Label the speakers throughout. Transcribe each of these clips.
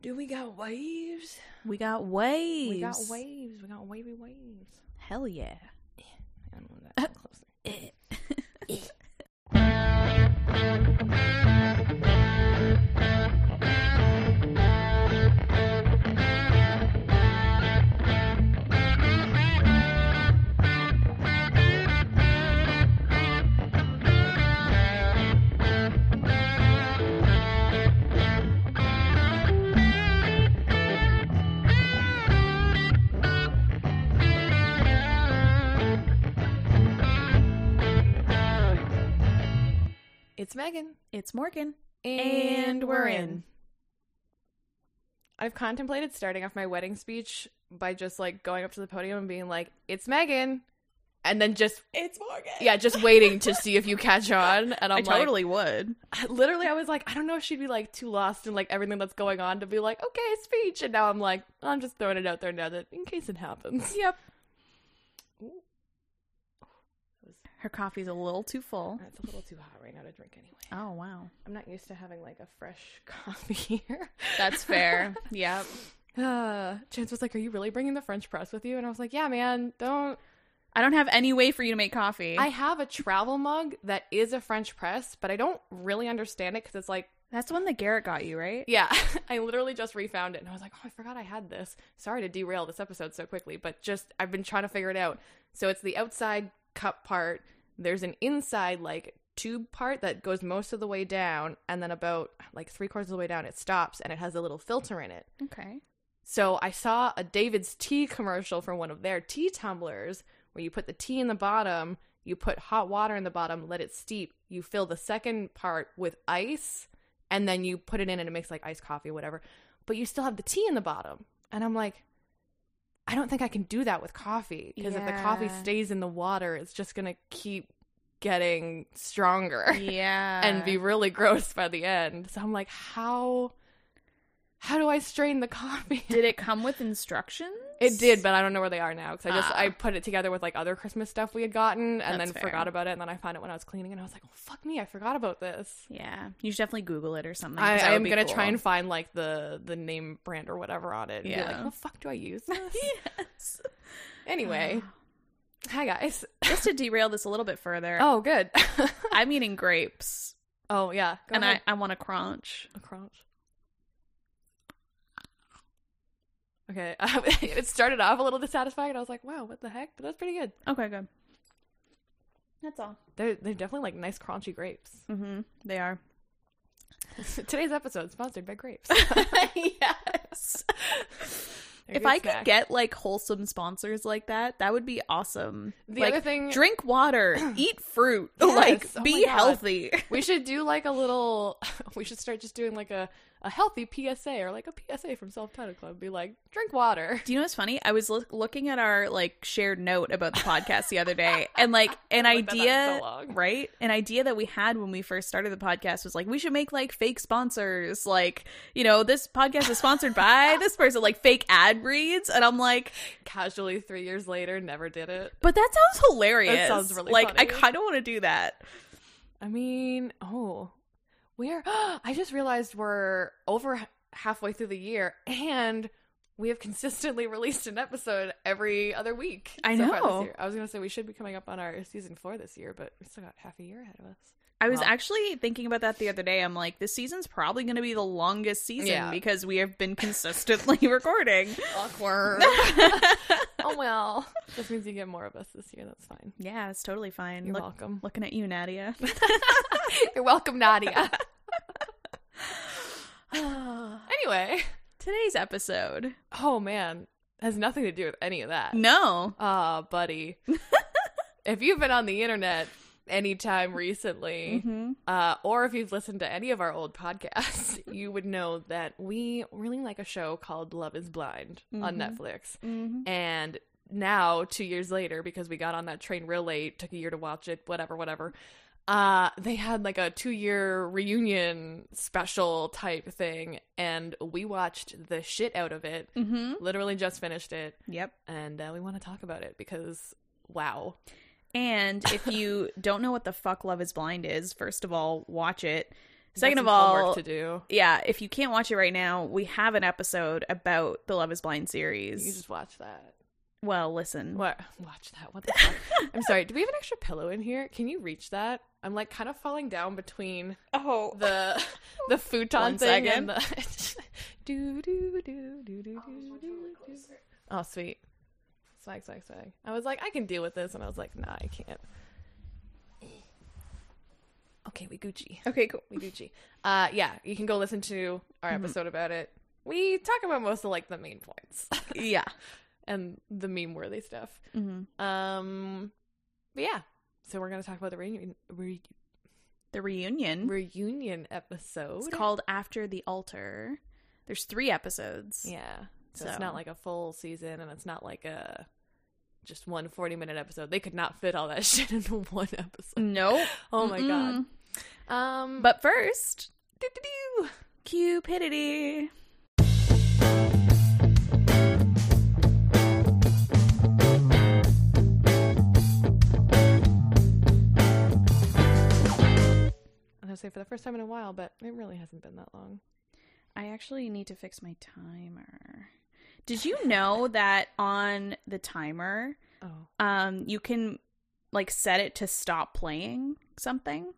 Speaker 1: Do we got waves?
Speaker 2: We got waves.
Speaker 1: We got waves. We got wavy waves.
Speaker 2: Hell yeah.
Speaker 1: I don't want that closer. It's Megan.
Speaker 2: It's Morgan.
Speaker 1: And we're in. I've contemplated starting off my wedding speech by just like going up to the podium and being like, "It's Megan," and then just
Speaker 2: It's Morgan.
Speaker 1: yeah, just waiting to see if you catch on. And I'm
Speaker 2: I
Speaker 1: like,
Speaker 2: totally would.
Speaker 1: I- literally, I was like, I don't know if she'd be like too lost in like everything that's going on to be like, okay, speech. And now I'm like, I'm just throwing it out there now that in case it happens.
Speaker 2: Yep. Her coffee's a little too full.
Speaker 1: It's a little too hot right now to drink anyway.
Speaker 2: Oh wow.
Speaker 1: I'm not used to having like a fresh coffee here.
Speaker 2: That's fair. yep.
Speaker 1: Uh, Chance was like, "Are you really bringing the French press with you?" And I was like, "Yeah, man. Don't.
Speaker 2: I don't have any way for you to make coffee.
Speaker 1: I have a travel mug that is a French press, but I don't really understand it because it's like,
Speaker 2: That's the one that Garrett got you, right?
Speaker 1: yeah, I literally just refound it, and I was like, oh, I forgot I had this. Sorry to derail this episode so quickly, but just I've been trying to figure it out. So it's the outside cup part. There's an inside like tube part that goes most of the way down, and then about like three quarters of the way down, it stops, and it has a little filter in it.
Speaker 2: Okay.
Speaker 1: So I saw a David's Tea commercial for one of their tea tumblers where you put the tea in the bottom, you put hot water in the bottom, let it steep, you fill the second part with ice, and then you put it in and it makes like iced coffee, whatever. But you still have the tea in the bottom. And I'm like, I don't think I can do that with coffee because if the coffee
Speaker 2: Yeah.
Speaker 1: stays in the water, it's just going to keep getting stronger
Speaker 2: Yeah.
Speaker 1: and be really gross by the end. So I'm like, how how do I strain the coffee?
Speaker 2: Did it come with instructions?
Speaker 1: It did, but I don't know where they are now because I just
Speaker 2: Ah.
Speaker 1: I put it together with like other Christmas stuff we had gotten and
Speaker 2: That's
Speaker 1: then
Speaker 2: fair.
Speaker 1: forgot about it and then I found it when I was cleaning and I was like, oh fuck me, I forgot about this.
Speaker 2: Yeah. You should definitely Google it or something.
Speaker 1: I,
Speaker 2: 'cause that
Speaker 1: I
Speaker 2: would
Speaker 1: am
Speaker 2: be
Speaker 1: gonna
Speaker 2: cool.
Speaker 1: try and find like the the name brand or whatever on it. And Be
Speaker 2: Yeah.
Speaker 1: like, what fuck do I use? This?
Speaker 2: yes.
Speaker 1: anyway, hi guys.
Speaker 2: Just to derail this a little bit further,
Speaker 1: Oh good.
Speaker 2: I'm eating grapes
Speaker 1: oh yeah. Go
Speaker 2: and
Speaker 1: ahead.
Speaker 2: I, I want to crunch.
Speaker 1: a crunch. Okay, it started off a little dissatisfying. and I was like, "Wow, what the heck?" But that's pretty good.
Speaker 2: Okay, good. That's all.
Speaker 1: They're they're definitely like nice crunchy grapes.
Speaker 2: Mm-hmm. They are.
Speaker 1: Today's episode is sponsored by grapes.
Speaker 2: yes. if I could get like wholesome sponsors like that, that would be awesome.
Speaker 1: the
Speaker 2: like,
Speaker 1: other thing,
Speaker 2: drink water, eat fruit,
Speaker 1: Yes.
Speaker 2: like
Speaker 1: Oh my
Speaker 2: be
Speaker 1: God.
Speaker 2: healthy.
Speaker 1: we should do like a little. We should start just doing like a a healthy PSA or like a PSA from Self Titled Club. Be like, drink water.
Speaker 2: Do you know what's funny? I was loo- looking at our like shared note about the podcast the other day, and like an
Speaker 1: I've done that in
Speaker 2: idea,
Speaker 1: so long.
Speaker 2: right? An idea that we had when we first started the podcast was like we should make like fake sponsors, like you know this podcast is sponsored by this person, like fake ad reads, and I'm like,
Speaker 1: Casually, three years later, never did it.
Speaker 2: but that sounds hilarious.
Speaker 1: That sounds really
Speaker 2: like I
Speaker 1: funny.
Speaker 2: kind of want to do that.
Speaker 1: I mean, oh, we're. I just realized we're over h- halfway through the year, and we have consistently released an episode every other week.
Speaker 2: I
Speaker 1: so far this
Speaker 2: know.
Speaker 1: year. I was gonna say we should be coming up on our season four this year, but we still got half a year ahead of us.
Speaker 2: I was
Speaker 1: Well-
Speaker 2: actually thinking about that the other day. I'm like, this season's probably going to be the longest season
Speaker 1: Yeah.
Speaker 2: because we have been consistently recording.
Speaker 1: Awkward. oh well. This means you get more of us this year. That's fine.
Speaker 2: Yeah, it's totally fine.
Speaker 1: You're
Speaker 2: Look-
Speaker 1: welcome.
Speaker 2: Looking at you, Nadia.
Speaker 1: You're welcome, Nadia.
Speaker 2: Today's
Speaker 1: anyway,
Speaker 2: episode.
Speaker 1: oh man, has nothing to do with any of that.
Speaker 2: No.
Speaker 1: Ah, buddy. if you've been on the internet anytime recently,
Speaker 2: Mm-hmm.
Speaker 1: uh, or if you've listened to any of our old podcasts, you would know that we really like a show called Love is Blind on
Speaker 2: Mhm.
Speaker 1: Netflix.
Speaker 2: Mm-hmm.
Speaker 1: And now, two years later, because we got on that train real late, took a year to watch it, whatever, whatever. Uh, they had like a two year reunion special type thing, and we watched the shit out of it.
Speaker 2: Mm-hmm.
Speaker 1: Literally just finished it,
Speaker 2: Yep.
Speaker 1: and uh, we want to talk about it because wow.
Speaker 2: And if you don't know what the fuck Love is Blind is, first of all, watch it. Second
Speaker 1: Got
Speaker 2: of
Speaker 1: some homework
Speaker 2: all,
Speaker 1: to do.
Speaker 2: yeah, if you can't watch it right now, we have an episode about the Love is Blind series.
Speaker 1: You just watch that.
Speaker 2: well, listen.
Speaker 1: What? Watch that. What the fuck? I'm sorry. Do we have an extra pillow in here? Can you reach that? I'm like kind of falling down between
Speaker 2: Oh,
Speaker 1: the the futon
Speaker 2: One
Speaker 1: thing and
Speaker 2: second.
Speaker 1: the do do do do do do do. do. Oh sweet, swag swag swag. I was like, I can deal with this, and I was like, Nah, I can't. Okay, we Gucci.
Speaker 2: okay, cool.
Speaker 1: We Gucci. Uh, yeah, you can go listen to our
Speaker 2: Mm-hmm.
Speaker 1: episode about it. We talk about most of like the main points
Speaker 2: Yeah.
Speaker 1: and the meme worthy stuff.
Speaker 2: hmm
Speaker 1: Um, but yeah, so we're gonna talk about the reunion re-
Speaker 2: The reunion.
Speaker 1: reunion episode.
Speaker 2: it's called After the Altar. There's three episodes.
Speaker 1: yeah, so,
Speaker 2: So.
Speaker 1: it's not like a full season, and it's not like a just one 40 minute episode. They could not fit all that shit into one episode.
Speaker 2: Nope.
Speaker 1: Oh my god.
Speaker 2: Mm-mm.
Speaker 1: Um,
Speaker 2: But first,
Speaker 1: doo-doo-doo.
Speaker 2: cupidity.
Speaker 1: I'm gonna say for the first time in a while, but it really hasn't been that long.
Speaker 2: I actually need to fix my timer. Did you know that on the timer,
Speaker 1: Oh,
Speaker 2: um, you can like set it to stop playing something?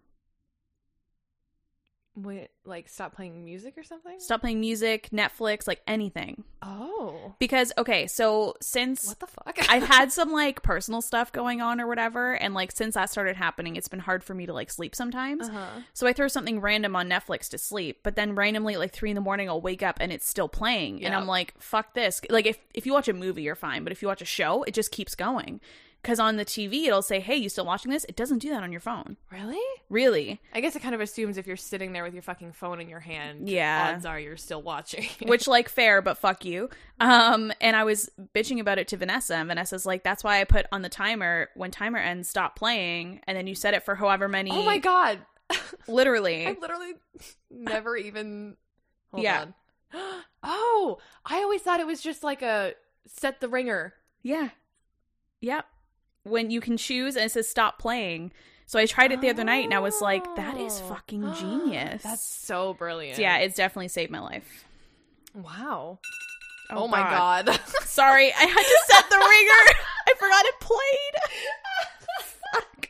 Speaker 1: wait, like stop playing music or something?
Speaker 2: Stop playing music, Netflix, like anything.
Speaker 1: Oh,
Speaker 2: Because okay, so since
Speaker 1: what the fuck?
Speaker 2: I've had some like personal stuff going on or whatever, and like since that started happening, it's been hard for me to like sleep sometimes.
Speaker 1: uh-huh.
Speaker 2: So I throw something random on Netflix to sleep, but then randomly at like three in the morning I'll wake up and it's still playing. And
Speaker 1: Yeah.
Speaker 2: I'm like, fuck this. Like if, if you watch a movie, you're fine, but if you watch a show, it just keeps going. Cause on the TV it'll say, Hey, you still watching this? It doesn't do that on your phone.
Speaker 1: Really?
Speaker 2: Really.
Speaker 1: I guess it kind of assumes if you're sitting there with your fucking phone in your hand,
Speaker 2: Yeah.
Speaker 1: odds are you're still watching.
Speaker 2: Which like fair, but fuck you. Um and I was bitching about it to Vanessa and Vanessa's like, That's why I put on the timer when timer ends, stop playing, and then you set it for however many
Speaker 1: oh my god,
Speaker 2: literally.
Speaker 1: I literally never even. Hold
Speaker 2: Yeah.
Speaker 1: on. Oh, I always thought it was just like a set the ringer.
Speaker 2: Yeah. Yep. When you can choose and it says stop playing. So I tried it the other night and I was like, that is
Speaker 1: Oh.
Speaker 2: fucking genius.
Speaker 1: That's so brilliant.
Speaker 2: So yeah, it's definitely saved my life.
Speaker 1: wow. Oh, my god.
Speaker 2: Sorry, I had to set the ringer. I forgot it played. Fuck.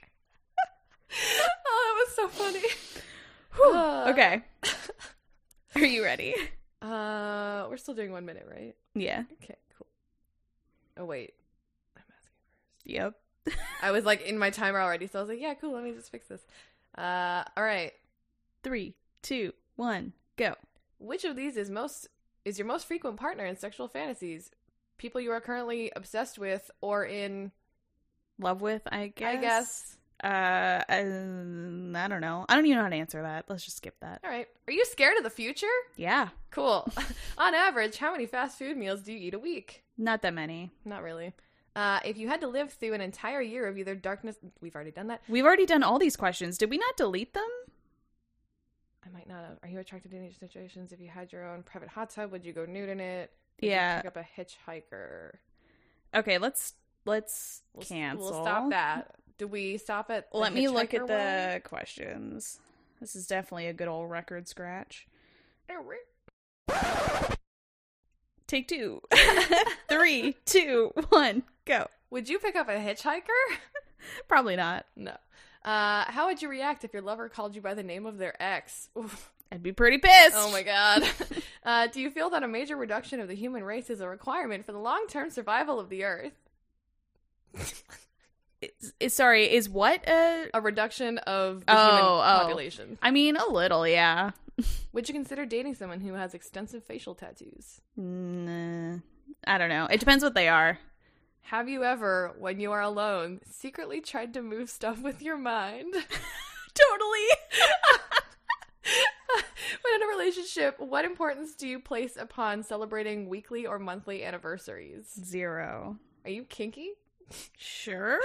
Speaker 1: oh, that was so funny.
Speaker 2: Whew.
Speaker 1: Uh.
Speaker 2: okay. Are you ready?
Speaker 1: Uh, we're still doing one minute, right?
Speaker 2: Yeah.
Speaker 1: Okay, cool. Oh wait, I'm asking.
Speaker 2: Yep.
Speaker 1: I was like in my timer already, so I was like, yeah, cool. Let me just fix this. Uh, all right.
Speaker 2: Three, two, one, go.
Speaker 1: Which of these is most is your most frequent partner in sexual fantasies? People you are currently obsessed with or in
Speaker 2: Love with, I guess.
Speaker 1: I guess.
Speaker 2: Uh, um, I don't know. I don't even know how to answer that. Let's just skip that.
Speaker 1: All right. Are you scared of the future?
Speaker 2: Yeah.
Speaker 1: Cool. On average, how many fast food meals do you eat a week?
Speaker 2: Not that many.
Speaker 1: Not really. Uh, if you had to live through an entire year of either darkness, we've already done that.
Speaker 2: We've already done all these questions. Did we not delete them?
Speaker 1: I might not have. Are you attracted to dangerous situations? If you had your own private hot tub, would you go nude in it? Would you
Speaker 2: Yeah.
Speaker 1: Pick up a hitchhiker.
Speaker 2: Okay, let's let's
Speaker 1: We'll,
Speaker 2: cancel.
Speaker 1: We'll stop that. Do we stop at? the
Speaker 2: Let me look at
Speaker 1: hitchhiker one?
Speaker 2: the questions. This is definitely a good old record scratch. Take two, three, two, one, go.
Speaker 1: Would you pick up a hitchhiker?
Speaker 2: Probably not.
Speaker 1: No. Uh, how would you react if your lover called you by the name of their ex? Oof.
Speaker 2: I'd be pretty pissed.
Speaker 1: Oh my god. uh, do you feel that a major reduction of the human race is a requirement for the long term survival of the earth?
Speaker 2: Is- is- sorry, is what uh
Speaker 1: A reduction of the human
Speaker 2: Oh, oh.
Speaker 1: population.
Speaker 2: I mean a little, yeah.
Speaker 1: Would you consider dating someone who has extensive facial tattoos?
Speaker 2: Nah, I don't know. It depends what they are.
Speaker 1: Have you ever, when you are alone, secretly tried to move stuff with your mind?
Speaker 2: Totally.
Speaker 1: when in a relationship, what importance do you place upon celebrating weekly or monthly anniversaries?
Speaker 2: Zero.
Speaker 1: Are you kinky?
Speaker 2: Sure.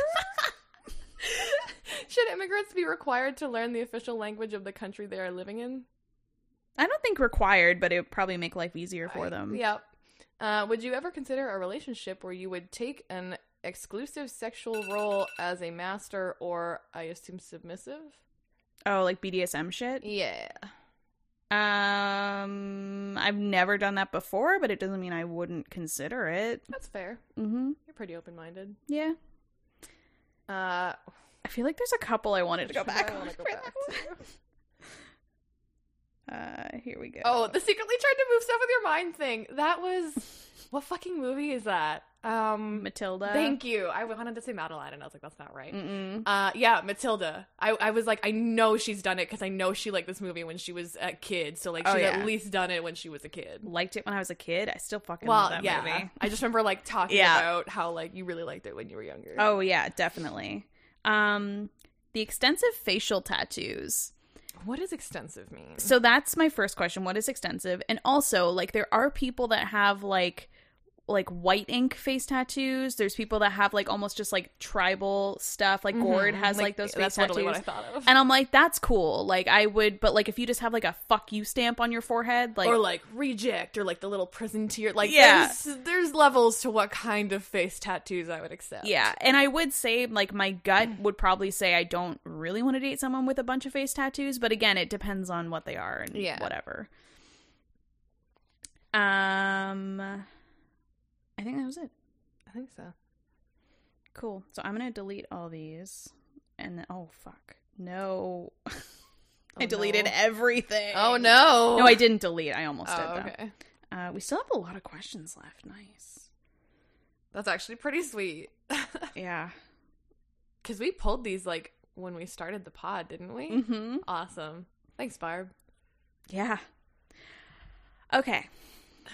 Speaker 1: Should immigrants be required to learn the official language of the country they are living in?
Speaker 2: I don't think required, but it would probably make life easier for
Speaker 1: I-
Speaker 2: them.
Speaker 1: Yep. Uh, would you ever consider a relationship where you would take an exclusive sexual role as a master or, I assume, submissive?
Speaker 2: Oh, like BDSM shit?
Speaker 1: Yeah.
Speaker 2: Um, I've never done that before, but it doesn't mean I wouldn't consider it.
Speaker 1: That's fair.
Speaker 2: Mm-hmm.
Speaker 1: You're pretty open minded.
Speaker 2: Yeah.
Speaker 1: Uh,
Speaker 2: I feel like there's a couple I wanted to go
Speaker 1: which one
Speaker 2: back
Speaker 1: do I
Speaker 2: on.
Speaker 1: wanna go back to?
Speaker 2: Uh, here we go.
Speaker 1: Oh, the secretly tried to move stuff with your mind thing. That was what fucking movie is that? Um,
Speaker 2: Matilda.
Speaker 1: thank you. I wanted to say Madeline, and I was like, that's not right.
Speaker 2: Mm-mm.
Speaker 1: Uh, yeah, Matilda. I, I was like, I know she's done it because I know she liked this movie when she was a kid. So like,
Speaker 2: Oh,
Speaker 1: she's
Speaker 2: yeah.
Speaker 1: at least done it when she was a kid.
Speaker 2: Liked it when I was a kid. I still fucking love
Speaker 1: Well,
Speaker 2: that
Speaker 1: yeah.
Speaker 2: movie.
Speaker 1: I just remember like talking
Speaker 2: Yeah.
Speaker 1: about how like you really liked it when you were younger.
Speaker 2: Oh yeah, definitely. Um, the extensive facial tattoos.
Speaker 1: What does extensive mean?
Speaker 2: So that's my first question. What is extensive? And also, like, there are people that have like like white ink face tattoos. There's people that have like almost just like tribal stuff. Like Gord
Speaker 1: Mhm.
Speaker 2: has like, those face
Speaker 1: that's
Speaker 2: tattoos.
Speaker 1: literally what I thought of.
Speaker 2: and I'm like, that's cool. Like I would, but like if you just have like a fuck you stamp on your forehead, like,
Speaker 1: or like reject or like the little prison tear like
Speaker 2: Yeah.
Speaker 1: there's there's levels to what kind of face tattoos I would accept.
Speaker 2: yeah. And I would say like my gut would probably say I don't really want to date someone with a bunch of face tattoos, but again, it depends on what they are and
Speaker 1: Yeah.
Speaker 2: whatever. Um, I think that was it.
Speaker 1: I think so.
Speaker 2: Cool. So I'm gonna delete all these, and then oh fuck, no, I
Speaker 1: Oh,
Speaker 2: deleted
Speaker 1: no.
Speaker 2: everything.
Speaker 1: Oh no.
Speaker 2: No, I didn't delete. I almost
Speaker 1: Oh,
Speaker 2: did. Though.
Speaker 1: okay.
Speaker 2: Uh, we still have a lot of questions left. Nice.
Speaker 1: That's actually pretty sweet.
Speaker 2: Yeah.
Speaker 1: Cuz we pulled these like when we started the pod, didn't we?
Speaker 2: Mm-hmm.
Speaker 1: Awesome. Thanks, Barb.
Speaker 2: Yeah. Okay.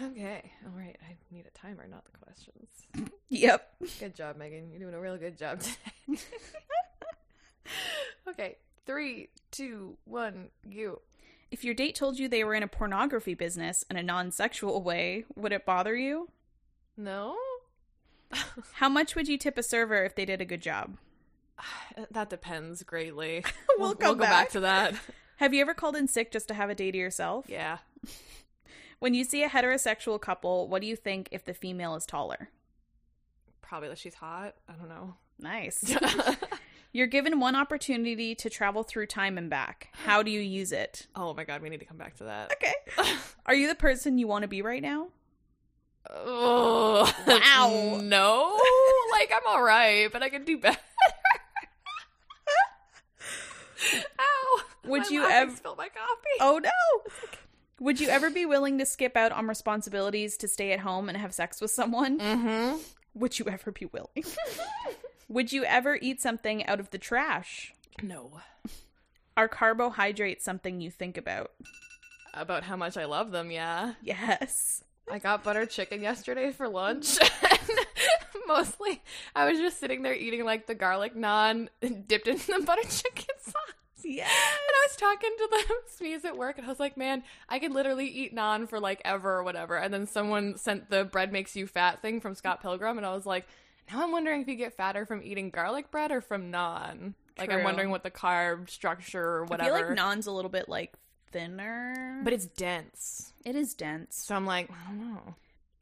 Speaker 1: Okay. All right. I need a timer, not the questions.
Speaker 2: Yep.
Speaker 1: Good job, Megan. You're doing a real good job today. okay. Three, two, one, you.
Speaker 2: If your date told you they were in a pornography business in a non-sexual way, would it bother you?
Speaker 1: No?
Speaker 2: How much would you tip a server if they did a good job?
Speaker 1: Uh, That depends greatly.
Speaker 2: We'll
Speaker 1: go
Speaker 2: come back.
Speaker 1: to that.
Speaker 2: Have you ever called in sick just to have a day to yourself?
Speaker 1: Yeah.
Speaker 2: When you see a heterosexual couple, what do you think if the female is taller?
Speaker 1: Probably that she's hot. I don't know.
Speaker 2: Nice. You're given one opportunity to travel through time and back. How do you use it?
Speaker 1: oh my god, we need to come back to that.
Speaker 2: Okay. Are you the person you want to be right now?
Speaker 1: Oh
Speaker 2: Wow.
Speaker 1: No. Like I'm alright, but I can do better. Ow.
Speaker 2: Would
Speaker 1: My
Speaker 2: you
Speaker 1: laughing
Speaker 2: ev-
Speaker 1: spill my coffee?
Speaker 2: Oh no. Would you ever be willing to skip out on responsibilities to stay at home and have sex with someone?
Speaker 1: Mm-hmm.
Speaker 2: Would you ever be willing? Would you ever eat something out of the trash?
Speaker 1: No.
Speaker 2: Are carbohydrates something you think about?
Speaker 1: About how much I love them, yeah.
Speaker 2: Yes.
Speaker 1: I got butter chicken yesterday for lunch. and Mostly, I was just sitting there eating like the garlic naan dipped in the butter chicken sauce.
Speaker 2: Yes.
Speaker 1: And I was talking to the smees at work, and I was like, "Man, I could literally eat naan for like ever or whatever." And then someone sent the bread makes you fat thing from Scott Pilgrim, and I was like, "Now I'm wondering if you get fatter from eating garlic bread or from naan." Like I'm
Speaker 2: True.
Speaker 1: wondering what the carb structure or
Speaker 2: I
Speaker 1: whatever.
Speaker 2: feel like naan's a little bit like thinner,
Speaker 1: but it's dense,
Speaker 2: it is dense.
Speaker 1: so I'm like, I don't know,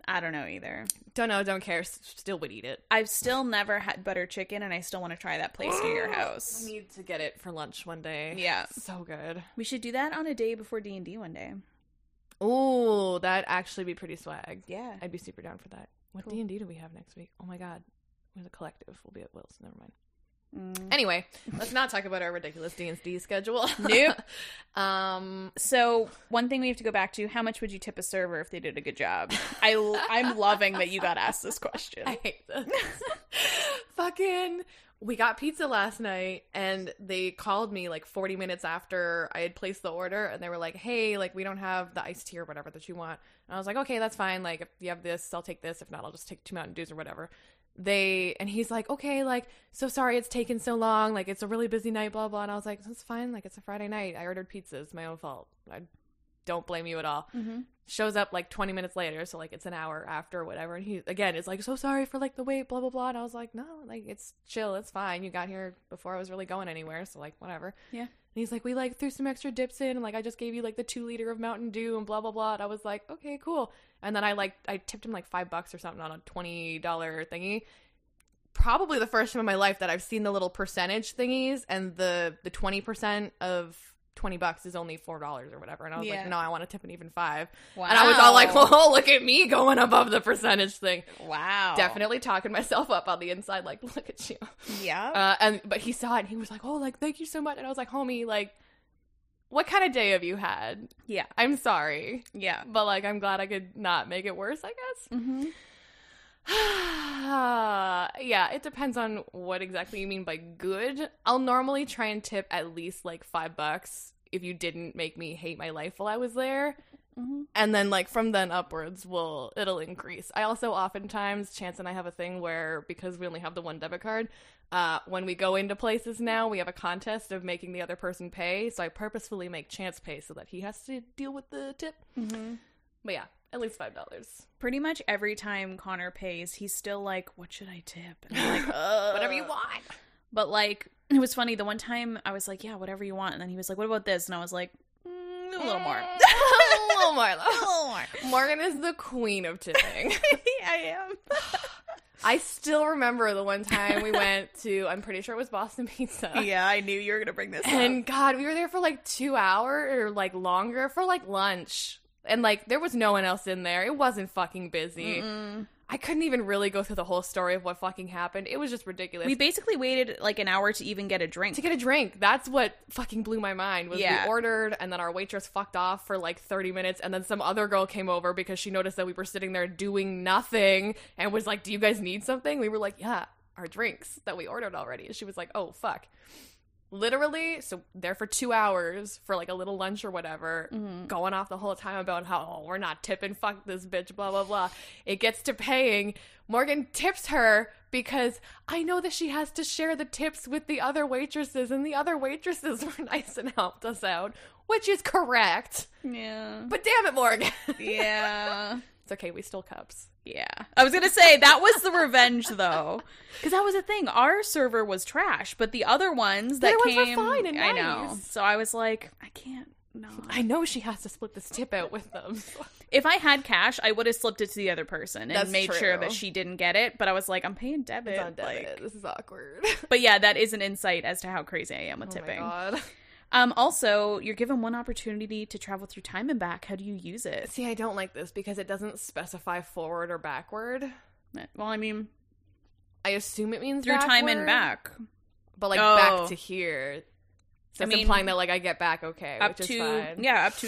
Speaker 2: I don't know either.
Speaker 1: don't know, don't care. S- still would eat it.
Speaker 2: I've still never had butter chicken, and I still want to try that place near your
Speaker 1: I
Speaker 2: house.
Speaker 1: need to get it for lunch one day.
Speaker 2: Yeah.
Speaker 1: So good.
Speaker 2: We should do that on a day before D and D one day.
Speaker 1: Ooh, that'd actually be pretty swag.
Speaker 2: Yeah.
Speaker 1: I'd be super down for that. What
Speaker 2: Cool.
Speaker 1: D and D do we have next week? Oh my god, we're the collective. We'll be at Will's. Never mind.
Speaker 2: Mm.
Speaker 1: Anyway, let's not talk about our ridiculous D and D schedule.
Speaker 2: Nope.
Speaker 1: um,
Speaker 2: So one thing we have to go back to: how much would you tip a server if they did a good job? I I'm loving that you got asked this question.
Speaker 1: I hate this. Fucking. We got pizza last night and they called me like 40 minutes after I had placed the order and they were like, hey, like we don't have the iced tea or whatever that you want. And I was like, okay, that's fine. Like if you have this, I'll take this. If not, I'll just take two Mountain Dews or whatever. They, and he's like, okay, like, so sorry it's taken so long. Like it's a really busy night, blah, blah. And I was like, it's fine. Like it's a Friday night. I ordered pizza. It's my own fault. I don't blame you at all
Speaker 2: Mm-hmm.
Speaker 1: shows up like 20 minutes later so like it's an hour after or whatever and he again is like so sorry for like the wait blah blah blah and i was like no like it's chill it's fine you got here before i was really going anywhere so like whatever
Speaker 2: Yeah.
Speaker 1: and he's like we like threw some extra dips in and like i just gave you like the two liter of mountain dew and blah blah blah and i was like okay cool and then i like i tipped him like five bucks or something on a 20 dollar thingy probably the first time in my life that i've seen the little percentage thingies and the the 20% of 20 bucks is only $4 or whatever. And I was
Speaker 2: Yeah.
Speaker 1: like, no, I want to tip an even five.
Speaker 2: Wow.
Speaker 1: And I was all like, oh, look at me going above the percentage thing.
Speaker 2: wow.
Speaker 1: Definitely talking myself up on the inside, like, look at you.
Speaker 2: Yeah.
Speaker 1: Uh, and but he saw it and he was like, "Oh, like thank you so much." And I was like, "Homie, like, what kind of day have you had?
Speaker 2: Yeah.
Speaker 1: I'm sorry,
Speaker 2: Yeah.
Speaker 1: but like, I'm glad I could not make it worse. I guess.
Speaker 2: Mm-hmm.
Speaker 1: yeah, it depends on what exactly you mean by good. I'll normally try and tip at least like five bucks if you didn't make me hate my life while I was there,
Speaker 2: Mm-hmm.
Speaker 1: and then like from then upwards, will it'll increase. I also oftentimes Chance and I have a thing where because we only have the one debit card, uh, when we go into places now, we have a contest of making the other person pay. So I purposefully make Chance pay so that he has to deal with the tip.
Speaker 2: Mm-hmm.
Speaker 1: But yeah, at least five dollars,
Speaker 2: Pretty much every time Connor pays, he's still like, "What should I tip?" And I'm like, "Uh,
Speaker 1: whatever you want.
Speaker 2: But like, it was funny. The one time I was like, "Yeah, whatever you want," and then he was like, "What about this?" And I was like, mm, "A little more."
Speaker 1: a little more.
Speaker 2: A little more.
Speaker 1: Morgan is the queen of tipping.
Speaker 2: I am.
Speaker 1: I still remember the one time we went to. I'm pretty sure it was Boston Pizza.
Speaker 2: yeah, I knew you were gonna bring this
Speaker 1: And God, we were there for like two hours or like longer for like lunch. And like there was no one else in there. It wasn't fucking busy.
Speaker 2: Mm-mm.
Speaker 1: I couldn't even really go through the whole story of what fucking happened. It was just ridiculous.
Speaker 2: We basically waited like an hour to even get a drink.
Speaker 1: to get a drink, that's what fucking blew my mind. Was
Speaker 2: Yeah.
Speaker 1: we ordered and then our waitress fucked off for like 30 minutes and then some other girl came over because she noticed that we were sitting there doing nothing and was like, "Do you guys need something?" We were like, "Yeah, our drinks that we ordered already." And she was like, "Oh, fuck." Literally, so there for 2 hours for like a little lunch or whatever
Speaker 2: Mhm.
Speaker 1: going off the whole time about how oh, we're not tipping, fuck this bitch, blah blah blah. It gets to paying. Morgan tips her because I know that she has to share the tips with the other waitresses, and the other waitresses were nice and helped us out, which is correct.
Speaker 2: Yeah.
Speaker 1: But damn it, Morgan,
Speaker 2: Yeah.
Speaker 1: it's okay. We still cups.
Speaker 2: Yeah. I was going to say that was the revenge though. Cuz that was the thing. Our server was trash, but the other ones
Speaker 1: The
Speaker 2: that
Speaker 1: other ones were
Speaker 2: came
Speaker 1: fine and
Speaker 2: I know.
Speaker 1: nice.
Speaker 2: So I was like, I can't no.
Speaker 1: I know she has to split this tip out with them.
Speaker 2: If I had cash, I would have slipped it to the other person and
Speaker 1: That's
Speaker 2: made
Speaker 1: true.
Speaker 2: sure that she didn't get it, but I was like, I'm paying debit.
Speaker 1: It's on debit.
Speaker 2: like-
Speaker 1: this is awkward.
Speaker 2: but yeah, that is an insight as to how crazy I am with
Speaker 1: Oh my
Speaker 2: tipping.
Speaker 1: god.
Speaker 2: Um also, you're given one opportunity to travel through time and back. How do you use it?
Speaker 1: See, I don't like this because it doesn't specify forward or backward.
Speaker 2: Well, I mean,
Speaker 1: I assume it means
Speaker 2: through time and
Speaker 1: backward.
Speaker 2: back.
Speaker 1: but like
Speaker 2: Oh.
Speaker 1: back to here. So
Speaker 2: I
Speaker 1: it's
Speaker 2: mean,
Speaker 1: implying that like I get back okay,
Speaker 2: Up
Speaker 1: which
Speaker 2: to
Speaker 1: is fine.
Speaker 2: yeah, up to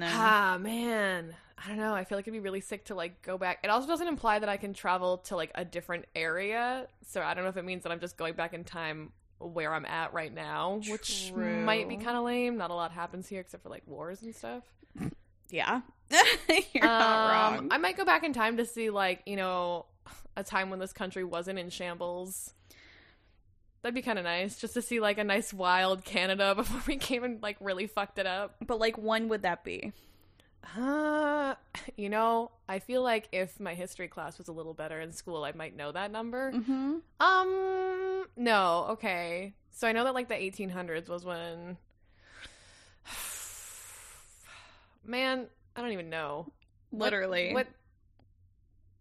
Speaker 2: then.
Speaker 1: Ah man, I don't know. I feel like it'd be really sick to like go back. It also doesn't imply that I can travel to like a different area, so I don't know if it means that I'm just going back in time where I'm at right now, which
Speaker 2: True.
Speaker 1: might be kind of lame. Not a lot happens here except for like wars and stuff.
Speaker 2: Yeah. You're not
Speaker 1: Um,
Speaker 2: wrong.
Speaker 1: I might go back in time to see like you know a time when this country wasn't in shambles. That'd be kind of nice, just to see like a nice wild Canada before we came and like really fucked it up.
Speaker 2: but like when would that be?
Speaker 1: Uh, you know, I feel like if my history class was a little better in school, I might know that number.
Speaker 2: Mm-hmm.
Speaker 1: Um, no, okay. So I know that like the 1800s was when. Man, I don't even know. What-
Speaker 2: Literally.
Speaker 1: what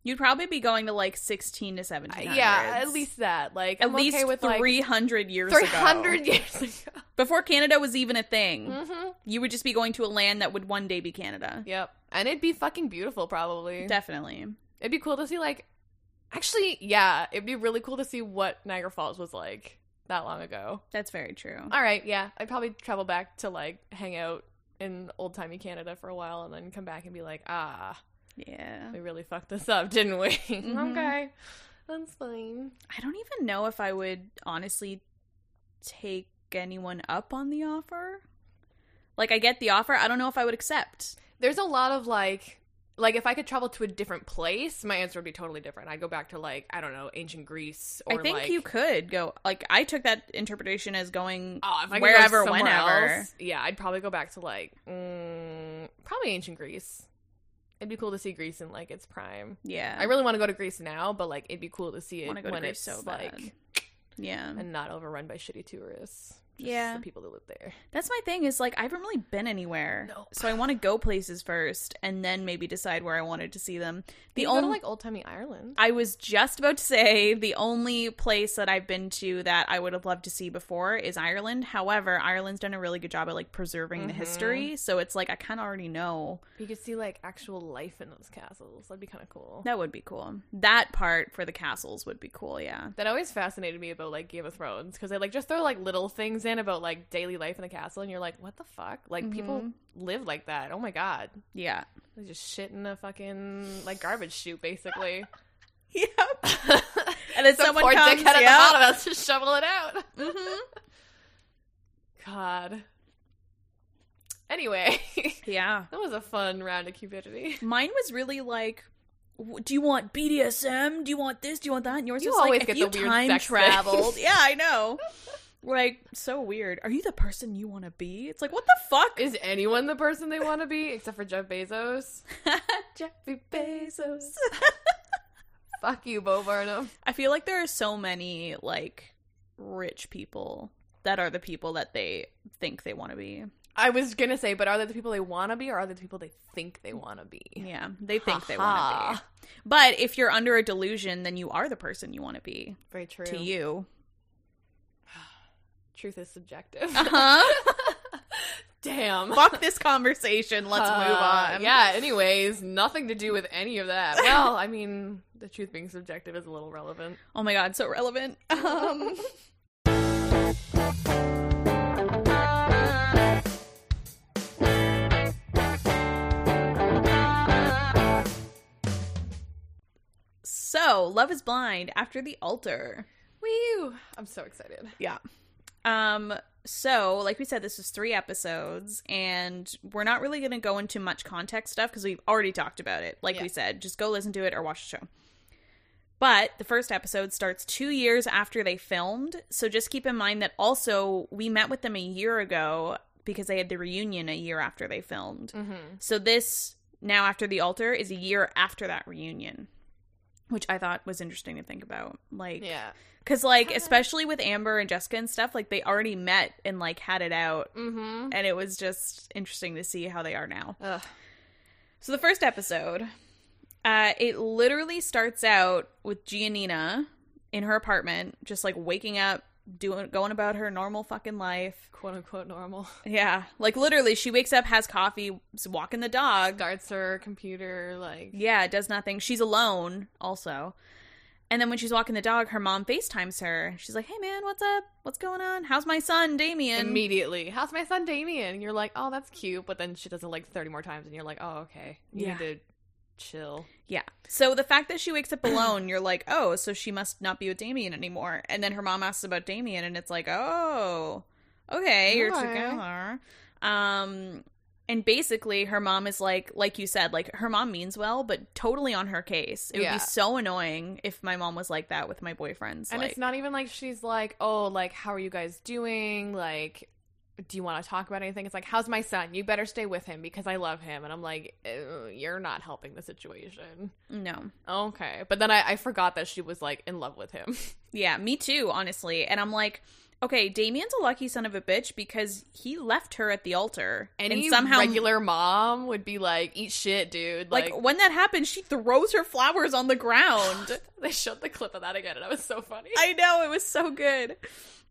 Speaker 2: You'd probably be going to like 16 to 17.
Speaker 1: Uh, Yeah, at least that. Like,
Speaker 2: at
Speaker 1: I'm
Speaker 2: least
Speaker 1: okay with like
Speaker 2: 300 years ago.
Speaker 1: 300 years ago.
Speaker 2: Before Canada was even a thing.
Speaker 1: hmm
Speaker 2: You would just be going to a land that would one day be Canada.
Speaker 1: Yep, and it'd be fucking beautiful, probably.
Speaker 2: Definitely.
Speaker 1: it'd be cool to see, like, actually, yeah, it'd be really cool to see what Niagara Falls was like that long ago.
Speaker 2: That's very true.
Speaker 1: All right, yeah, I'd probably travel back to like hang out in old timey Canada for a while, and then come back and be like, ah,
Speaker 2: Yeah.
Speaker 1: we really fucked this up, didn't we?
Speaker 2: Mhm.
Speaker 1: Okay, that's fine.
Speaker 2: I don't even know if I would honestly take anyone up on the offer. Like I get the offer, I don't know if I would accept.
Speaker 1: there's a lot of like like if I could travel to a different place, my answer would be totally different. I'd go back to like I don't know, ancient Greece or
Speaker 2: I think
Speaker 1: like,
Speaker 2: you could go like I took that interpretation as going
Speaker 1: Oh, if I could go
Speaker 2: wherever,
Speaker 1: somewhere
Speaker 2: whenever.
Speaker 1: else, yeah, I'd probably go back to like mm, probably ancient Greece. It'd be cool to see Greece in like its prime.
Speaker 2: Yeah.
Speaker 1: I really want to go to Greece now, but like it'd be cool to see it
Speaker 2: want to go
Speaker 1: when
Speaker 2: to Greece
Speaker 1: it's
Speaker 2: so bad.
Speaker 1: like
Speaker 2: yeah.
Speaker 1: and not overrun by shitty tourists. Just
Speaker 2: Yeah.
Speaker 1: The people that live there.
Speaker 2: That's my thing is like I haven't really been anywhere.
Speaker 1: Nope.
Speaker 2: So I want to go places first and then maybe decide where I wanted to see them. The
Speaker 1: you go to
Speaker 2: only
Speaker 1: like old timey Ireland.
Speaker 2: I was just about to say the only place that I've been to that I would have loved to see before is Ireland. However, Ireland's done a really good job at like preserving the
Speaker 1: Mhm.
Speaker 2: history, so it's like I kind of already know.
Speaker 1: You could see like actual life in those castles. That'd be kind of cool.
Speaker 2: That would be cool. That part for the castles would be cool, yeah.
Speaker 1: That always fascinated me about like Game of Thrones because they like just throw like little things in about like daily life in the castle, and you're like, what the fuck? Like people
Speaker 2: Mhm.
Speaker 1: live like that. Oh my god,
Speaker 2: Yeah.
Speaker 1: they just shit in a fucking like garbage chute basically.
Speaker 2: Yep. and then
Speaker 1: so
Speaker 2: someone
Speaker 1: poor
Speaker 2: comes,
Speaker 1: dickhead at the
Speaker 2: yeah.
Speaker 1: bottom has to shovel it out.
Speaker 2: Mhm.
Speaker 1: God. Anyway,
Speaker 2: Yeah.
Speaker 1: that was a fun round of cupidity.
Speaker 2: Mine was really like, w- do you want BDSM? Do you want this? Do you want that? And yours
Speaker 1: You
Speaker 2: was
Speaker 1: always
Speaker 2: like,
Speaker 1: get
Speaker 2: if you
Speaker 1: the weird
Speaker 2: time
Speaker 1: sex
Speaker 2: traveled.
Speaker 1: things.
Speaker 2: yeah, I know. Like, so weird. Are you the person you want to be? It's like, what the fuck?
Speaker 1: Is anyone the person they want to be except for Jeff Bezos? Jeffy Bezos. Fuck you, Bo Burnham.
Speaker 2: I feel like there are so many, like, rich people that are the people that they think they want to be.
Speaker 1: I was gonna say, but are they the people they want to be, or are they the people they think they want to be?
Speaker 2: Yeah, they think they want to
Speaker 1: Ha-ha.
Speaker 2: be. But if you're under a delusion, then you are the person you want to be
Speaker 1: Very true.
Speaker 2: to you.
Speaker 1: Truth is subjective.
Speaker 2: Uh huh.
Speaker 1: Damn.
Speaker 2: Fuck this conversation. Let's move
Speaker 1: Uh,
Speaker 2: on.
Speaker 1: Yeah. Anyways, nothing to do with any of that. Well, I mean, the truth being subjective is a little relevant.
Speaker 2: Oh my god, so relevant. Um So, Love is Blind after the altar.
Speaker 1: Woo! I'm so excited.
Speaker 2: Yeah. Um so, like we said this was 3 episodes and we're not really going to go into much context stuff because we've already talked about it. Like
Speaker 1: Yeah.
Speaker 2: we said, just go listen to it or watch the show. But the first episode starts 2 years after they filmed, so just keep in mind that also we met with them a year ago because they had the reunion a year after they filmed.
Speaker 1: Mm-hmm.
Speaker 2: So this now after the altar is a year after that reunion, which I thought was interesting to think about. Like
Speaker 1: Yeah.
Speaker 2: Cause like
Speaker 1: Hi.
Speaker 2: especially with Amber and Jessica and stuff, like they already met and like had it out,
Speaker 1: Mm-hmm.
Speaker 2: and it was just interesting to see how they are now.
Speaker 1: Ugh.
Speaker 2: So the first episode, uh, it literally starts out with Giannina in her apartment, just like waking up, doing going about her normal fucking life.
Speaker 1: Quote unquote normal.
Speaker 2: Yeah, like literally, she wakes up, has coffee, is walking the dog,
Speaker 1: Starts her computer like.
Speaker 2: Yeah, it does nothing. She's alone also. And then when she's walking the dog, her mom FaceTimes her. She's like, Hey man, what's up? What's going on? How's my son, Damien?
Speaker 1: Immediately, how's my son Damien? And you're like, oh, that's cute. But then she does it like 30 more times, and you're like, oh, okay. You
Speaker 2: Yeah.
Speaker 1: need to chill.
Speaker 2: Yeah. So the fact that she wakes up alone, you're like, Oh, so she must not be with Damien anymore. And then her mom asks about Damien and it's like, Oh, okay, you're
Speaker 1: Okay.
Speaker 2: together. Um and basically her mom is like like you said, like her mom means well, but totally on her case. It would
Speaker 1: Yeah.
Speaker 2: be so annoying if my mom was like that with my boyfriends.
Speaker 1: and
Speaker 2: like,
Speaker 1: it's not even like she's like, oh, like, how are you guys doing? Like, do you want to talk about anything? It's like, how's my son? You better stay with him because I love him. And I'm like, "Uh, you're not helping the situation.
Speaker 2: no.
Speaker 1: Okay. But then I, I forgot that she was like in love with him.
Speaker 2: Yeah, me too, honestly. And I'm like, okay, Damien's a lucky son of a bitch because he left her at the altar
Speaker 1: Any
Speaker 2: and somehow
Speaker 1: regular mom would be like, eat shit, dude.
Speaker 2: like,
Speaker 1: Like,
Speaker 2: when that happens, she throws her flowers on the ground.
Speaker 1: they showed the clip of that again, and that was so funny.
Speaker 2: I know, it was so good.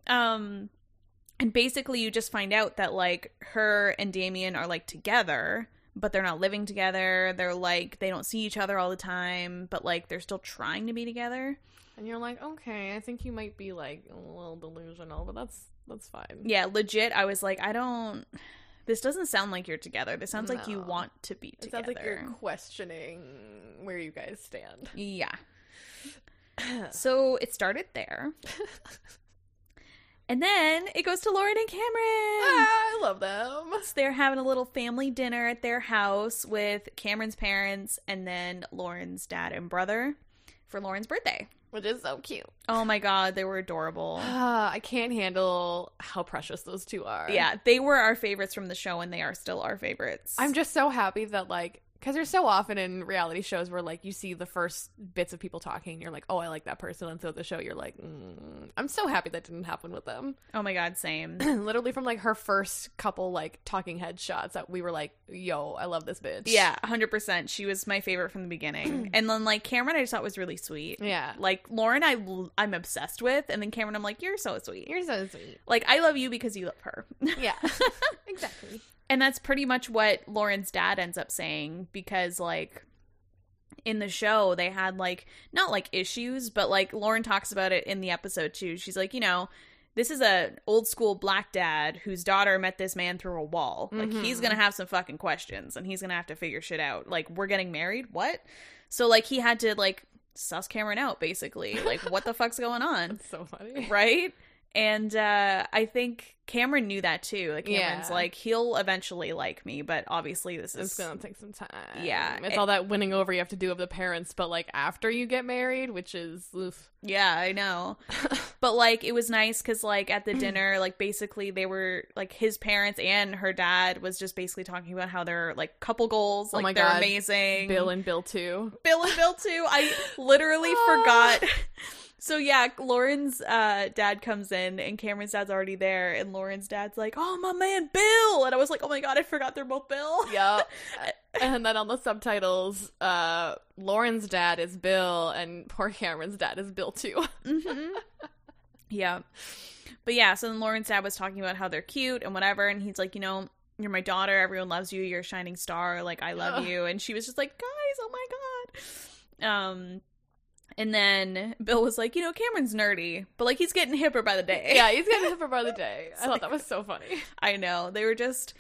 Speaker 2: Um and basically you just find out that like her and Damien are like together, but they're not living together. They're like they don't see each other all the time, but like they're still trying to be together.
Speaker 1: and you're like, okay, I think you might be like a little delusional, but that's that's fine.
Speaker 2: Yeah, legit. I was like, I don't. This doesn't sound like you're together. This sounds like you
Speaker 1: No.
Speaker 2: want to be
Speaker 1: It
Speaker 2: together.
Speaker 1: sounds like you're questioning where you guys stand.
Speaker 2: Yeah. So it started there, and then it goes to Lauren and Cameron.
Speaker 1: I love them.
Speaker 2: So they're having a little family dinner at their house with Cameron's parents and then Lauren's dad and brother for Lauren's birthday.
Speaker 1: Which is so cute.
Speaker 2: Oh my god, they were adorable.
Speaker 1: Ah, I can't handle how precious those two are.
Speaker 2: yeah, they were our favorites from the show, and they are still our favorites.
Speaker 1: I'm just so happy that like Because there's so often in reality shows where like you see the first bits of people talking, and you're like, oh, I like that person, and throughout the show, you're like, mm, I'm so happy that didn't happen with them.
Speaker 2: Oh my god, same.
Speaker 1: Literally from like her first couple like talking head shots that we were like, yo, I love this bitch.
Speaker 2: Yeah, 100%. She was my favorite from the beginning. and then like Cameron I just thought was really sweet.
Speaker 1: yeah.
Speaker 2: Like Lauren I l- I'm obsessed with and then Cameron I'm like you're so sweet.
Speaker 1: You're so sweet.
Speaker 2: like I love you because you love her.
Speaker 1: Yeah, exactly.
Speaker 2: and that's pretty much what Lauren's dad ends up saying because like in the show they had like not like issues but like Lauren talks about it in the episode too. She's like, you know, this is a old school black dad whose daughter met this man through a wall. Like
Speaker 1: Mhm.
Speaker 2: he's going to have some fucking questions and he's going to have to figure shit out. Like we're getting married? What? So like he had to like suss Cameron out basically. Like what the fuck's going on?
Speaker 1: That's so funny.
Speaker 2: right? And uh, I think Cameron knew that too. Like Cameron's
Speaker 1: Yeah.
Speaker 2: like he'll eventually like me, but obviously this
Speaker 1: It's
Speaker 2: is
Speaker 1: gonna take some time.
Speaker 2: Yeah,
Speaker 1: it's
Speaker 2: it-
Speaker 1: all that winning over you have to do of the parents, but like after you get married, which is oof.
Speaker 2: yeah, I know. but like it was nice because like at the dinner, like basically they were like his parents and her dad was just basically talking about how they're like couple goals,
Speaker 1: Oh
Speaker 2: like
Speaker 1: my
Speaker 2: they're
Speaker 1: God.
Speaker 2: amazing.
Speaker 1: Bill and Bill too.
Speaker 2: Bill and Bill too. I literally
Speaker 1: Oh.
Speaker 2: forgot. So yeah, Lauren's uh, dad comes in and Cameron's dad's already there, and Lauren's dad's like, "Oh my man, Bill," and I was like, "Oh my god, I forgot they're both Bill."
Speaker 1: Yep. and then on the subtitles, uh, Lauren's dad is Bill, and poor Cameron's dad is Bill too. Mm-hmm.
Speaker 2: hmm yeah. But yeah, so then Lauren's dad was talking about how they're cute and whatever, and he's like, you know, you're my daughter, everyone loves you, you're a shining star, like I love
Speaker 1: Ugh.
Speaker 2: you. And she was just like, guys, oh my god. Um and then Bill was like, you know, Cameron's nerdy, but like he's getting hipper by the day.
Speaker 1: yeah, he's getting hipper by the day. I thought that was so funny.
Speaker 2: I know. They were just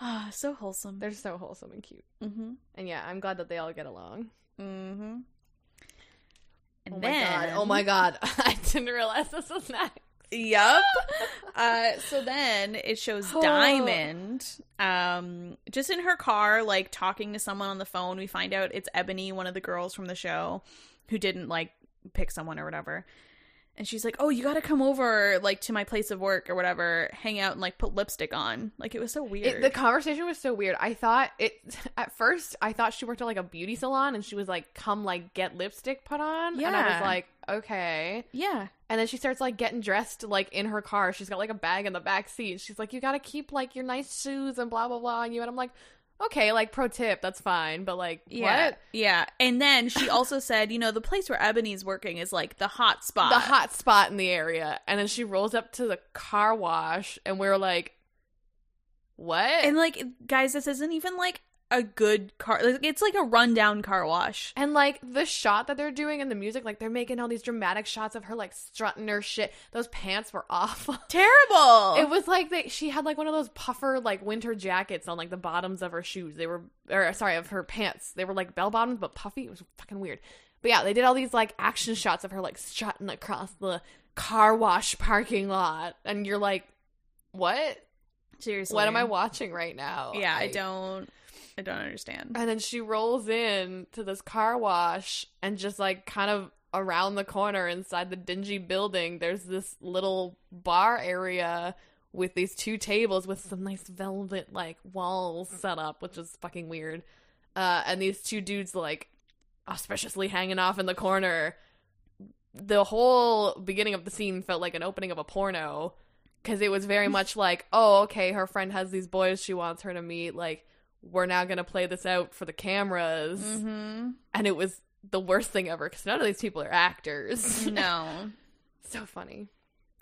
Speaker 2: ah, so wholesome.
Speaker 1: They're so wholesome and cute.
Speaker 2: mm-hmm.
Speaker 1: And yeah, I'm glad that they all get along.
Speaker 2: Mm-hmm. And
Speaker 1: oh
Speaker 2: then
Speaker 1: my god! Oh my god! I didn't realize this was next.
Speaker 2: Yep. uh, so then it shows
Speaker 1: Oh.
Speaker 2: Diamond um, just in her car, like talking to someone on the phone. We find out it's Ebony, one of the girls from the show, who didn't like pick someone or whatever. And she's like, "Oh, you got to come over, like to my place of work or whatever, hang out and like put lipstick on." Like it was so weird.
Speaker 1: It, the conversation was so weird. I thought it at first. I thought she worked at like a beauty salon, and she was like, "Come, like get lipstick put on." and I
Speaker 2: Yeah.
Speaker 1: was like, "Okay."
Speaker 2: yeah,
Speaker 1: And then she starts like getting dressed like in her car. She's got like a bag in the back seat. She's like, "You gotta keep like your nice shoes and blah blah blah." And you and I'm like, "Okay, like pro tip, that's fine." But like,
Speaker 2: Yeah.
Speaker 1: what?
Speaker 2: Yeah. And then she also said, you know, the place where Ebony's working is like the hot spot.
Speaker 1: the hot spot in the area. And then she rolls up to the car wash, and we're like, "What?"
Speaker 2: And like, guys, this isn't even like a good car. Like, it's like a rundown car wash.
Speaker 1: And like the shot that they're doing in the music, like they're making all these dramatic shots of her like strutting her shit. Those pants were awful.
Speaker 2: Terrible.
Speaker 1: It was like they she had like one of those puffer like winter jackets on like the bottoms of her shoes. They were or sorry, of her pants. They were like bell bottoms but puffy. It was fucking weird. But yeah, they did all these like action shots of her like strutting across the car wash parking lot and you're like, "What?
Speaker 2: Seriously.
Speaker 1: What am I watching right now?"
Speaker 2: Yeah, I
Speaker 1: Like-
Speaker 2: don't. I don't understand.
Speaker 1: and then she rolls in to this car wash and just like kind of around the corner inside the dingy building, there's this little bar area with these two tables with some nice velvet like walls set up, which is fucking weird. Uh, and these two dudes like auspiciously hanging off in the corner. The whole beginning of the scene felt like an opening of a porno because it was very much like, oh, okay, her friend has these boys she wants her to meet. Like, we're now going to play this out for the cameras.
Speaker 2: hmm
Speaker 1: And it was the worst thing ever because none of these people are actors.
Speaker 2: Mm-hmm. No.
Speaker 1: so funny.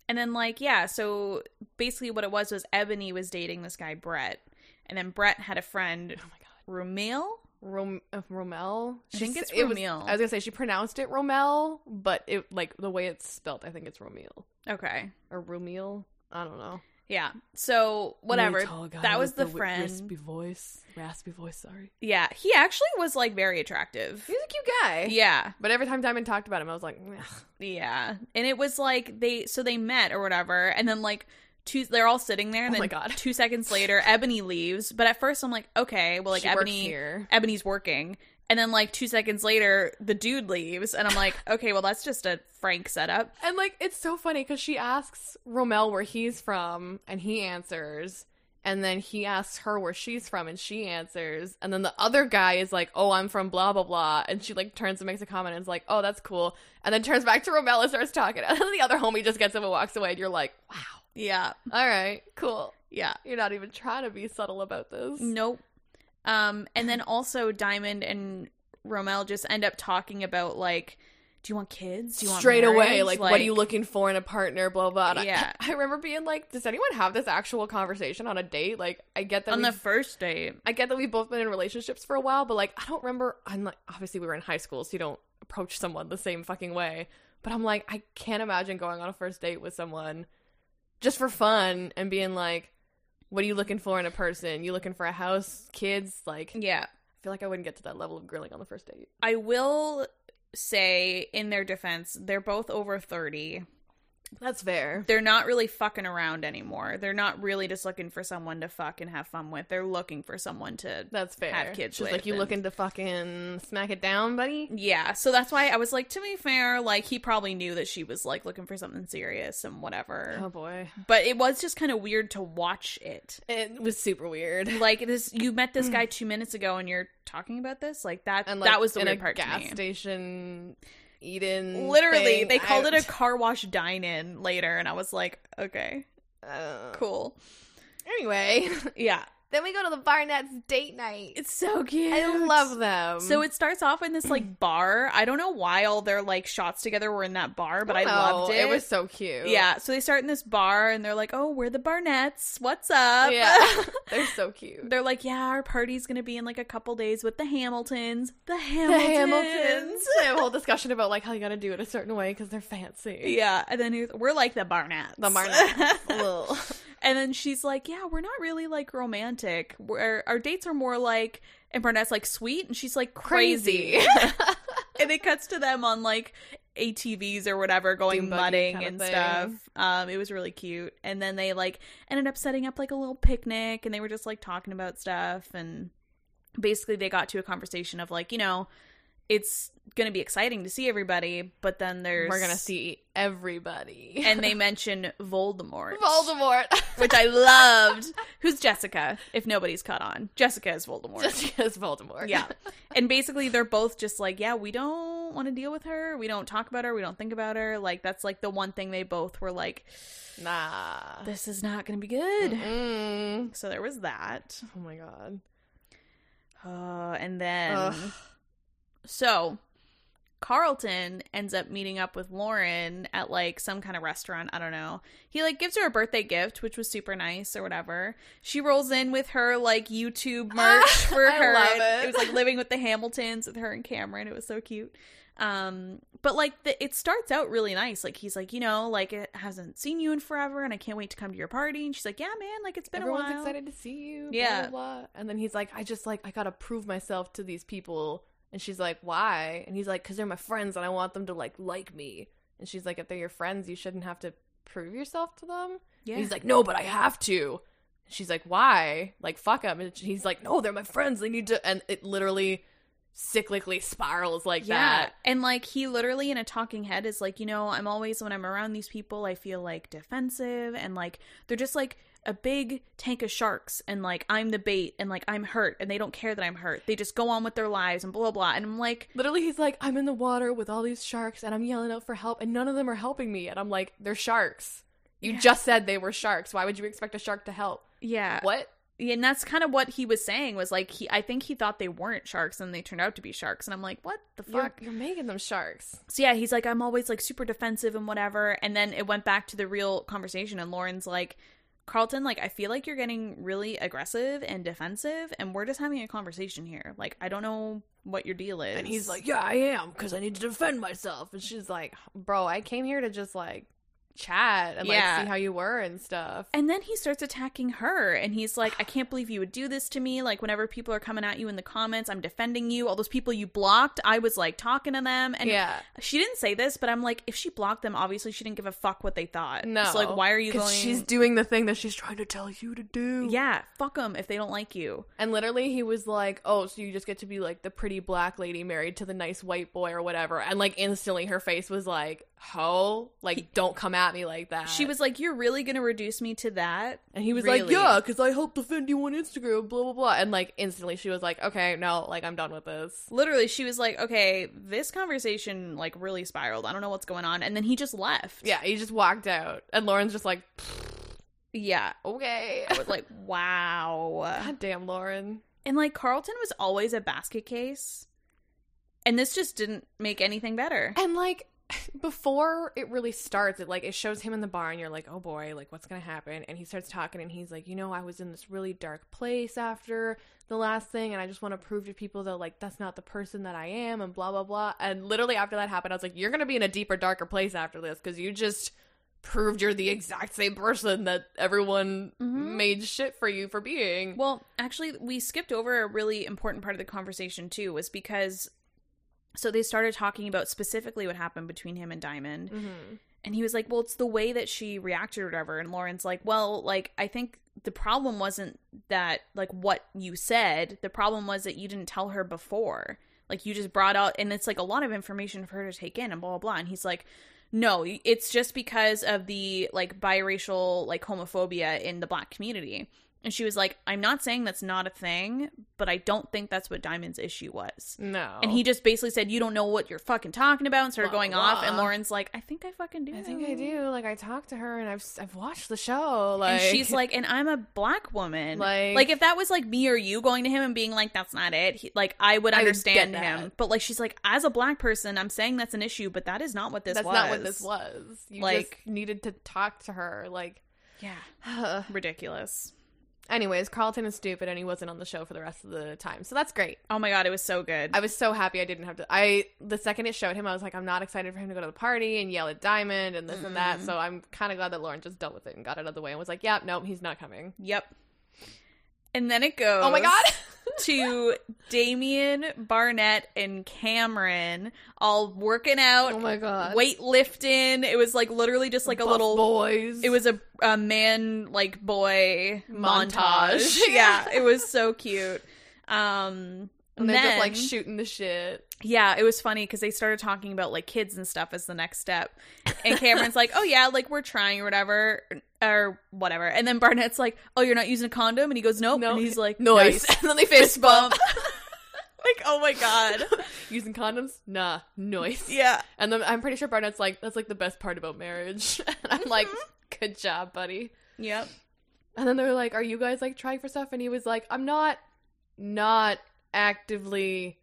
Speaker 2: And then like, yeah. So basically, what it was was Ebony was dating this guy Brett, and then Brett had a friend
Speaker 1: Oh my God.
Speaker 2: Rumil.
Speaker 1: Rom- uh, Romel?
Speaker 2: I think
Speaker 1: She's-
Speaker 2: it's
Speaker 1: it was-
Speaker 2: Romel.
Speaker 1: I was going to say she pronounced it Romel, but it like the way it's spelt, I think it's Romel.
Speaker 2: Okay.
Speaker 1: Or Rumel. I don't know.
Speaker 2: Yeah. So whatever.
Speaker 1: Really tall guy
Speaker 2: That was
Speaker 1: with
Speaker 2: the
Speaker 1: wi-
Speaker 2: friend.
Speaker 1: Raspy voice. Raspy voice, sorry.
Speaker 2: Yeah, he actually was like very attractive.
Speaker 1: He's a cute guy.
Speaker 2: Yeah,
Speaker 1: But every time Diamond talked about him, I was like, "Ugh."
Speaker 2: yeah. And it was like they so they met or whatever, and then like two they're all sitting there, and
Speaker 1: Oh
Speaker 2: then
Speaker 1: my God.
Speaker 2: two seconds later, Ebony leaves. But at first, I'm like, okay, well, like
Speaker 1: She works
Speaker 2: Ebony,
Speaker 1: here.
Speaker 2: Ebony's working, and then like two seconds later, the dude leaves, and I'm like, okay, well, that's just a Frank setup.
Speaker 1: And like it's so funny because she asks Romel where he's from, and he answers, And then he asks her where she's from, and she answers. And then the other guy is like, "Oh, I'm from blah blah blah," and she like turns and makes a comment and is like, "Oh, that's cool," and then turns back to Romel and starts talking. And then the other homie just gets up and walks away. And you're like, "Wow,
Speaker 2: Yeah.
Speaker 1: all right, cool.
Speaker 2: Yeah.
Speaker 1: You're not even trying to be subtle about this."
Speaker 2: Nope. Um, and then also Diamond and Romel just end up talking about like, do you want kids? Do you want
Speaker 1: Straight away,
Speaker 2: marriage?"
Speaker 1: like, what are you looking for in a partner? Blah blah. blah. And I-
Speaker 2: Yeah.
Speaker 1: I, remember being like, "Does anyone have this actual conversation on a date?" Like, I get that
Speaker 2: on
Speaker 1: we
Speaker 2: the first date?
Speaker 1: I get that we've both been in relationships for a while, but like I don't remember. I'm like obviously we were in high school, so you don't approach someone the same fucking way. But I'm like I can't imagine going on a first date with someone just for fun and being like, "What are you looking for in a person? You looking for a house, kids?" Like I
Speaker 2: Yeah.
Speaker 1: feel like I wouldn't get to that level of grilling on the first date.
Speaker 2: I will say in their defense, they're both over 30.
Speaker 1: That's fair.
Speaker 2: They're not really fucking around anymore. They're not really just looking for someone to fuck and have fun with. They're looking for someone to
Speaker 1: That's fair.
Speaker 2: Have kids
Speaker 1: She's
Speaker 2: with
Speaker 1: like, "You
Speaker 2: and-
Speaker 1: looking to fucking smack it down, buddy?"
Speaker 2: Yeah, so that's why I was like to be fair, like he probably knew that she was like looking for something serious and whatever.
Speaker 1: Oh boy,
Speaker 2: But it was just kind of weird to watch it.
Speaker 1: it was super weird.
Speaker 2: Like this you met this guy 2 minutes ago and you're talking about this? Like that
Speaker 1: Mm. and like,
Speaker 2: that was the
Speaker 1: in
Speaker 2: weird
Speaker 1: a
Speaker 2: part to
Speaker 1: gas
Speaker 2: me.
Speaker 1: station Eden.
Speaker 2: Literally,
Speaker 1: thing.
Speaker 2: they called
Speaker 1: I-
Speaker 2: it a car wash dine in later and I was like, okay,
Speaker 1: Uh,
Speaker 2: cool.
Speaker 1: Anyway,
Speaker 2: Yeah.
Speaker 1: then we go to the Barnetts date night.
Speaker 2: It's so cute.
Speaker 1: I love them.
Speaker 2: So it starts off in this like bar. I don't know why all their like shots together were in that bar, but I,
Speaker 1: don't know.
Speaker 2: loved it.
Speaker 1: It was so cute.
Speaker 2: Yeah, so they start in this bar and they're like, "Oh, we're the Barnetts. What's up?"
Speaker 1: yeah, they're so cute.
Speaker 2: they're like, "Yeah, our party's gonna be in like a couple days with the Hamiltons. The
Speaker 1: The
Speaker 2: Hamiltons.
Speaker 1: Hamiltons. they have a whole discussion about like how you got to do it a certain way because they're fancy.
Speaker 2: Yeah, and then he's, we're like the Barnetts.
Speaker 1: The Barnetts.
Speaker 2: and then she's like, "Yeah, we're not really like romantic. We're, our dates are more like." And Barnett's like, "Sweet," and she's like, "Crazy."
Speaker 1: Crazy.
Speaker 2: and it cuts to them on like ATVs or whatever going
Speaker 1: Dune buggy
Speaker 2: mudding
Speaker 1: kinda
Speaker 2: and
Speaker 1: thing.
Speaker 2: stuff. Um, it was really cute. And then they like ended up setting up like a little picnic and they were just like talking about stuff and basically they got to a conversation of like, you know, it's gonna be exciting to see everybody, but then there's
Speaker 1: We're gonna see everybody.
Speaker 2: and they mention Voldemort.
Speaker 1: Voldemort.
Speaker 2: Which I loved. Who's Jessica, if nobody's caught on. Jessica is Voldemort.
Speaker 1: Just because Voldemort.
Speaker 2: Yeah. And basically they're both just like, yeah, we don't want to deal with her. We don't talk about her. We don't think about her. Like that's like the one thing they both were like,
Speaker 1: Nah.
Speaker 2: this is not going to be good.
Speaker 1: Mm.
Speaker 2: So there was that.
Speaker 1: Oh my god.
Speaker 2: Uh, and then
Speaker 1: Ugh.
Speaker 2: so Carlton ends up meeting up with Lauren at like some kind of restaurant. I don't know. He like gives her a birthday gift, which was super nice or whatever. She rolls in with her like YouTube merch
Speaker 1: Ah,
Speaker 2: for
Speaker 1: I
Speaker 2: her.
Speaker 1: love
Speaker 2: and
Speaker 1: it.
Speaker 2: it was like living with the Hamiltons with her and Cameron. It was so cute. Um, but like the, it starts out really nice. Like he's like, you know, like it hasn't seen you in forever, and I can't wait to come to your party. And she's like, yeah, man, like it's been
Speaker 1: Everyone's
Speaker 2: a while.
Speaker 1: excited to see you.
Speaker 2: Yeah.
Speaker 1: Yeah. Blah, blah, blah. And then he's like, I just like, I gotta prove myself to these people. And she's like, why? And he's like, because they're my friends and I want them to like like me. And she's like, if they're your friends, you shouldn't have to prove yourself to them.
Speaker 2: Yeah,
Speaker 1: And he's like, no, but I have to. And she's like, why? Like, fuck them. And he's like, no, they're my friends. They need to. And it literally cyclically spirals like that.
Speaker 2: And like he literally in a talking head is like, you know, I'm always when I'm around these people, I feel like defensive and like they're just like a big tank of sharks and like I'm the bait and like I'm hurt and they don't care that I'm hurt. They just go on with their lives and blah blah. And I'm like,
Speaker 1: Literally, he's like, I'm in the water with all these sharks and I'm yelling out for help, and none of them are helping me. And I'm like, they're sharks. You
Speaker 2: Yeah.
Speaker 1: just said they were sharks. Why would you expect a shark to help?
Speaker 2: yeah.
Speaker 1: What?
Speaker 2: And that's kind of what he was saying was like he I think he thought they weren't sharks and they turned out to be sharks and I'm like, what the
Speaker 1: You're,
Speaker 2: fuck?
Speaker 1: you're making them sharks.
Speaker 2: So yeah, he's like, I'm always like super defensive and whatever. And then it went back to the real conversation, and Lauren's like, Carlton, like I feel like you're getting really aggressive and defensive, and we're just having a conversation here. Like I don't know what your deal is.
Speaker 1: And he's like, Yeah, I am, because I need to defend myself. And she's like, Bro, I came here to just like chat and
Speaker 2: Yeah.
Speaker 1: like see how you were and stuff.
Speaker 2: And then he starts attacking her, and he's like, I can't believe you would do this to me. Like whenever people are coming at you in the comments, I'm defending you. All those people you blocked, I was like talking to them, and
Speaker 1: yeah,
Speaker 2: she didn't say this, but I'm like, if she blocked them, obviously she didn't give a fuck what they thought.
Speaker 1: no.
Speaker 2: so, like why are you
Speaker 1: 'Cause
Speaker 2: going?
Speaker 1: She's doing the thing that she's trying to tell you to do.
Speaker 2: yeah, fuck them if they don't like you.
Speaker 1: And literally, he was like, "Oh, so you just get to be like the pretty black lady married to the nice white boy or whatever." And like instantly, her face was like, ho, like don't come at me like that.
Speaker 2: She was like, You're really going to reduce me to that?
Speaker 1: and he was like,
Speaker 2: really-
Speaker 1: yeah, because I helped defend you on Instagram, blah blah blah. And like instantly, she was like, okay, no, like I'm done with this.
Speaker 2: Literally, she was like, Okay, this conversation like really spiraled. I don't know what's going on. And then he just left.
Speaker 1: Yeah, he just walked out, and Lauren's just like,
Speaker 2: Yeah.
Speaker 1: okay,
Speaker 2: I was like, Wow.
Speaker 1: God damn, Lauren.
Speaker 2: And like, Carlton was always a basket case. And this just didn't make anything better.
Speaker 1: And like before it really starts, it like it shows him in the bar and you're like, "Oh boy, like what's going to happen?" And he starts talking and he's like, "You know, I was in this really dark place after the last thing and I just want to prove to people that like that's not the person that I am and blah blah blah." And literally after that happened, I was like, "You're going to be in a deeper darker place after this cuz you just proved you're the exact same person that everyone
Speaker 2: Mhm.
Speaker 1: made shit for you for being."
Speaker 2: Well, actually, we skipped over a really important part of the conversation too, was because so they started talking about specifically what happened between him and Diamond,
Speaker 1: Mhm.
Speaker 2: and he was like, "Well, it's the way that she reacted or whatever." And Lauren's like, "Well, like I think the problem wasn't that like what you said. The problem was that you didn't tell her before. Like you just brought out, and it's like a lot of information for her to take in, and blah blah blah." And he's like. No, it's just because of the like biracial like homophobia in the black community. And she was like, I'm not saying that's not a thing, but I don't think that's what Diamond's issue was.
Speaker 1: No.
Speaker 2: And he just basically said, You don't know what you're fucking talking about, and started
Speaker 1: Oh. Blah,
Speaker 2: going
Speaker 1: blah,
Speaker 2: off.
Speaker 1: blah.
Speaker 2: And Lauren's like, I think I fucking do.
Speaker 1: I think I do. Like I talked to her and I've I've watched the show. Like
Speaker 2: and she's like, And I'm a black woman.
Speaker 1: Like-
Speaker 2: Like, if that was like me or you going to him and being like, That's not it, he, like, I would
Speaker 1: I would
Speaker 2: understand
Speaker 1: get
Speaker 2: him.
Speaker 1: that.
Speaker 2: But like, she's like, As a black person, I'm saying that's an issue, but that is not what this
Speaker 1: that's
Speaker 2: was.
Speaker 1: not what this was. You
Speaker 2: Like-
Speaker 1: just needed to talk to her. Like,
Speaker 2: Yeah. Ridiculous.
Speaker 1: anyways, Carlton is stupid, and he wasn't on the show for the rest of the time, so that's great.
Speaker 2: Oh my God, it was so good.
Speaker 1: I was so happy I didn't have to. I the second it showed him, I was like, I'm not excited for him to go to the party and yell at Diamond and this and that.
Speaker 2: Mm.
Speaker 1: So I'm kind of glad that Lauren just dealt with it and got it out of the way and was like, Yep, nope, he's not coming.
Speaker 2: yep. And then it goes.
Speaker 1: Oh my god,
Speaker 2: to Damien, Barnett, and Cameron all working out,
Speaker 1: oh my god,
Speaker 2: weightlifting. It was like literally just like a
Speaker 1: Buff
Speaker 2: little.
Speaker 1: boys.
Speaker 2: It was a, a man like boy montage.
Speaker 1: Montage.
Speaker 2: yeah, it was so cute. Um,
Speaker 1: and they're just like
Speaker 2: then-
Speaker 1: shooting the shit.
Speaker 2: yeah, it was funny because they started talking about like kids and stuff as the next step. And Cameron's like, oh, yeah, like we're trying or whatever, or whatever. And then Barnett's like, oh, you're not using a condom? And he goes, nope.
Speaker 1: No.
Speaker 2: And he's like,
Speaker 1: Noise,
Speaker 2: "Nice."
Speaker 1: and then they fist bump.
Speaker 2: like, oh my God.
Speaker 1: Using condoms? Nah, noise.
Speaker 2: Yeah.
Speaker 1: And then I'm pretty sure Barnett's like, that's like the best part about marriage. and I'm like,
Speaker 2: Mm-hmm.
Speaker 1: good job, buddy.
Speaker 2: Yep.
Speaker 1: And then they were like, are you guys like trying for stuff? And he was like, I'm not, not actively.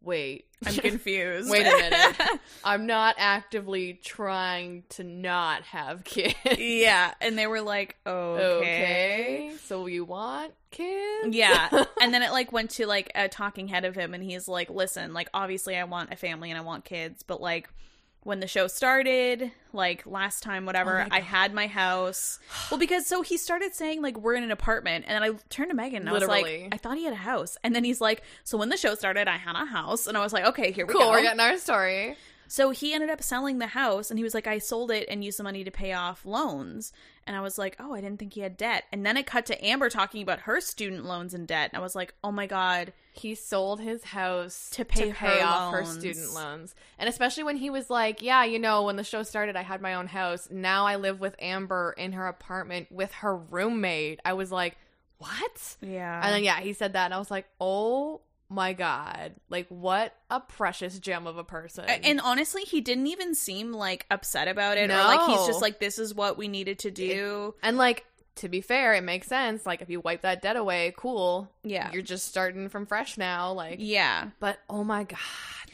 Speaker 1: Wait,
Speaker 2: I'm confused.
Speaker 1: Wait a minute. I'm not actively trying to not have kids.
Speaker 2: yeah. And they were like, okay.
Speaker 1: Okay, so you want kids?
Speaker 2: Yeah. And then it like went to like a talking head of him and he's like, listen, like obviously I want a family and I want kids, but like when the show started, like last time,
Speaker 1: Oh
Speaker 2: whatever,
Speaker 1: my
Speaker 2: I
Speaker 1: God.
Speaker 2: had my house. Well, because so he started saying like we're in an apartment, and then I turned to Megan and I was
Speaker 1: Literally.
Speaker 2: like, I thought he had a house, and then he's like, so when the show started, I had a house, and I was like, okay, here we
Speaker 1: cool.
Speaker 2: go.
Speaker 1: We're getting our story.
Speaker 2: So he ended up selling the house and he was like, I sold it and used the money to pay off loans. And I was like, oh, I didn't think he had debt. And then it cut to Amber talking about her student loans and debt. And I was like, oh my God.
Speaker 1: he sold his house
Speaker 2: To pay her
Speaker 1: off her
Speaker 2: loans.
Speaker 1: student loans. And especially when he was like, Yeah, you know, when the show started, I had my own house. Now I live with Amber in her apartment with her roommate. I was like, What?
Speaker 2: Yeah.
Speaker 1: And then, yeah, he said that. And I was like, Oh my God. Like, what a precious gem of a person.
Speaker 2: and honestly, he didn't even seem like upset about it or
Speaker 1: No.
Speaker 2: like he's just like, this is what we needed to do.
Speaker 1: and like, to be fair, it makes sense. Like, if you wipe that debt away, cool.
Speaker 2: yeah.
Speaker 1: You're just starting from fresh now. Like,
Speaker 2: Yeah.
Speaker 1: But oh my god,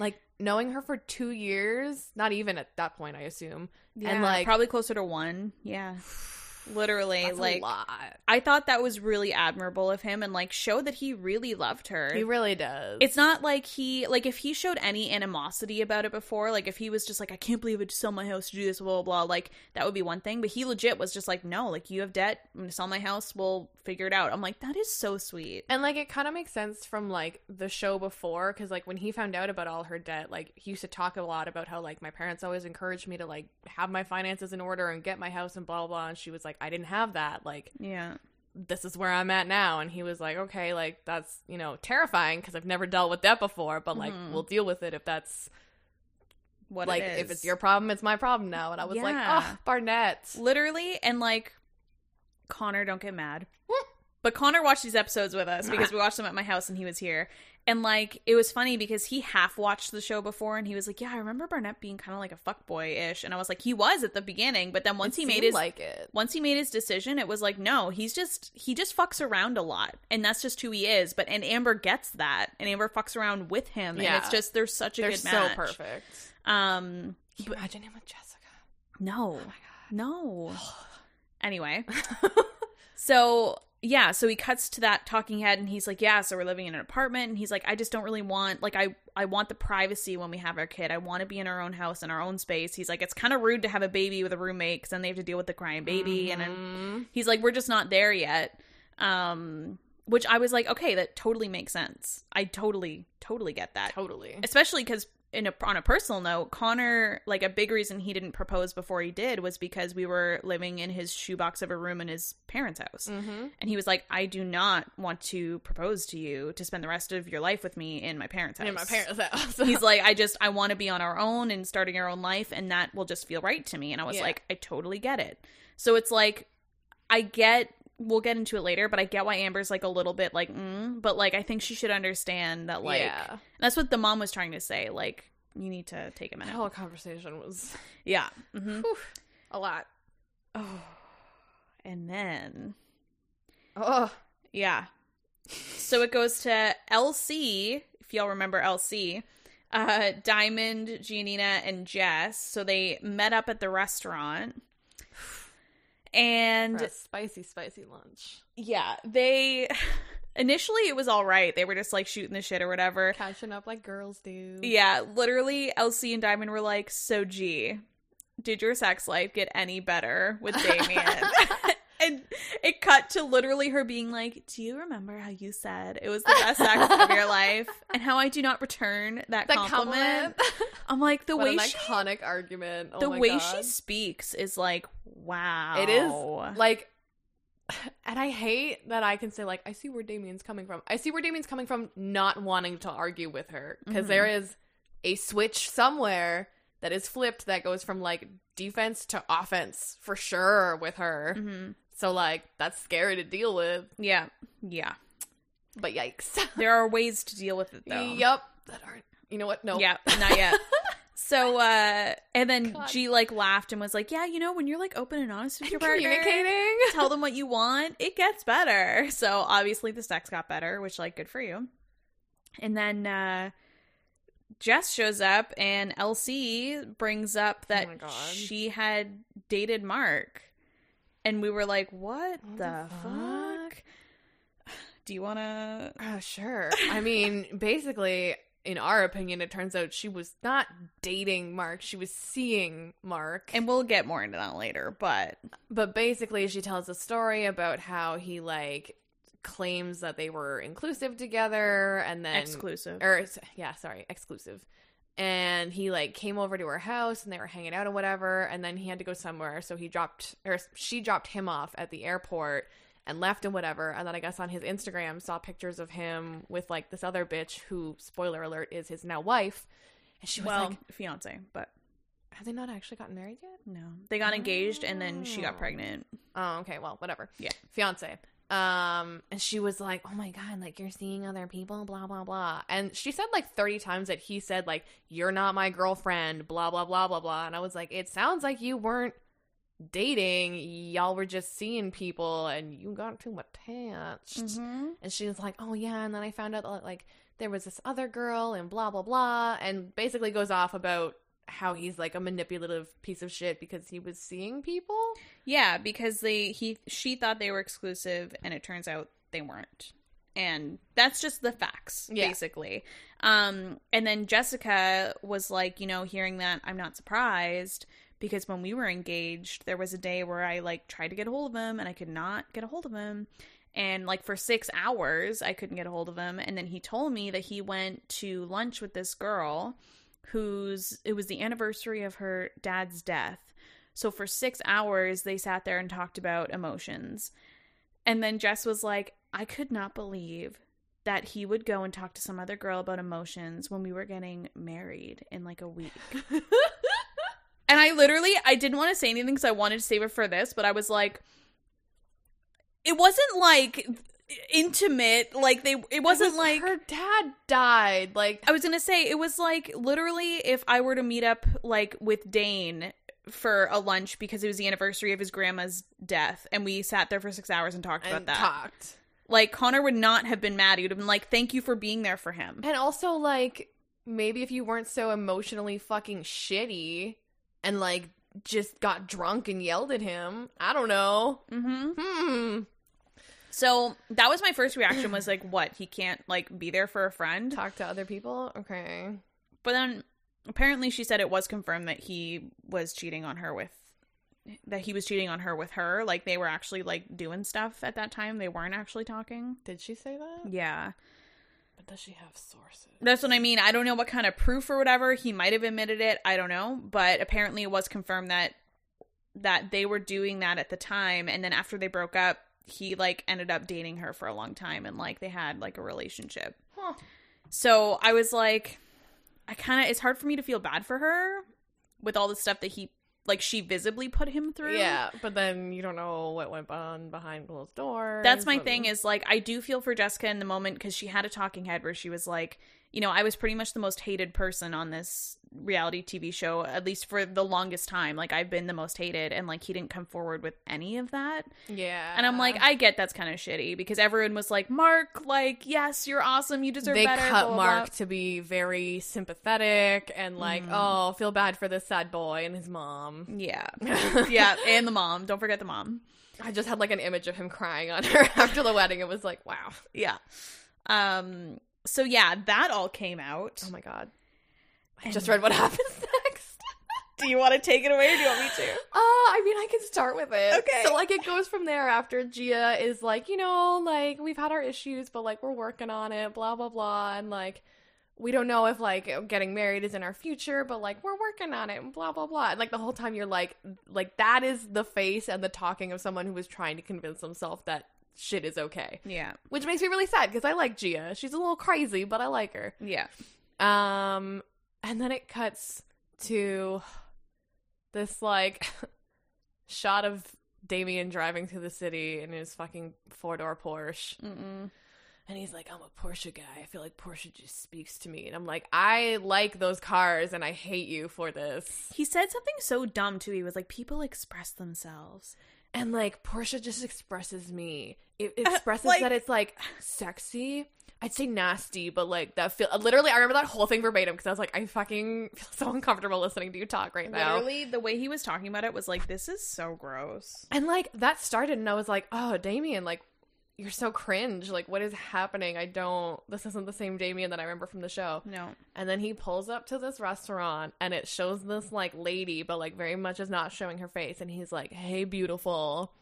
Speaker 1: like knowing her for two years, not even at that point, I assume.
Speaker 2: Yeah.
Speaker 1: like-
Speaker 2: probably closer to one. Yeah. Literally.
Speaker 1: That's
Speaker 2: like,
Speaker 1: a lot.
Speaker 2: I thought that was really admirable of him and like showed that he really loved her.
Speaker 1: He really does.
Speaker 2: It's not like he like if he showed any animosity about it before, like if he was just like, I can't believe I just sell my house to do this, blah blah blah, like that would be one thing. But he legit was just like, No, like you have debt, I'm gonna sell my house, we'll figure it out. I'm like, that is so sweet.
Speaker 1: and like it kind of makes sense from like the show before because like when he found out about all her debt, like he used to talk a lot about how like my parents always encouraged me to like have my finances in order and get my house and blah blah blah. And she was like, I didn't have that. Like
Speaker 2: Yeah.
Speaker 1: this is where I'm at now. And he was like, okay, like that's, you know, terrifying because I've never dealt with that before, but like
Speaker 2: Mhm.
Speaker 1: we'll deal with it if that's
Speaker 2: what
Speaker 1: like
Speaker 2: it is.
Speaker 1: if it's your problem, it's my problem now. And I was like,
Speaker 2: Yeah.
Speaker 1: oh, Barnett.
Speaker 2: literally and like Connor, don't get mad. But Connor watched these episodes with us because we watched them at my house and he was here. And like it was funny because he half watched the show before and he was like, "Yeah, I remember Barnett being kind of like a fuckboy ish." And I was like, "He was at the beginning, but then once
Speaker 1: It
Speaker 2: he made
Speaker 1: seemed
Speaker 2: his
Speaker 1: like it.
Speaker 2: once he made his decision, it was like, no, he's just he just fucks around a lot, and that's just who he is. But and Amber gets that, and Amber fucks around with him, and
Speaker 1: Yeah.
Speaker 2: it's just they're such a
Speaker 1: They're
Speaker 2: good
Speaker 1: so
Speaker 2: match.
Speaker 1: perfect.
Speaker 2: Um,
Speaker 1: Can you imagine him with Jessica?
Speaker 2: no,
Speaker 1: Oh my
Speaker 2: no. anyway, so yeah, so he cuts to that talking head, and he's like, yeah, so we're living in an apartment, and he's like, I just don't really want like I I want the privacy when we have our kid. I want to be in our own house in our own space. He's like, it's kind of rude to have a baby with a roommate because then they have to deal with the crying baby and. I'm-
Speaker 1: Mhm.
Speaker 2: he's like we're just not there yet um which i was like okay that totally makes sense i totally totally get that
Speaker 1: totally.
Speaker 2: especially because in a, on a personal note connor like a big reason he didn't propose before he did was because we were living in his shoebox of a room in his parents house
Speaker 1: Mm-hmm.
Speaker 2: and he was like i do not want to propose to you to spend the rest of your life with me in my parents house
Speaker 1: In my parents' house.
Speaker 2: he's like i just i want to be on our own and starting our own life and that will just feel right to me and i was
Speaker 1: Yeah.
Speaker 2: like i totally get it so it's like i get we'll get into it later but i get why amber's like a little bit like mm, but like i think she should understand that like
Speaker 1: yeah.
Speaker 2: that's what the mom was trying to say like you need to take a
Speaker 1: That
Speaker 2: minute
Speaker 1: whole conversation was
Speaker 2: yeah hmm
Speaker 1: whew, a lot.
Speaker 2: oh and then
Speaker 1: Oh,
Speaker 2: yeah so it goes to lc if y'all remember lc uh diamond giannina and jess so they met up at the restaurant and
Speaker 1: and a spicy, spicy lunch.
Speaker 2: yeah they initially it was all right they were just like shooting the shit or whatever
Speaker 1: Catching up like girls do.
Speaker 2: yeah literally lc and diamond were like so gee did your sex life get any better with damien and it cut to literally her being like do you remember how you said it was the best sex of your life and how i do not return
Speaker 1: That
Speaker 2: that,
Speaker 1: compliment.
Speaker 2: compliment. i'm like the
Speaker 1: what
Speaker 2: way
Speaker 1: an
Speaker 2: she
Speaker 1: iconic argument. Oh
Speaker 2: the
Speaker 1: my
Speaker 2: way she
Speaker 1: God.
Speaker 2: speaks is like wow
Speaker 1: It is, like and I hate that I can say like I see where Damien's coming from. I see where Damien's coming from not wanting to argue with her because
Speaker 2: Mhm.
Speaker 1: is a switch somewhere that is flipped that goes from like defense to offense for sure with her.
Speaker 2: hmm
Speaker 1: So like that's scary to deal with,
Speaker 2: yeah yeah
Speaker 1: but yikes.
Speaker 2: there are ways to deal with it though
Speaker 1: Yup, that aren't you know what? No.
Speaker 2: Yeah, not yet. so uh and then
Speaker 1: God.
Speaker 2: G like laughed and was like, Yeah, you know, when you're like open and honest with your partner,
Speaker 1: Communicating.
Speaker 2: tell them what you want, it gets better. So obviously the sex got better, which like good for you. And then uh Jess shows up and LC brings up that
Speaker 1: Oh my God.
Speaker 2: she had dated Mark. And we were like, What
Speaker 1: What
Speaker 2: the
Speaker 1: the
Speaker 2: fuck? Do you wanna
Speaker 1: Uh, sure. I mean, basically, in our opinion, it turns out she was not dating Mark. She was seeing Mark.
Speaker 2: and we'll get more into that later, but
Speaker 1: but basically, she tells a story about how he, like, claims that they were inclusive together and then.
Speaker 2: exclusive.
Speaker 1: Or, s- yeah, sorry, exclusive. And he, like, came over to her house and they were hanging out or whatever. And then he had to go somewhere. So he dropped, or she dropped him off at the airport and left and whatever. And then I guess on his Instagram saw pictures of him with like this other bitch who, spoiler alert, is his now wife. And she was
Speaker 2: well,
Speaker 1: like,
Speaker 2: fiance, but
Speaker 1: "Have they not actually gotten married yet?"
Speaker 2: no, they got engaged and then she got
Speaker 1: Oh.
Speaker 2: pregnant.
Speaker 1: Oh, okay. Well, whatever.
Speaker 2: Yeah.
Speaker 1: fiance. Um, and she was like, "Oh my god, like you're seeing other people, blah blah blah." And she said like thirty times that he said like, "You're not my girlfriend," blah blah blah blah blah. And I was like, "It sounds like you weren't." Dating, y'all were just seeing people, and you got too attached.
Speaker 2: Mm-hmm.
Speaker 1: And she was like, "Oh yeah," and then I found out that, like there was this other girl and blah blah blah, and basically goes off about how he's like a manipulative piece of shit because he was seeing people.
Speaker 2: Yeah, because they he she thought they were exclusive, and it turns out they weren't. And that's just the facts,
Speaker 1: Yeah.
Speaker 2: basically. Um, and then Jessica was like, you know, hearing that, I'm not surprised because when we were engaged, there was a day where I like tried to get a hold of him and I could not get a hold of him. And like for six hours, I couldn't get a hold of him. And then he told me that he went to lunch with this girl whose it was the anniversary of her dad's death. So for six hours, they sat there and talked about emotions. And then Jess was like, I could not believe that he would go and talk to some other girl about emotions when we were getting married in like a week. and I literally I didn't want to say anything cuz I wanted to save it for this, but I was like it wasn't like intimate, like they it wasn't
Speaker 1: was
Speaker 2: like
Speaker 1: her dad died. Like
Speaker 2: I was gonna say it was like literally if I were to meet up like with Dane for a lunch because it was the anniversary of his grandma's death, and we sat there for six hours and talked about
Speaker 1: and
Speaker 2: that.
Speaker 1: talked.
Speaker 2: like Connor would not have been mad. He would have been like, "Thank you for being there for him."
Speaker 1: And also like maybe if you weren't so emotionally fucking shitty and like just got drunk and yelled at him. I don't know.
Speaker 2: hmm
Speaker 1: Hmm.
Speaker 2: So that was my first reaction was like, "What? He can't like be there for a friend?"
Speaker 1: Talk to other people. Okay.
Speaker 2: But then apparently she said it was confirmed that he was cheating on her with that he was cheating on her with her. Like they were actually like doing stuff at that time. They weren't actually talking.
Speaker 1: Did she say that?
Speaker 2: Yeah.
Speaker 1: But does she have sources?
Speaker 2: That's what I mean. I don't know what kind of proof or whatever he might have admitted it. I don't know, but apparently it was confirmed that that they were doing that at the time and then after they broke up, he like ended up dating her for a long time and like they had like a relationship.
Speaker 1: Huh.
Speaker 2: So, I was like I kind of it's hard for me to feel bad for her with all the stuff that he like she visibly put him through.
Speaker 1: Yeah, but then you don't know what went on behind closed doors.
Speaker 2: That's my
Speaker 1: and-
Speaker 2: thing is like I do feel for Jessica in the moment because she had a talking head where she was like, you know, I was pretty much the most hated person on this reality TV show, at least for the longest time. Like I've been the most hated, and like he didn't come forward with any of that.
Speaker 1: Yeah,
Speaker 2: And I'm like, I get that's kind of shitty because everyone was like, Mark, like yes, you're awesome, you deserve
Speaker 1: they
Speaker 2: better.
Speaker 1: cut
Speaker 2: blah, blah, blah."
Speaker 1: Mark to be very sympathetic and like,
Speaker 2: Mhm.
Speaker 1: oh, feel bad for this sad boy and his mom.
Speaker 2: Yeah,
Speaker 1: yeah,
Speaker 2: yeah, and the mom. Don't forget the mom.
Speaker 1: I just had like an image of him crying on her after the wedding. It was like, wow,
Speaker 2: Yeah. Um. So yeah, that all came out.
Speaker 1: oh my god. I
Speaker 2: And-
Speaker 1: just read what happens next.
Speaker 2: do you want to take it away, or do you want me to?
Speaker 1: Uh, I mean, I can start with it.
Speaker 2: Okay.
Speaker 1: So, like, it goes from there after Gia is like, you know, like, we've had our issues, but, like, we're working on it, blah, blah, blah. And, like, we don't know if, like, getting married is in our future, but, like, we're working on it, and blah, blah, blah. And, like, the whole time you're like, like, that is the face and the talking of someone who is trying to convince himself that shit is okay.
Speaker 2: Yeah.
Speaker 1: Which makes me really sad because I like Gia. She's a little crazy, but I like her.
Speaker 2: Yeah.
Speaker 1: Um, and then it cuts to this like shot of Damien driving through the city in his fucking four door Porsche.
Speaker 2: Mm-mm.
Speaker 1: And he's like, I'm a Porsche guy. I feel like Porsche just speaks to me. And I'm like, I like those cars and I hate you for this.
Speaker 2: He said something so dumb too. He was like, "People express themselves."
Speaker 1: And like, Porsche just expresses me. It expresses
Speaker 2: like-
Speaker 1: that it's like sexy. I'd say nasty, but like that feel. Literally, I remember that whole thing verbatim because I was like, I fucking feel so uncomfortable listening to you talk right now.
Speaker 2: Literally, the way he was talking about it was like, "This is so gross."
Speaker 1: And like that started, and I was like, oh, Damien, like, you're so cringe. Like, what is happening? I don't, this isn't the same Damien that I remember from the show.
Speaker 2: No.
Speaker 1: And then he pulls up to this restaurant, and it shows this like lady, but like very much is not showing her face. And he's like, hey, beautiful.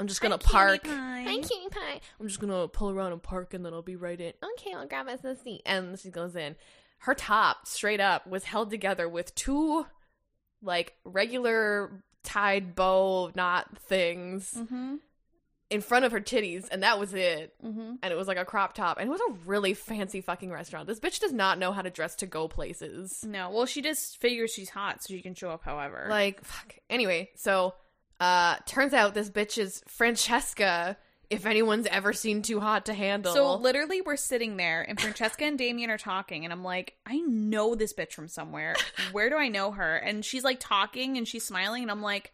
Speaker 1: I'm just gonna park. Hi, cutie pie. I'm just gonna pull around and park, and then I'll be right in. Okay, I'll grab us a seat. And she goes in. Her top, straight up, was held together with two, like regular tied bow knot things
Speaker 2: Mm-hmm.
Speaker 1: in front of her titties, and that was it.
Speaker 2: Mm-hmm.
Speaker 1: And it was like a crop top, and it was a really fancy fucking restaurant. This bitch does not know how to dress to go places.
Speaker 2: No. Well, she just figures she's hot, so she can show up however.
Speaker 1: Like, fuck. Anyway, so uh turns out this bitch is Francesca. If anyone's ever seen too hot to handle,
Speaker 2: So literally, we're sitting there, and Francesca and Damien are talking, and I'm like, I know this bitch from somewhere. Where do I know her? And she's like talking, and she's smiling, and I'm like,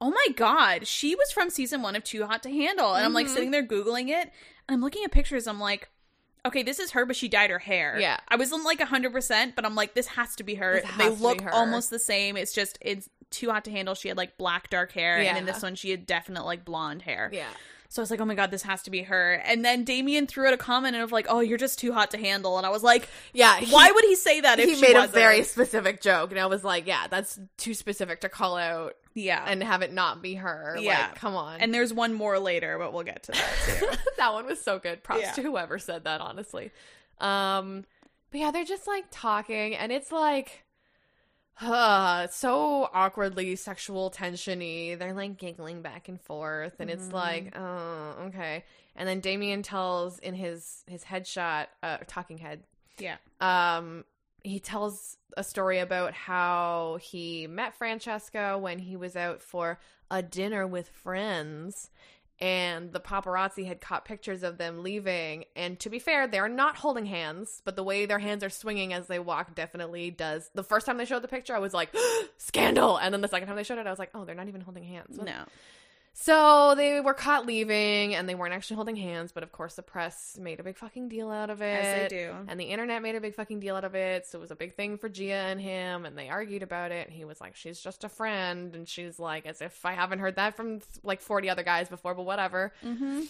Speaker 2: oh my god, she was from season one of Too Hot to Handle, and I'm like
Speaker 1: Mhm.
Speaker 2: sitting there googling it, and I'm looking at pictures, I'm like. Okay, this is her, but she dyed her hair.
Speaker 1: Yeah.
Speaker 2: I wasn't like hundred percent, but I'm like, this has to be her.
Speaker 1: This
Speaker 2: They
Speaker 1: has to be
Speaker 2: look
Speaker 1: her.
Speaker 2: almost the same. It's just it's too hot to handle. She had like black dark hair, and in
Speaker 1: Yeah.
Speaker 2: this one she had definite like blonde hair.
Speaker 1: yeah,
Speaker 2: So I was like, oh my god, this has to be her. And then Damien threw out a comment of like, oh, you're just too hot to handle. And I was like,
Speaker 1: yeah.
Speaker 2: why would he say that if
Speaker 1: he
Speaker 2: she
Speaker 1: made
Speaker 2: wasn't?
Speaker 1: a very specific joke, and I was like, yeah, that's too specific to call out
Speaker 2: yeah.
Speaker 1: and
Speaker 2: And,
Speaker 1: have it not be her.
Speaker 2: Yeah.
Speaker 1: like, come on.
Speaker 2: there's one more later, but we'll get to that too.
Speaker 1: that one was so good. Props
Speaker 2: Yeah.
Speaker 1: to whoever said that, honestly. Um, but yeah, they're just like talking, and it's like, Huh, it's so awkwardly sexual tensiony. They're like giggling back and forth, and it's
Speaker 2: Mhm.
Speaker 1: like, oh, okay. And then Damien tells in his his headshot, uh, talking head,
Speaker 2: Yeah.
Speaker 1: um, he tells a story about how he met Francesca when he was out for a dinner with friends. And the paparazzi had caught pictures of them leaving. And to be fair, they are not holding hands, but the way their hands are swinging as they walk definitely does. The first time they showed the picture, I was like, scandal. And then the second time they showed it, I was like, oh, they're not even holding hands. What
Speaker 2: No.
Speaker 1: so they were caught leaving and they weren't actually holding hands, but of course the press made a big fucking deal out of it.
Speaker 2: As they do.
Speaker 1: And the internet made a big fucking deal out of it. So it was a big thing for Gia and him. And they argued about it. And he was like, she's just a friend. And she's like, as if I haven't heard that from like 40 other guys before, but whatever.
Speaker 2: Mm-hmm.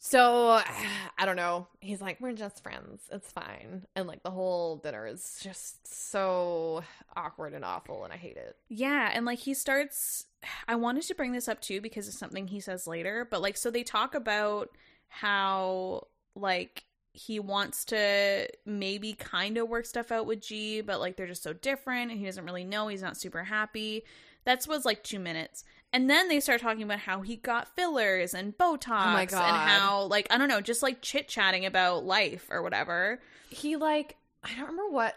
Speaker 1: So I don't know. He's like, we're just friends. It's fine. And like the whole dinner is just so awkward and awful. And I hate it.
Speaker 2: Yeah, and like he starts I wanted to bring this up too because it's something he says later, but like so they talk about how like he wants to maybe kind of work stuff out with G, but like they're just so different and he doesn't really know, he's not super happy. That's was like 2 minutes. And then they start talking about how he got fillers and botox
Speaker 1: God.
Speaker 2: and how like I don't know, just like chit-chatting about life or whatever.
Speaker 1: he like I don't remember what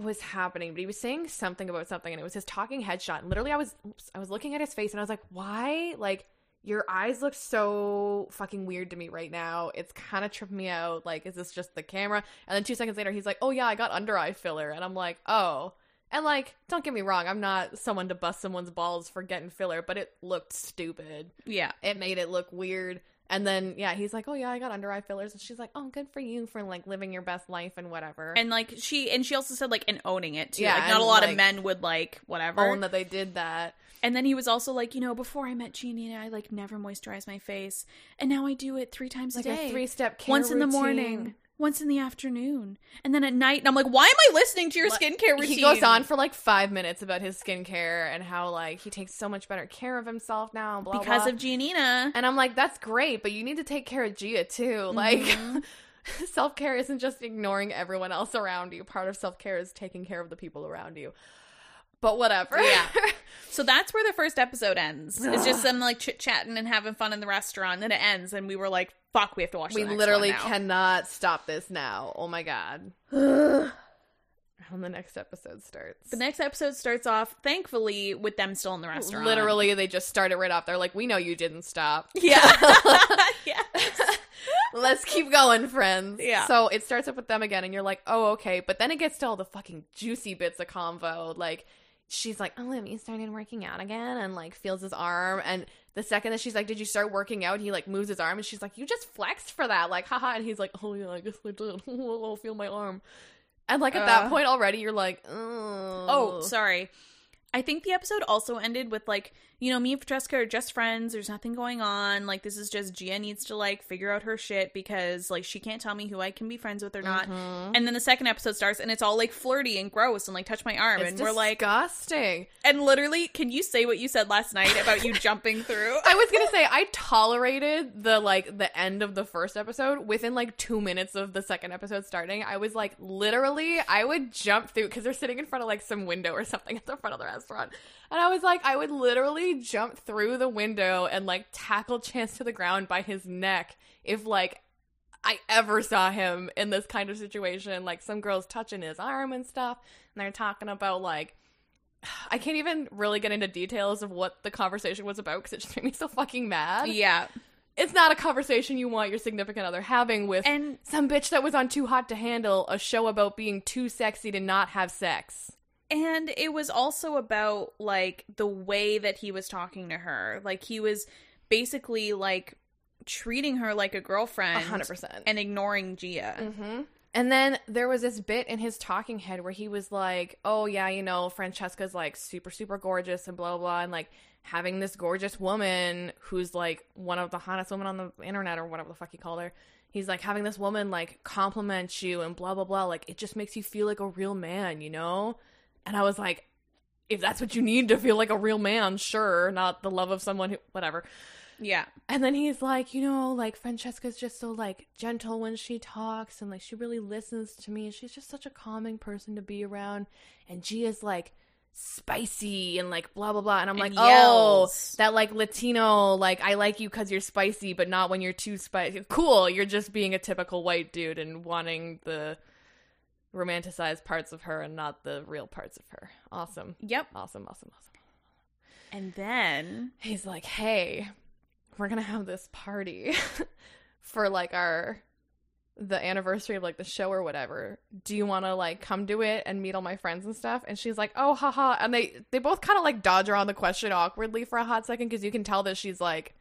Speaker 1: was happening, but he was saying something about something, and it was his talking headshot. And literally, I was oops, I was looking at his face, and I was like, "Why? Like your eyes look so fucking weird to me right now. It's kind of tripping me out. Like, is this just the camera?" And then two seconds later, he's like, "Oh yeah, I got under eye filler," and I'm like, "Oh." And like, don't get me wrong, I'm not someone to bust someone's balls for getting filler, but it looked stupid
Speaker 2: Yeah.
Speaker 1: it made it look weird. And then yeah, he's like, "Oh yeah, I got under eye fillers," and she's like, "Oh, good for you for like living your best life and whatever."
Speaker 2: And like she and she also said like and owning it too.
Speaker 1: Yeah,
Speaker 2: like not
Speaker 1: and,
Speaker 2: a lot
Speaker 1: like,
Speaker 2: of men would like whatever.
Speaker 1: own that they did that.
Speaker 2: And then he was also like, you know, before I met Jeannie, I like never moisturized my face, and now I do it three times
Speaker 1: Like
Speaker 2: a day,
Speaker 1: a three-step care
Speaker 2: once in the
Speaker 1: routine.
Speaker 2: morning, once in the afternoon, and then at night. And I'm like, why am I listening to your
Speaker 1: Like,
Speaker 2: skincare routine?
Speaker 1: He goes on for like five minutes about his skincare and how like he takes so much better care of himself now and blah
Speaker 2: because
Speaker 1: blah.
Speaker 2: of Giannina.
Speaker 1: and I'm like, that's great, but you need to take care of Gia too. Like,
Speaker 2: Mhm.
Speaker 1: self care isn't just ignoring everyone else around you. Part of self care is taking care of the people around you. But whatever.
Speaker 2: Yeah. So that's where the first episode ends. It's just them like chit chatting and having fun in the restaurant. Then it ends, and we were like, fuck, we have to watch.
Speaker 1: we
Speaker 2: the next
Speaker 1: literally
Speaker 2: one now.
Speaker 1: cannot stop this now. Oh my god. When the next episode starts.
Speaker 2: The next episode starts off, thankfully, with them still in the restaurant.
Speaker 1: Literally, they just start it right off. They're like, "We know you didn't stop.
Speaker 2: Yeah. yeah.
Speaker 1: Let's keep going, friends."
Speaker 2: Yeah.
Speaker 1: So it starts up with them again, and you're like, "Oh, okay." But then it gets to all the fucking juicy bits of convo. Like, she's like, "Oh, have you started working out again?" And like, feels his arm. And the second that she's like, "Did you start working out?" He like moves his arm, and she's like, "You just flexed for that." Like, haha. And he's like, "Oh yeah, I guess I did. I'll feel my arm." And like at that
Speaker 2: Uh.
Speaker 1: point already, you're like, "Oh,
Speaker 2: Oh, sorry. I think the episode also ended with like, you know, me and Francesca are just friends. There's nothing going on. Like, this is just Gia needs to like figure out her shit because like she can't tell me who I can be friends with or not.
Speaker 1: Mhm.
Speaker 2: And then the second episode starts and it's all like flirty and gross and like touch my arm and
Speaker 1: It's
Speaker 2: we're like,
Speaker 1: disgusting.
Speaker 2: and literally, can you say what you said last night about you jumping through?
Speaker 1: I was gonna say I tolerated the like the end of the first episode within like two minutes of the second episode starting. I was like literally I would jump through because they're sitting in front of like some window or something at the front of the restaurant, and I was like I would literally jump through the window and like tackle Chance to the ground by his neck if like. I ever saw him in this kind of situation, like some girls touching his arm and stuff, and they're talking about like I can't even really get into details of what the conversation was about because it just made me so fucking mad.
Speaker 2: yeah.
Speaker 1: It's not a conversation you want your significant other having with
Speaker 2: And
Speaker 1: some bitch that was on Too Hot to Handle, a show about being too sexy to not have sex.
Speaker 2: And it was also about like the way that he was talking to her. Like he was basically like treating her like a girlfriend
Speaker 1: 100%.
Speaker 2: and ignoring Gia.
Speaker 1: Mm-hmm. And then there was this bit in his talking head where he was like, "Oh yeah, you know, Francesca's like super super gorgeous and blah blah, and like having this gorgeous woman who's like one of the hottest women on the internet or whatever the fuck he called her. He's like having this woman like compliment you and blah blah blah. Like it just makes you feel like a real man, you know." And I was like, "If that's what you need to feel like a real man, sure, not the love of someone who whatever."
Speaker 2: Yeah.
Speaker 1: And then he's like, you know, like Francesca's just so like gentle when she talks and like she really listens to me. She's just such a calming person to be around. And Gia's like spicy and like blah blah blah and i'm like
Speaker 2: And
Speaker 1: oh
Speaker 2: yells.
Speaker 1: that like latino like i like you because you're spicy but not when you're too spicy cool you're just being a typical white dude and wanting the romanticized parts of her and not the real parts of her awesome
Speaker 2: Yep.
Speaker 1: awesome awesome awesome
Speaker 2: And then
Speaker 1: he's like hey we're gonna have this party for like our the anniversary of like the show or whatever do you want to like come to it and meet all my friends and stuff and she's like oh haha and they they both kind of like dodge around the question awkwardly for a hot second because you can tell that she's like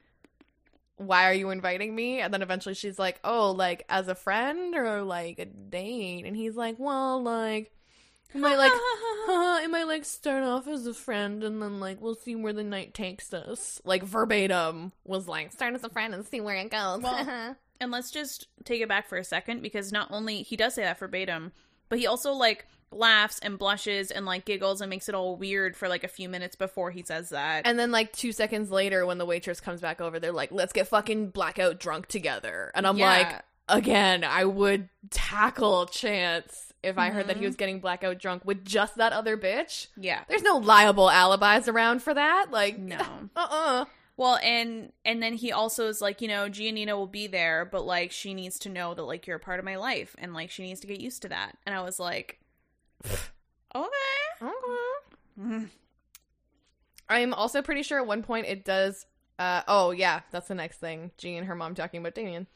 Speaker 1: why are you inviting me and then eventually she's like oh like as a friend or like a date and he's like well like it might like Haha, it might like start off as a friend and then like we'll see where the night takes us. Like verbatim was like start as a friend and see where it goes.
Speaker 2: Well- and let's just take it back for a second because not only he does say that verbatim, but he also like laughs and blushes and like giggles and makes it all weird for like a few minutes before he says that.
Speaker 1: and then like two seconds later when the waitress comes back over, they're like, Let's get fucking blackout drunk together. And I'm
Speaker 2: Yeah.
Speaker 1: like, again, I would tackle chance if I heard that
Speaker 2: Mhm.
Speaker 1: he was getting blackout drunk with just that other bitch.
Speaker 2: yeah.
Speaker 1: There's no liable alibis around for that. Like
Speaker 2: No.
Speaker 1: uh uh
Speaker 2: Well, and and then he also is like, you know, Giannina will be there, but like she needs to know that like you're a part of my life and like she needs to get used to that. And I was like, okay.
Speaker 1: I'm also pretty sure at one point it does. Uh, oh yeah, that's the next thing. Jean and her mom talking about Damien.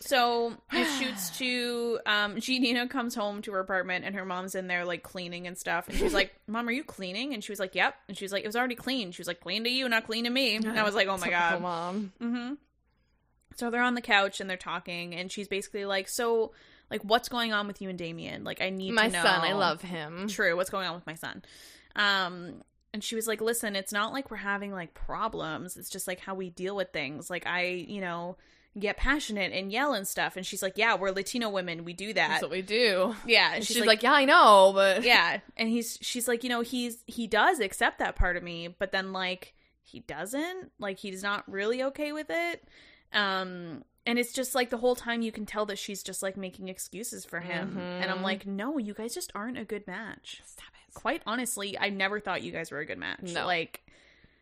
Speaker 2: So it shoots to um Giannina comes home to her apartment and her mom's in there like cleaning and stuff and she's like, "Mom, are you cleaning?" And she was like, "Yep." And she was like, "It was already clean." She was like, "Clean to you, not clean to me." And I was like, "Oh my
Speaker 1: Typical
Speaker 2: god."
Speaker 1: mom.
Speaker 2: Mm-hmm. So they're on the couch and they're talking, and she's basically like, "So, like, what's going on with you and Damien? Like, I need
Speaker 1: My
Speaker 2: to know.
Speaker 1: son, I love him.
Speaker 2: True, what's going on with my son?" Um, and she was like, "Listen, it's not like we're having like problems. It's just like how we deal with things. Like, I, you know." get passionate and yell and stuff and she's like yeah we're latino women we do that
Speaker 1: That's what we do.
Speaker 2: yeah and
Speaker 1: And she's, like, yeah, I know, but
Speaker 2: yeah and he's she's like you know he's he does accept that part of me but then like he doesn't like he's not really okay with it um and it's just like the whole time you can tell that she's just like making excuses for him and i'm
Speaker 1: Mhm.
Speaker 2: like no you guys just aren't a good match
Speaker 1: stop it.
Speaker 2: quite honestly i never thought you guys were a good match
Speaker 1: No.
Speaker 2: like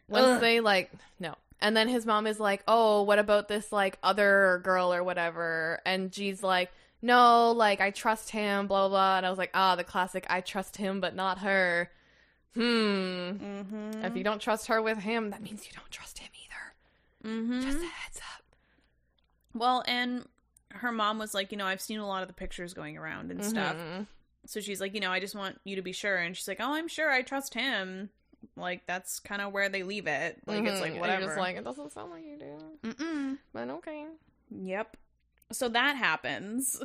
Speaker 1: Once
Speaker 2: ugh.
Speaker 1: they like no. And then his mom is like, "Oh, what about this like other girl or whatever?" And G's like, "No, like I trust him, blah blah." blah. And I was like, "Ah, the classic I trust him but not her." Hmm.
Speaker 2: Mhm.
Speaker 1: If you don't trust her with him, that means you don't trust him either.
Speaker 2: Mhm.
Speaker 1: Just a heads up.
Speaker 2: well and her mom was like you know i've seen a lot of the pictures going around and stuff
Speaker 1: Mhm.
Speaker 2: So she's like, you know, I just want you to be sure. And she's like, oh, I'm sure. I trust him. Like that's kind of where they leave it. Like it's
Speaker 1: Mhm.
Speaker 2: like
Speaker 1: You're
Speaker 2: whatever.
Speaker 1: just like it doesn't sound like you do,
Speaker 2: Mm-mm.
Speaker 1: but okay.
Speaker 2: Yep. So that happens.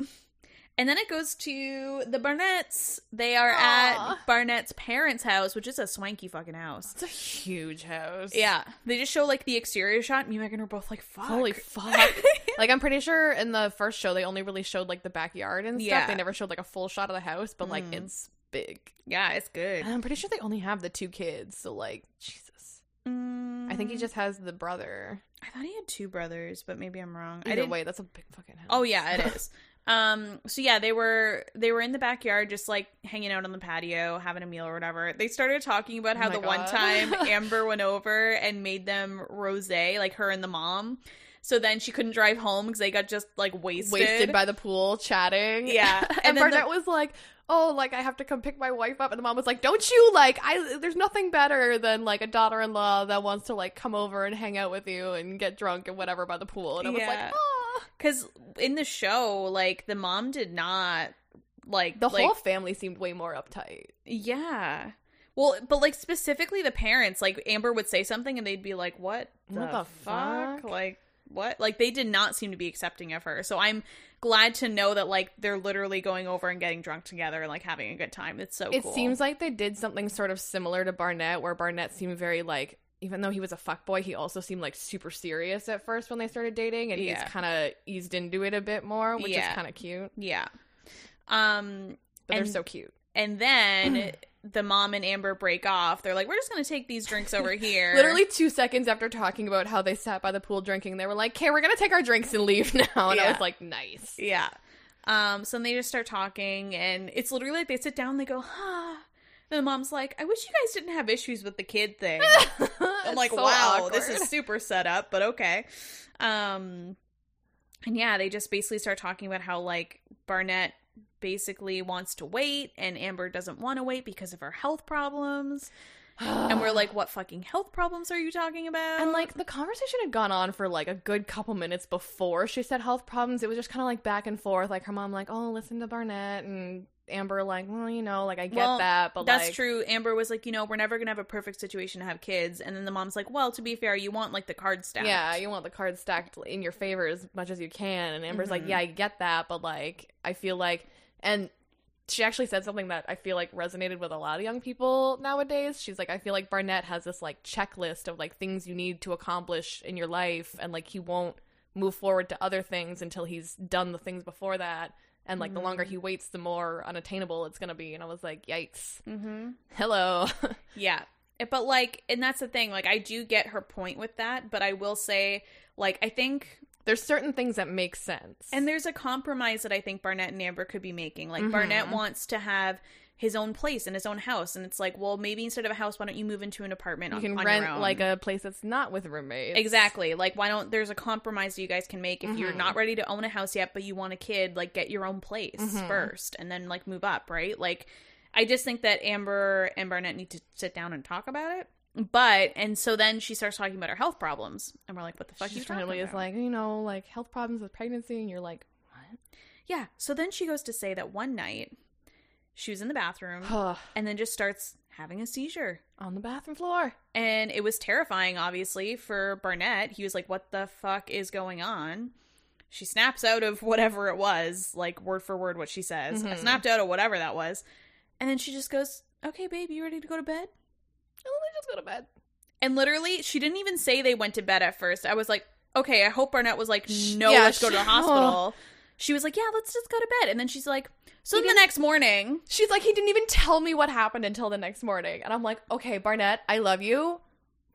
Speaker 2: And then it goes to the Barnetts. They are
Speaker 1: Aw.
Speaker 2: at Barnett's parents' house, which is a swanky fucking house.
Speaker 1: It's a huge house.
Speaker 2: Yeah. They just show like the exterior shot. Me and Megan are both like, fuck.
Speaker 1: Holy fuck. like I'm pretty sure in the first show they only really showed like the backyard and stuff.
Speaker 2: Yeah.
Speaker 1: They never showed like a full shot of the house, but like
Speaker 2: Mm.
Speaker 1: it's big.
Speaker 2: yeah, it's good.
Speaker 1: And I'm pretty sure they only have the two kids, so like Jesus. I think he
Speaker 2: Mm,
Speaker 1: just has the brother.
Speaker 2: I thought he had two brothers, but maybe I'm wrong. I
Speaker 1: Either
Speaker 2: didn't
Speaker 1: way, that's a big fucking house.
Speaker 2: Oh yeah, it is. Um so yeah, they were they were in the backyard just like hanging out on the patio, having a meal or whatever. They started talking about
Speaker 1: Oh
Speaker 2: how
Speaker 1: my
Speaker 2: the one
Speaker 1: God.
Speaker 2: time Amber went over and made them rosé, like her and the mom. So then she couldn't drive home cuz they got just like wasted.
Speaker 1: Wasted by the pool, chatting.
Speaker 2: Yeah.
Speaker 1: and
Speaker 2: And then
Speaker 1: Barnett was like, "Oh, like I have to come pick my wife up," and the mom was like, "Don't you like? I there's nothing better than like a daughter-in-law that wants to like come over and hang out with you and get drunk and whatever by the pool." And I was
Speaker 2: Yeah.
Speaker 1: like, "Ah."
Speaker 2: cuz in the show like the mom did not like
Speaker 1: The
Speaker 2: like,
Speaker 1: whole family seemed way more uptight.
Speaker 2: Yeah. Well, but like specifically the parents, like Amber would say something and they'd be like, "What the,
Speaker 1: What the
Speaker 2: fuck?
Speaker 1: fuck?
Speaker 2: Like what?" Like they did not seem to be accepting of her. So I'm glad to know that like they're literally going over and getting drunk together and like having a good time. It's so
Speaker 1: it
Speaker 2: cool.
Speaker 1: seems like they did something sort of similar to Barnett, where Barnett seemed very like, even though he was a fuckboy, he also seemed like super serious at first when they started dating, and
Speaker 2: Yeah.
Speaker 1: he's kind of eased into it a bit more, which
Speaker 2: Yeah.
Speaker 1: is kind of cute.
Speaker 2: yeah. Um
Speaker 1: But
Speaker 2: And-
Speaker 1: they're so cute.
Speaker 2: and then the mom and Amber break off. They're like, "We're just going to take these drinks over here."
Speaker 1: Literally two seconds after talking about how they sat by the pool drinking, they were like, "Okay, we're gonna take our drinks and leave now," and I
Speaker 2: Yeah.
Speaker 1: was like, "Nice."
Speaker 2: Yeah. Um, so then they just start talking, and it's literally like they sit down, they go, huh, And the mom's like, I wish you guys didn't have issues with the kid thing. I'm
Speaker 1: It's
Speaker 2: like,
Speaker 1: so
Speaker 2: wow, this
Speaker 1: awkward.
Speaker 2: is super set up, but okay. Um, and yeah, they just basically start talking about how like Barnett basically wants to wait and Amber doesn't want to wait because of her health problems. And we're like, what fucking health problems are you talking about?
Speaker 1: And like the conversation had gone on for like a good couple minutes before she said health problems. It was just kind of like back and forth. Like her mom, like, oh, listen to Barnett, and Amber, like, well, you know, like I get
Speaker 2: Well,
Speaker 1: that, but
Speaker 2: That's
Speaker 1: like,
Speaker 2: true. Amber was like, you know, we're never gonna have a perfect situation to have kids. And then the mom's like, well, to be fair, you want like the card stacked.
Speaker 1: Yeah, you want the cards stacked in your favor as much as you can. And Amber's
Speaker 2: Mhm.
Speaker 1: like, yeah, I get that, but like, I feel like, and she actually said something that I feel like resonated with a lot of young people nowadays. She's like, I feel like Barnett has this like checklist of like things you need to accomplish in your life, and like he won't move forward to other things until he's done the things before that. And like the longer
Speaker 2: Mm.
Speaker 1: he waits, the more unattainable it's gonna be. And I was like, yikes.
Speaker 2: Mm-hmm.
Speaker 1: Hello.
Speaker 2: Yeah. Eh, But like, and that's the thing. Like, I do get her point with that, but I will say, like, I think
Speaker 1: There's certain things that make sense.
Speaker 2: And there's a compromise that I think Barnett and Amber could be making. Like
Speaker 1: Mhm.
Speaker 2: Barnett wants to have his own place and his own house, and it's like, well, maybe instead of a house, why don't you move into an apartment?
Speaker 1: you
Speaker 2: on-
Speaker 1: can
Speaker 2: on your
Speaker 1: rent
Speaker 2: own?
Speaker 1: like a place that's not with roommates.
Speaker 2: exactly like why don't there's a compromise that you guys can make if you're
Speaker 1: Mhm.
Speaker 2: not ready to own a house yet, but you want a kid, like get your own place
Speaker 1: Mhm.
Speaker 2: first, and then like move up, right? Like, I just think that Amber and Barnett need to sit down and talk about it. But and so then she starts talking about her health problems, and we're like, what the fuck?
Speaker 1: She
Speaker 2: are you talking
Speaker 1: finally is
Speaker 2: about?
Speaker 1: like, you know, like health problems with pregnancy, and you're like, what?
Speaker 2: Yeah. So then she goes to say that one night she was in the bathroom and then just starts having a seizure.
Speaker 1: On the bathroom floor.
Speaker 2: And it was terrifying, obviously, for Barnett. He was like, What the fuck is going on? She snaps out of whatever it was, like word for word what she says. I
Speaker 1: Mhm.
Speaker 2: snapped out of whatever that was. And then she just goes, Okay, babe, you ready to go to bed?
Speaker 1: Oh, let me just go to bed.
Speaker 2: And literally, she didn't even say they went to bed at first. I was like, okay, I hope Barnett was like, no,
Speaker 1: Yeah,
Speaker 2: let's go to the
Speaker 1: she-
Speaker 2: hospital. She was like, yeah, let's just go to bed. And then she's like, so
Speaker 1: He
Speaker 2: then the next morning,
Speaker 1: She's like, he didn't even tell me what happened until the next morning, and I'm like, okay, Barnett, I love you,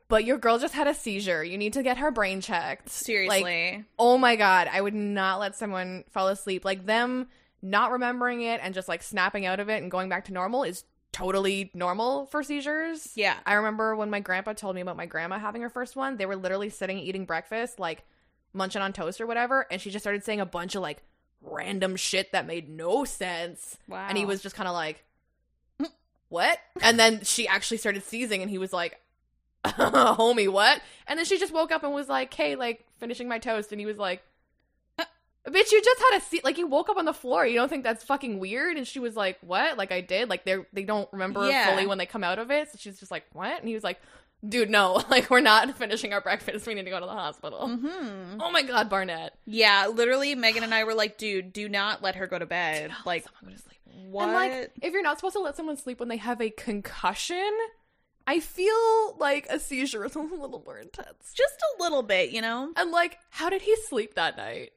Speaker 1: but your girl just had a seizure. You need to get her brain checked.
Speaker 2: seriously.
Speaker 1: Like, oh my god, I would not let someone fall asleep like them. Not remembering it and just like snapping out of it and going back to normal is totally normal for seizures.
Speaker 2: yeah.
Speaker 1: I remember when my grandpa told me about my grandma having her first one, they were literally sitting eating breakfast, like munching on toast or whatever, and she just started saying a bunch of like random shit that made no sense.
Speaker 2: Wow.
Speaker 1: And he was just kind of like, "Mm, what? And then she actually started seizing and he was like, homie, what? And then she just woke up and was like, hey, like finishing my toast. And he was like, "Uh, bitch, you just had a seat. Like you woke up on the floor. You don't think that's fucking weird? And she was like, what? Like I did. Like they they don't remember
Speaker 2: Yeah.
Speaker 1: fully when they come out of it. So she's just like, what? And he was like, dude, no. Like we're not finishing our breakfast. We need to go to the hospital.
Speaker 2: hmm
Speaker 1: Oh my God, Barnett.
Speaker 2: Yeah, literally, Megan and I were like, dude, do not let her go to bed.
Speaker 1: Dude, I'll let
Speaker 2: Like,
Speaker 1: someone go to sleep.
Speaker 2: what?
Speaker 1: And like, if you're not supposed to let someone sleep when they have a concussion, I feel like a seizure is a little more intense.
Speaker 2: just a little bit, you know?
Speaker 1: And like, how did he sleep that night?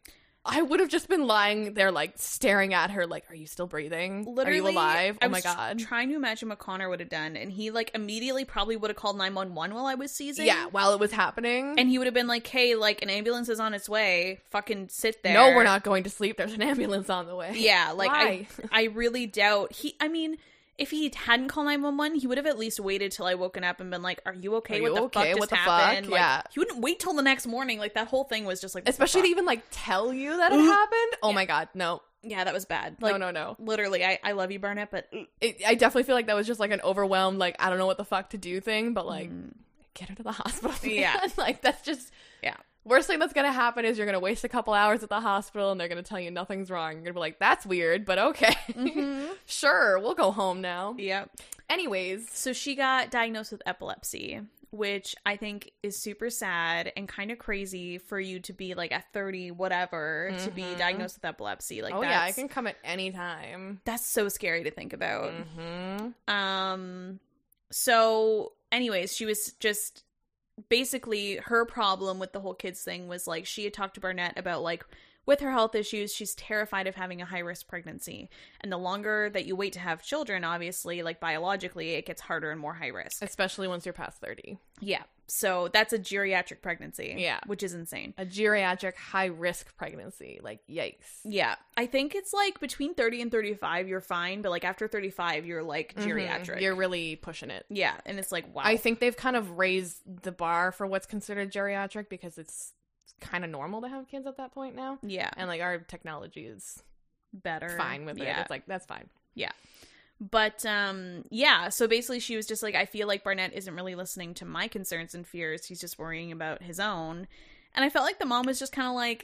Speaker 1: I would have just been lying there, like staring at her, like, "Are you still breathing?
Speaker 2: Literally,
Speaker 1: Are you alive?
Speaker 2: I
Speaker 1: Oh my
Speaker 2: was tr-
Speaker 1: god!"
Speaker 2: trying to imagine what Connor would have done, and he like immediately probably would have called nine one one while I was seizing.
Speaker 1: yeah, while it was happening,
Speaker 2: and he would have been like, "Hey, like an ambulance is on its way. Fucking sit there."
Speaker 1: no, we're not going to sleep. There's an ambulance on the way.
Speaker 2: Yeah, like
Speaker 1: Why?
Speaker 2: I, I really doubt he. I mean, if he hadn't called nine one one, he would have at least waited till I wowoken up and been like, "Are you okay?
Speaker 1: Are
Speaker 2: what
Speaker 1: you
Speaker 2: the
Speaker 1: okay?
Speaker 2: fuck
Speaker 1: What
Speaker 2: just
Speaker 1: the fuck?"
Speaker 2: happened?" Like,
Speaker 1: Yeah.
Speaker 2: he wouldn't wait till the next morning. Like that whole thing was just like, what the
Speaker 1: especially to
Speaker 2: fuck?
Speaker 1: even like tell you that it
Speaker 2: Mm.
Speaker 1: happened. Oh
Speaker 2: Yeah.
Speaker 1: my god, no,
Speaker 2: yeah, that was bad. Like,
Speaker 1: no, Mm. no, no.
Speaker 2: literally, I, I love you, Barnett, but
Speaker 1: It, I definitely feel like that was just like an overwhelmed, like I don't know what the fuck to do thing, but like.
Speaker 2: mm,
Speaker 1: get her to the hospital.
Speaker 2: Yeah.
Speaker 1: man. like that's just
Speaker 2: Yeah.
Speaker 1: Worst thing that's gonna happen is you're gonna waste a couple hours at the hospital and they're gonna tell you nothing's wrong. You're gonna be like, that's weird, but okay, Mm-hmm.
Speaker 2: mhm.
Speaker 1: sure, we'll go home now.
Speaker 2: yeah.
Speaker 1: Anyways,
Speaker 2: So she got diagnosed with epilepsy, which I think is super sad and kind of crazy for you to be like at 30 whatever to be
Speaker 1: Mhm.
Speaker 2: diagnosed with epilepsy. Like
Speaker 1: oh
Speaker 2: that's
Speaker 1: yeah, I can come at any time.
Speaker 2: that's so scary to think about.
Speaker 1: Mm-hmm.
Speaker 2: Um so anyways, she was just basically her problem with the whole kids thing was like she had talked to Barnett about like With her health issues, she's terrified of having a high risk pregnancy. And the longer that you wait to have children, obviously, like biologically, it gets harder and more high risk.
Speaker 1: especially once you're past 30.
Speaker 2: Yeah. So that's a geriatric pregnancy.
Speaker 1: Yeah.
Speaker 2: Which is insane.
Speaker 1: A geriatric high risk pregnancy. Like, yikes.
Speaker 2: Yeah. I think it's like between 30 and 35, you're fine. But like after 35, you're like
Speaker 1: Mhm.
Speaker 2: geriatric.
Speaker 1: You're really pushing it.
Speaker 2: yeah. And it's like, wow.
Speaker 1: I think they've kind of raised the bar for what's considered geriatric because it's kind of normal to have kids at that point now.
Speaker 2: yeah.
Speaker 1: And like our technology is
Speaker 2: Better.
Speaker 1: fine with
Speaker 2: yeah.
Speaker 1: it. It's like, that's fine.
Speaker 2: But um yeah, so basically she was just like I feel like Barnett isn't really listening to my concerns and fears. He's just worrying about his own. And I felt like the mom was just kind of like,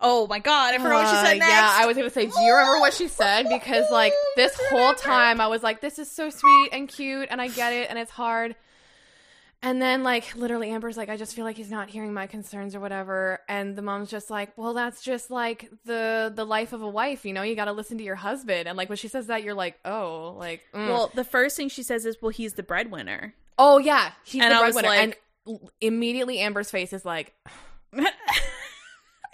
Speaker 2: "Oh my god, I forgot what she
Speaker 1: Uh,
Speaker 2: said next."
Speaker 1: Yeah, I was gonna say, do you remember what she said? Because like this whole time, I was like, this is so sweet and cute, and I get it, and it's hard. And then like literally, Amber's like, I just feel like he's not hearing my concerns or whatever, and the mom's just like, well, that's just like the the life of a wife, you know. You got to listen to your husband, and like when she says that, you're like, oh, like, mm.
Speaker 2: well, the first thing she says is, "Well, he's the breadwinner."
Speaker 1: oh yeah, he's
Speaker 2: and
Speaker 1: the
Speaker 2: I was
Speaker 1: breadwinner.
Speaker 2: like-
Speaker 1: and l- immediately, Amber's face is like,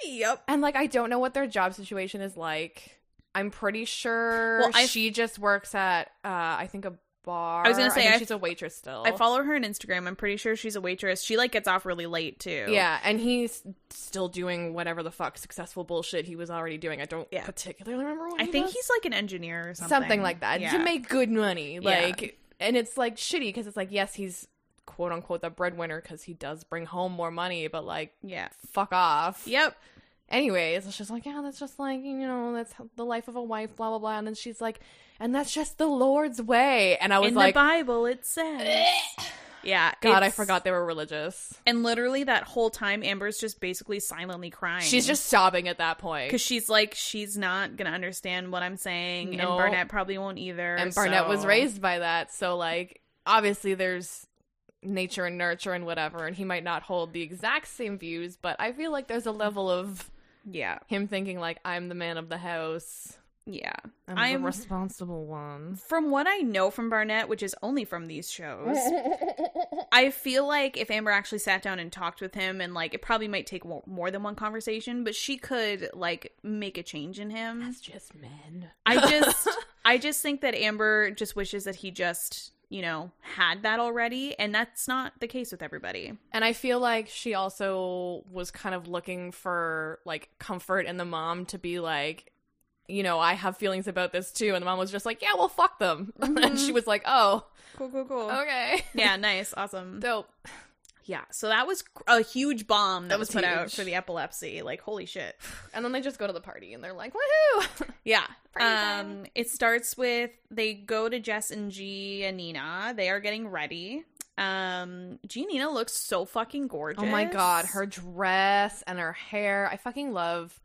Speaker 2: yep.
Speaker 1: And like, I don't know what their job situation is like. I'm pretty sure
Speaker 2: Well, I-
Speaker 1: she just works at, uh, I think a bar.
Speaker 2: I was gonna say,
Speaker 1: think
Speaker 2: I-
Speaker 1: she's a waitress still.
Speaker 2: I follow her on Instagram. I'm pretty sure she's a waitress. She like gets off really late too.
Speaker 1: Yeah, and he's still doing whatever the fuck successful bullshit he was already doing. I don't
Speaker 2: Yeah.
Speaker 1: particularly remember what
Speaker 2: I
Speaker 1: he
Speaker 2: think
Speaker 1: does.
Speaker 2: he's like an engineer or something.
Speaker 1: something. like that
Speaker 2: Yeah.
Speaker 1: to make good money.
Speaker 2: Yeah.
Speaker 1: Like, and it's like shitty because it's like, yes, he's quote unquote the breadwinner because he does bring home more money, but like,
Speaker 2: yeah.
Speaker 1: fuck off.
Speaker 2: Yep.
Speaker 1: anyways it's just like yeah that's just like you know that's the life of a wife blah blah blah and then she's like and that's just the lord's way and i was
Speaker 2: In
Speaker 1: like
Speaker 2: the Bible it says. yeah.
Speaker 1: god i
Speaker 2: it's-
Speaker 1: forgot they were religious
Speaker 2: And literally that whole time, Amber's just basically silently crying.
Speaker 1: she's just sobbing at that point
Speaker 2: because she's like she's not gonna understand what I'm saying,
Speaker 1: No.
Speaker 2: and Barnett probably won't either.
Speaker 1: and barnett was
Speaker 2: so-
Speaker 1: raised by that so like obviously there's nature and nurture and whatever and he might not hold the exact same views but i feel like there's a level of
Speaker 2: Yeah,
Speaker 1: him thinking like i'm the man of the house
Speaker 2: yeah.
Speaker 1: i'm,
Speaker 2: I'm-
Speaker 1: the responsible one
Speaker 2: From what I know from Barnett, which is only from these shows, I feel like if Amber actually sat down and talked with him, and like it probably might take more, more than one conversation, but she could like make a change in him.
Speaker 1: that's just men
Speaker 2: I just, I just think that Amber just wishes that he just, you know, had that already, and that's not the case with everybody.
Speaker 1: And I feel like she also was kind of looking for like comfort in the mom to be like, you know, I have feelings about this too. And the mom was just like, yeah, well, fuck them. and
Speaker 2: Mhm.
Speaker 1: she was like, oh,
Speaker 2: Cool, cool, cool.
Speaker 1: okay.
Speaker 2: Yeah, nice, awesome.
Speaker 1: Dope.
Speaker 2: Yeah, so that was cr- a huge bomb that,
Speaker 1: That
Speaker 2: was,
Speaker 1: was
Speaker 2: put out
Speaker 1: huge.
Speaker 2: for the epilepsy. Like, holy shit.
Speaker 1: And then they just go to the party and they're like, woohoo.
Speaker 2: Yeah.
Speaker 1: Party
Speaker 2: Um, it starts with they go to Jess and G and Nina. They are getting ready. Um, G and Nina looks so fucking gorgeous.
Speaker 1: oh my God. Her dress and her hair. I fucking love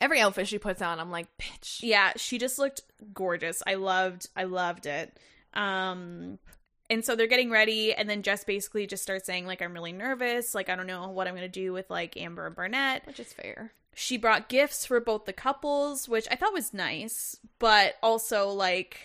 Speaker 1: every outfit she puts on. I'm like, bitch.
Speaker 2: Yeah, she just looked gorgeous. I loved I loved it. Um and so they're getting ready and then Jess basically just starts saying like I'm really nervous, like I don't know what I'm going to do with like Amber and Barnett.
Speaker 1: Which is fair.
Speaker 2: she brought gifts for both the couples, which I thought was nice, but also like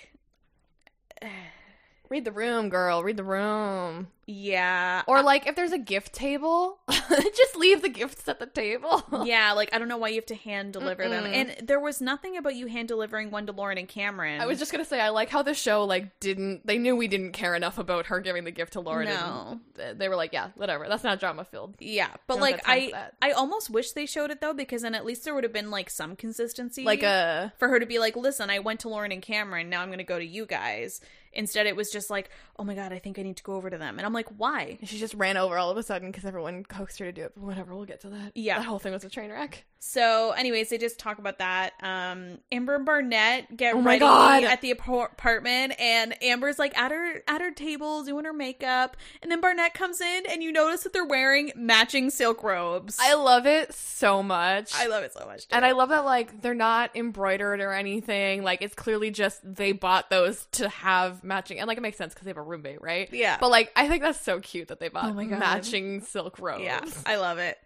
Speaker 1: Read the room, girl. Read the room.
Speaker 2: yeah.
Speaker 1: Or like if there's a gift table, just leave the gifts at the table.
Speaker 2: yeah, like I don't know why you have to hand deliver them.
Speaker 1: Mm-mm.
Speaker 2: And there was nothing about you hand delivering one to Lauren and Cameron.
Speaker 1: I was just gonna say I like how the show like didn't they knew we didn't care enough about her giving the gift to Lauren.
Speaker 2: No.
Speaker 1: and th- they were like, yeah, whatever. That's not drama filled.
Speaker 2: Yeah, but
Speaker 1: Don't
Speaker 2: like
Speaker 1: have time for
Speaker 2: I
Speaker 1: that.
Speaker 2: I almost wish they showed it though because then at least there would have been like some consistency.
Speaker 1: Like uh, a
Speaker 2: for her to be like, "Listen, I went to Lauren and Cameron, now I'm going to go to you guys." Instead, it was just like, "Oh my god, I think I need to go over to them." And I'm like, "Why?"
Speaker 1: she just ran over all of a sudden because everyone coaxed her to do it. But whatever, we'll get to that.
Speaker 2: Yeah.
Speaker 1: that whole thing was a train wreck.
Speaker 2: So, anyways, they just talk about that. Um, Amber and Barnett get
Speaker 1: Oh my
Speaker 2: ready
Speaker 1: God.
Speaker 2: at the apar- apartment, and Amber's like at her at her table doing her makeup, and then Barnett comes in, and you notice that they're wearing matching silk robes.
Speaker 1: I love it so much.
Speaker 2: I love it so much,
Speaker 1: and I love that like they're not embroidered or anything. Like it's clearly just they bought those to have matching, and like it makes sense because they have a roommate, right?
Speaker 2: Yeah.
Speaker 1: But like I think that's so cute that they bought
Speaker 2: Oh my God.
Speaker 1: matching silk robes.
Speaker 2: yeah, I love it.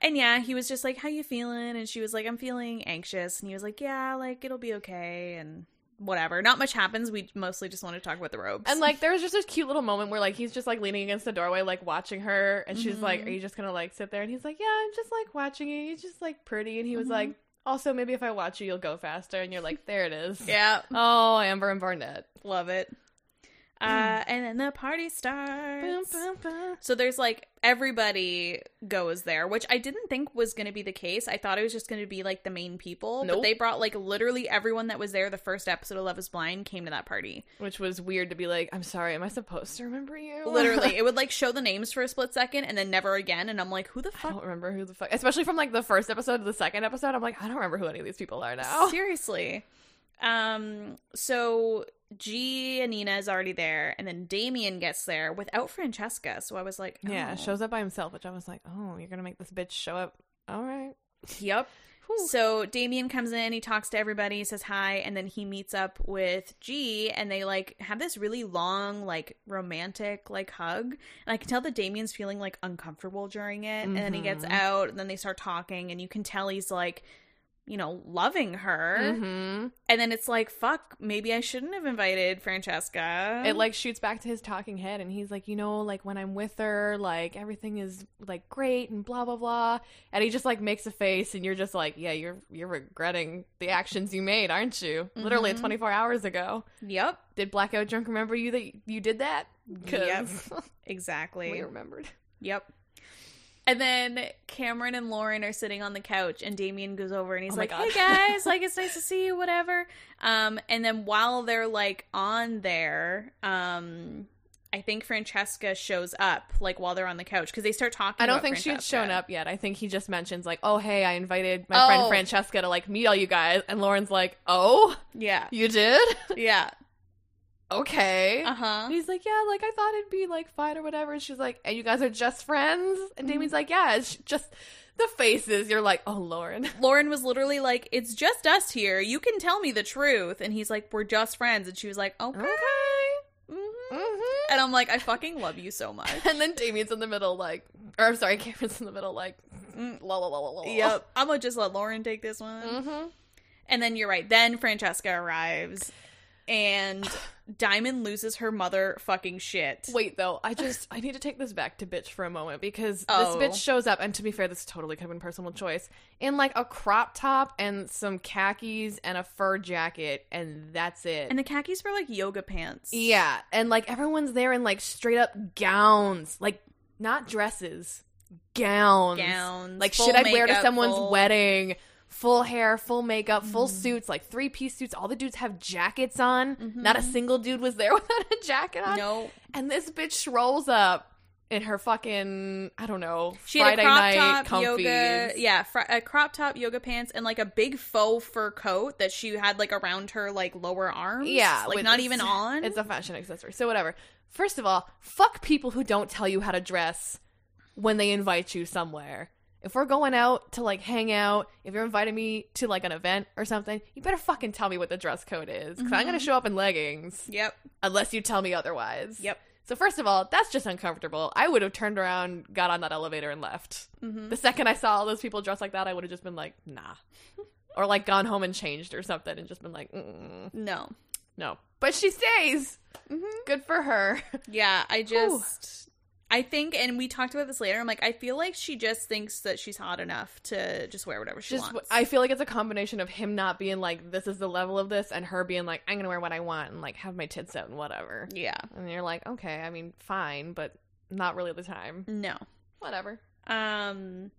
Speaker 2: And yeah, he was just like, "How you feeling?" And she was like, "I'm feeling anxious," and he was like, "Yeah, like it'll be okay," and whatever. Not much happens. We mostly just want to talk about the robes.
Speaker 1: And like there was just this cute little moment where like he's just like leaning against the doorway, like watching her, and she's like,
Speaker 2: Mhm.
Speaker 1: "Are you just gonna like sit there?" And he's like, "Yeah, I'm just like watching you. You're just like pretty." And he was
Speaker 2: Mhm.
Speaker 1: like, Also, maybe if I watch you, you'll go faster. And you're like, there it is.
Speaker 2: Yeah.
Speaker 1: Oh, Amber and Barnett.
Speaker 2: Love it. Uh,
Speaker 1: Mm.
Speaker 2: and then the party starts.
Speaker 1: Bum, bum, bum.
Speaker 2: So there's like everybody goes there, which I didn't think was going to be the case. I thought it was just going to be like the main people, but
Speaker 1: Nope.
Speaker 2: they brought like literally everyone that was there the first episode of Love Is Blind came to that party.
Speaker 1: Which was weird to be like, I'm sorry, am I supposed to remember you?
Speaker 2: Literally, it would like show the names for a split second and then never again. And I'm like, who the
Speaker 1: I
Speaker 2: fuck?
Speaker 1: don't remember who the fuck, especially from like the first episode to the second episode. I'm like, I don't remember who any of these people are now.
Speaker 2: Seriously. Um. So G and Nina is already there, and then Damien gets there without Francesca. So I was like,
Speaker 1: Yeah,
Speaker 2: oh.
Speaker 1: shows up by himself, which I was like, oh, you're gonna make this bitch show up. All right.
Speaker 2: Yep. So Damien comes in, he talks to everybody, says hi, and then he meets up with G and they like have this really long, like romantic like hug. And I can tell that Damien's feeling like uncomfortable during it. And then he gets
Speaker 1: Mhm.
Speaker 2: out and then they start talking and you can tell he's like, you know, loving her.
Speaker 1: hmm
Speaker 2: And then it's like, fuck, maybe I shouldn't have invited Francesca.
Speaker 1: It like shoots back to his talking head, and he's like, you know, like when I'm with her, like everything is like great and blah blah blah. And he just like makes a face, and you're just like, yeah, you're you're regretting the actions you made, aren't you? Literally
Speaker 2: Mhm.
Speaker 1: 24 hours ago.
Speaker 2: Yep.
Speaker 1: Did Blackout Drunk remember you that you did that? Because
Speaker 2: Exactly.
Speaker 1: we remembered.
Speaker 2: Yep. And then Cameron and Lauren are sitting on the couch, and Damien goes over and he's
Speaker 1: Oh my
Speaker 2: like,
Speaker 1: God.
Speaker 2: "Hey guys, like it's nice to see you, whatever." Um, and then while they're like on there, um, I think Francesca shows up like while they're on the couch because they start talking.
Speaker 1: I don't
Speaker 2: about
Speaker 1: think she had
Speaker 2: Francesca.
Speaker 1: shown up yet. I think he just mentions like, "Oh, hey, I invited my friend
Speaker 2: Oh.
Speaker 1: Francesca to like meet all you guys," and Lauren's like, "Oh,
Speaker 2: Yeah,
Speaker 1: you did?
Speaker 2: yeah,
Speaker 1: okay."
Speaker 2: uh huh.
Speaker 1: And he's like, "Yeah, like I thought it'd be like fine or whatever." And she's like, "And you guys are just friends?" And Damien's
Speaker 2: Mm-hmm.
Speaker 1: like, "Yeah, it's just the faces." You're like, "Oh, Lauren."
Speaker 2: Lauren was literally like, "It's just us here. You can tell me the truth." And he's like, "We're just friends." And she was like, "Okay."
Speaker 1: Okay.
Speaker 2: hmm
Speaker 1: Mm-hmm.
Speaker 2: And I'm like, "I fucking love you so much."
Speaker 1: And then Damien's in the middle, like, or I'm sorry, Cameron's in the middle, like, mm, la la la la la.
Speaker 2: Yep. I'm gonna just let Lauren take this one.
Speaker 1: Mm-hmm.
Speaker 2: And then you're right. Then Francesca arrives, and Diamond loses her mother fucking shit.
Speaker 1: Wait though, I just I need to take this back to bitch for a moment because
Speaker 2: Oh.
Speaker 1: this bitch shows up, and to be fair, this totally could have been personal choice in like a crop top and some khakis and a fur jacket, and that's it.
Speaker 2: And the khakis were like yoga pants.
Speaker 1: yeah, and like everyone's there in like straight up gowns, like not dresses, gowns,
Speaker 2: gowns.
Speaker 1: like
Speaker 2: full
Speaker 1: shit I'd wear to
Speaker 2: makeup,
Speaker 1: someone's
Speaker 2: full- Mm-hmm.
Speaker 1: wedding. Full hair, full makeup, full suits, like three piece suits. All the dudes have jackets on.
Speaker 2: Mm-hmm.
Speaker 1: Not a single dude was there without a jacket on.
Speaker 2: No,
Speaker 1: And this bitch rolls up in her fucking I don't know
Speaker 2: she
Speaker 1: Friday
Speaker 2: had a
Speaker 1: night
Speaker 2: crop top
Speaker 1: comfies.
Speaker 2: yoga, yeah, fr- a crop top yoga pants and like a big faux fur coat that she had like around her like lower arms,
Speaker 1: Yeah,
Speaker 2: like
Speaker 1: with-
Speaker 2: not even on.
Speaker 1: It's a fashion accessory. So whatever. First of all, fuck people who don't tell you how to dress when they invite you somewhere. If we're going out to like hang out, if you're inviting me to like an event or something, you better fucking tell me what the dress code is because I'm gonna
Speaker 2: Mm-hmm.
Speaker 1: show up in leggings
Speaker 2: yep,
Speaker 1: unless you tell me otherwise.
Speaker 2: yep.
Speaker 1: So first of all, that's just uncomfortable. I would have turned around, got on that elevator, and left.
Speaker 2: Mhm.
Speaker 1: The second I saw all those people dressed like that, I would have just been like, nah, or like gone home and changed or something, and just been like, Mm-mm,
Speaker 2: No,
Speaker 1: no. But she stays. Good for her.
Speaker 2: Yeah, I just I think and we talked about this later. I'm like I feel like she just thinks that she's hot enough to just wear whatever she
Speaker 1: Just,
Speaker 2: wants.
Speaker 1: I feel like it's a combination of him not being like, this is the level of this, and her being like, I'm gonna wear what I want and like have my tits out and whatever.
Speaker 2: yeah.
Speaker 1: And you're like, okay, I mean, fine, but not really the time.
Speaker 2: No.
Speaker 1: Whatever.
Speaker 2: Um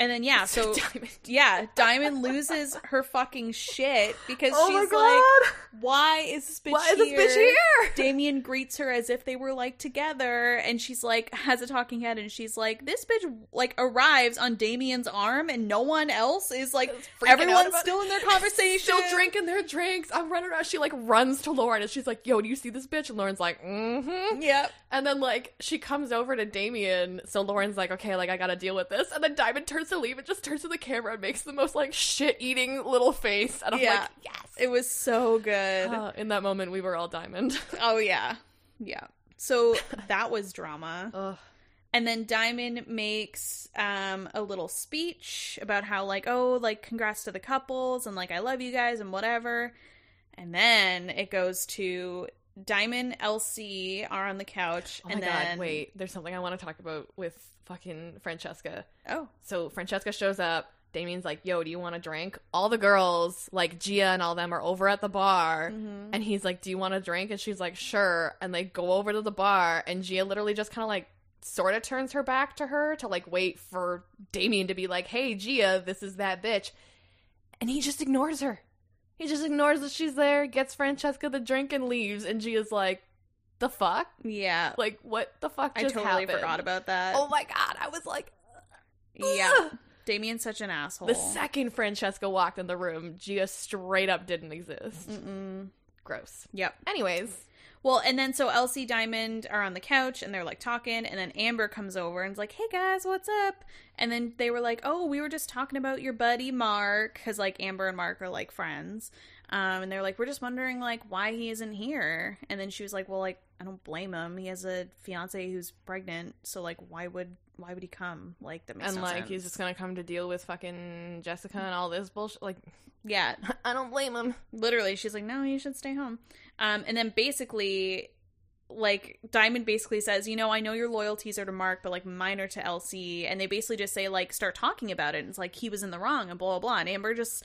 Speaker 2: and then yeah, so
Speaker 1: Diamond.
Speaker 2: yeah, Diamond loses her fucking shit because
Speaker 1: Oh my
Speaker 2: she's like
Speaker 1: god!
Speaker 2: why is this bitch
Speaker 1: Why is
Speaker 2: here?
Speaker 1: this bitch here?
Speaker 2: Damien greets her as if they were like together, and she's like has a talking head, and she's like, "This bitch like arrives on Damien's arm, and no one else is like
Speaker 1: freaking out
Speaker 2: everyone's
Speaker 1: about-
Speaker 2: still in their conversation,
Speaker 1: Still drinking their drinks. I'm running around. She like runs to Lauren and she's like, "Yo, do you see this bitch?" And Lauren's like, "Mm-hmm."
Speaker 2: Yep,
Speaker 1: And then like she comes over to Damien. So Lauren's like, "Okay, like I gotta deal with this." And then Diamond turns to leave and just turns to the camera and makes the most like shit eating little face. And I'm
Speaker 2: Yeah.
Speaker 1: like, "Yes."
Speaker 2: It was so good.
Speaker 1: Uh, in that moment, we were all Diamond.
Speaker 2: oh yeah. Yeah. So that was drama.
Speaker 1: Ugh.
Speaker 2: And then Diamond makes um a little speech about how like oh like congrats to the couples and like I love you guys and whatever. And then it goes to Diamond, Elsie are on the couch
Speaker 1: Oh my
Speaker 2: and
Speaker 1: god!
Speaker 2: then
Speaker 1: Wait, there's something I want to talk about with fucking Francesca.
Speaker 2: Oh.
Speaker 1: So Francesca shows up. Damien's like, yo, do you want a drink? All the girls, like Gia and all them, are over at the bar.
Speaker 2: Mhm.
Speaker 1: And he's like, do you want a drink? And she's like, sure. And they go over to the bar. And Gia literally just kind of like sort of turns her back to her to like wait for Damien to be like, hey, Gia, this is that bitch. And he just ignores her. He just ignores that she's there, gets Francesca the drink, and leaves. And Gia's like, the fuck?
Speaker 2: Yeah.
Speaker 1: Like, what the fuck
Speaker 2: I
Speaker 1: just
Speaker 2: totally
Speaker 1: happened?
Speaker 2: forgot about that.
Speaker 1: Oh my god, I was like,
Speaker 2: yeah. Damien's such an asshole.
Speaker 1: The second Francesca walked in the room, Gia straight up didn't exist.
Speaker 2: Mm-mm.
Speaker 1: Gross.
Speaker 2: Yep.
Speaker 1: Anyways,
Speaker 2: Well, and then so Elsie Diamond are on the couch and they're like talking, and then Amber comes over and's like, "Hey guys, what's up?" And then they were like, "Oh, we were just talking about your buddy Mark, because like Amber and Mark are like friends." Um, and they're like, "We're just wondering like why he isn't here." And then she was like, "Well, like I don't blame him. He has a fiance who's pregnant, so like why would why would he come? Like that makes
Speaker 1: and
Speaker 2: no
Speaker 1: like
Speaker 2: sense.
Speaker 1: he's just gonna come to deal with fucking Jessica and all this bullshit. Like,
Speaker 2: yeah,
Speaker 1: I don't blame him.
Speaker 2: literally she's like no you should stay home um and then basically like diamond basically says you know i know your loyalties are to mark but like mine are to elsie and they basically just say like start talking about it and it's like he was in the wrong and blah blah blah and amber just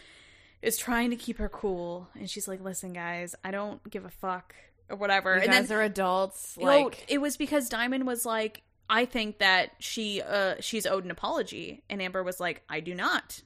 Speaker 2: is trying to keep her cool and she's like listen guys i don't give a fuck or whatever
Speaker 1: You
Speaker 2: and
Speaker 1: guys
Speaker 2: then
Speaker 1: are adults.
Speaker 2: no,
Speaker 1: Like,
Speaker 2: it was because diamond was like i think that she uh she's owed an apology and amber was like i do not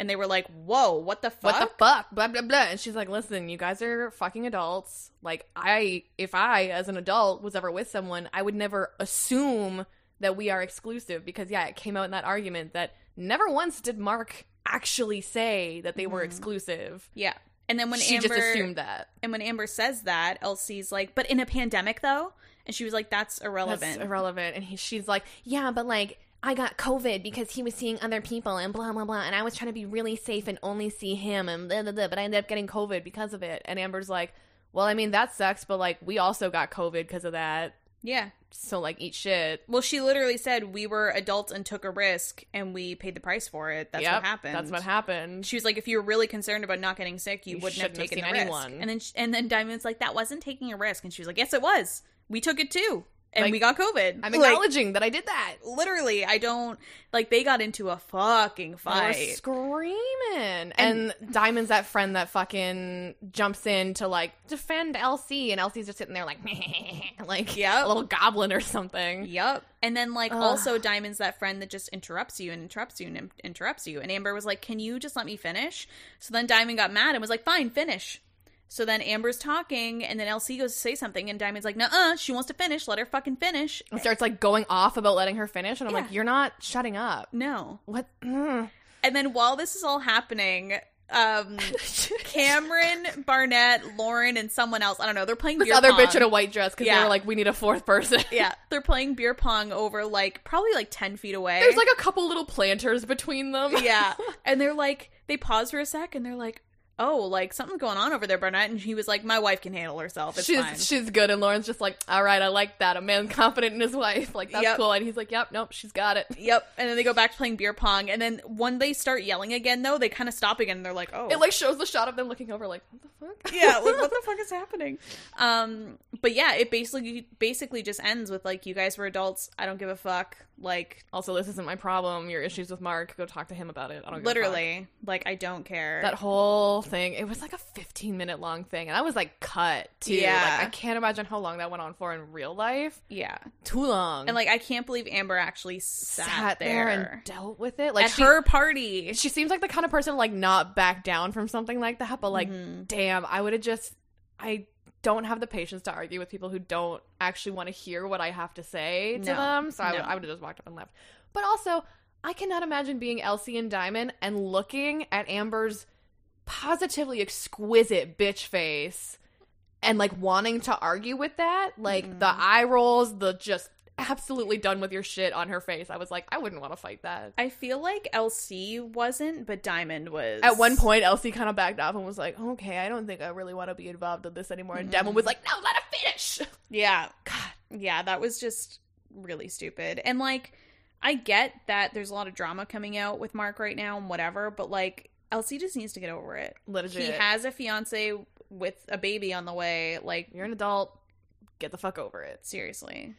Speaker 2: and they were like whoa what the fuck
Speaker 1: what the fuck? Blah blah blah. And she's like, listen, you guys are fucking adults. Like, I, if I as an adult was ever with someone, I would never assume that we are exclusive because yeah, it came out in that argument that never once did Mark actually say that they were
Speaker 2: Mhm.
Speaker 1: exclusive.
Speaker 2: yeah and then when
Speaker 1: she
Speaker 2: amber
Speaker 1: just assumed that.
Speaker 2: And when Amber says that, Elsie's like, but in a pandemic though? And she was like, that's irrelevant.
Speaker 1: That's irrelevant. And he, she's like, yeah, but like, I got COVID because he was seeing other people and blah, blah, blah. And I was trying to be really safe and only see him and blah, blah, blah. But I ended up getting COVID because of it. And Amber's like, well, I mean, that sucks, but like, we also got COVID because of that.
Speaker 2: yeah.
Speaker 1: So like, eat shit.
Speaker 2: Well, she literally said, we were adults and took a risk and we paid the price for it. That's
Speaker 1: Yep,
Speaker 2: what happened.
Speaker 1: That's what happened.
Speaker 2: She was like, if you were really concerned about not getting sick, you,
Speaker 1: You
Speaker 2: wouldn't have
Speaker 1: shouldn't have
Speaker 2: taken
Speaker 1: seen
Speaker 2: the
Speaker 1: anyone.
Speaker 2: risk. And then, sh and then Diamond's like, that wasn't taking a risk. And she was like, yes, it was. We took it too. And
Speaker 1: Like,
Speaker 2: we got COVID.
Speaker 1: I'm
Speaker 2: Like,
Speaker 1: acknowledging that I did that.
Speaker 2: literally, I don't, like, they got into a fucking
Speaker 1: They were
Speaker 2: fight.
Speaker 1: screaming. And,
Speaker 2: And-
Speaker 1: Diamond's that friend that fucking jumps in to like defend Elsie, and Elsie's just sitting there like, like
Speaker 2: Yep.
Speaker 1: a little goblin or something.
Speaker 2: Yep. And then like
Speaker 1: Ugh.
Speaker 2: also Diamond's that friend that just interrupts you and interrupts you and in- interrupts you. And Amber was like, "Can you just let me finish?" So then Diamond got mad and was like, "Fine, finish." So then Amber's talking and then Elsie goes to say something and Diamond's like, "Nuh-uh, she wants to finish. Let her fucking finish."
Speaker 1: And starts like going off about letting her finish, and I'm
Speaker 2: Yeah.
Speaker 1: like, you're not shutting up.
Speaker 2: No.
Speaker 1: What? Mm.
Speaker 2: And then while this is all happening, um Cameron, Barnett, Lauren and someone else, I don't know, they're playing
Speaker 1: this
Speaker 2: beer
Speaker 1: other bitch
Speaker 2: pong.
Speaker 1: in a white dress because they
Speaker 2: Yeah.
Speaker 1: were like, we need a fourth person.
Speaker 2: Yeah, they're playing beer pong over like probably like 10 feet away.
Speaker 1: There's like a couple little planters between them.
Speaker 2: yeah. And they're like, they pause for a sec and they're like, oh, like something's going on over there, Barnett. And he was like, my wife can handle herself. It's
Speaker 1: she's
Speaker 2: fine.
Speaker 1: she's good, and Lauren's just like, all right, I like that. A man confident in his wife, like that's
Speaker 2: Yep.
Speaker 1: cool. And he's like, yep, nope, she's got it.
Speaker 2: Yep. And then they go back to playing beer pong. And then when they start yelling again, though, they kind of stop again and they're like, oh.
Speaker 1: It like shows the shot of them looking over, like what the fuck?
Speaker 2: yeah, like what the fuck is happening? Um, but yeah, it basically basically just ends with like you guys were adults. I don't give a fuck. Like
Speaker 1: Also, this isn't my problem. Your issues with Mark, go talk to him about it. I don't give a fuck.
Speaker 2: literally, like I don't care.
Speaker 1: that whole thing. It was like a 15 minute long thing, and I was like cut too.
Speaker 2: Yeah.
Speaker 1: Like I can't imagine how long that went on for in real life.
Speaker 2: yeah,
Speaker 1: Too long.
Speaker 2: and like I can't believe Amber actually sat,
Speaker 1: and dealt with it. Like
Speaker 2: at
Speaker 1: she,
Speaker 2: her party.
Speaker 1: she seems like the kind of person to, like not back down from something like that. But like,
Speaker 2: Mhm.
Speaker 1: damn, I would have just I don't have the patience to argue with people who don't actually want to hear what I have to say to
Speaker 2: No.
Speaker 1: them. So I would
Speaker 2: No.
Speaker 1: I would have just walked up and left. But also, I cannot imagine being Elsie and Diamond and looking at Amber's positively exquisite bitch face and like wanting to argue with that. Like
Speaker 2: Mm-mm.
Speaker 1: the eye rolls, the just absolutely done with your shit on her face. I was like, I wouldn't want to fight that.
Speaker 2: I feel like LC wasn't, but Diamond was.
Speaker 1: At one point, Elsie kind of backed off and was like, "Okay, I don't think I really want to be involved in this anymore." And
Speaker 2: Mhm.
Speaker 1: Diamond was like, "No, let her finish."
Speaker 2: Yeah. God. Yeah, that was just really stupid. And like, I get that there's a lot of drama coming out with Mark right now and whatever, but like, LC just needs to get over it.
Speaker 1: Legit,
Speaker 2: He has a fiance with a baby on the way. Like,
Speaker 1: you're an adult. Get the fuck over it.
Speaker 2: seriously.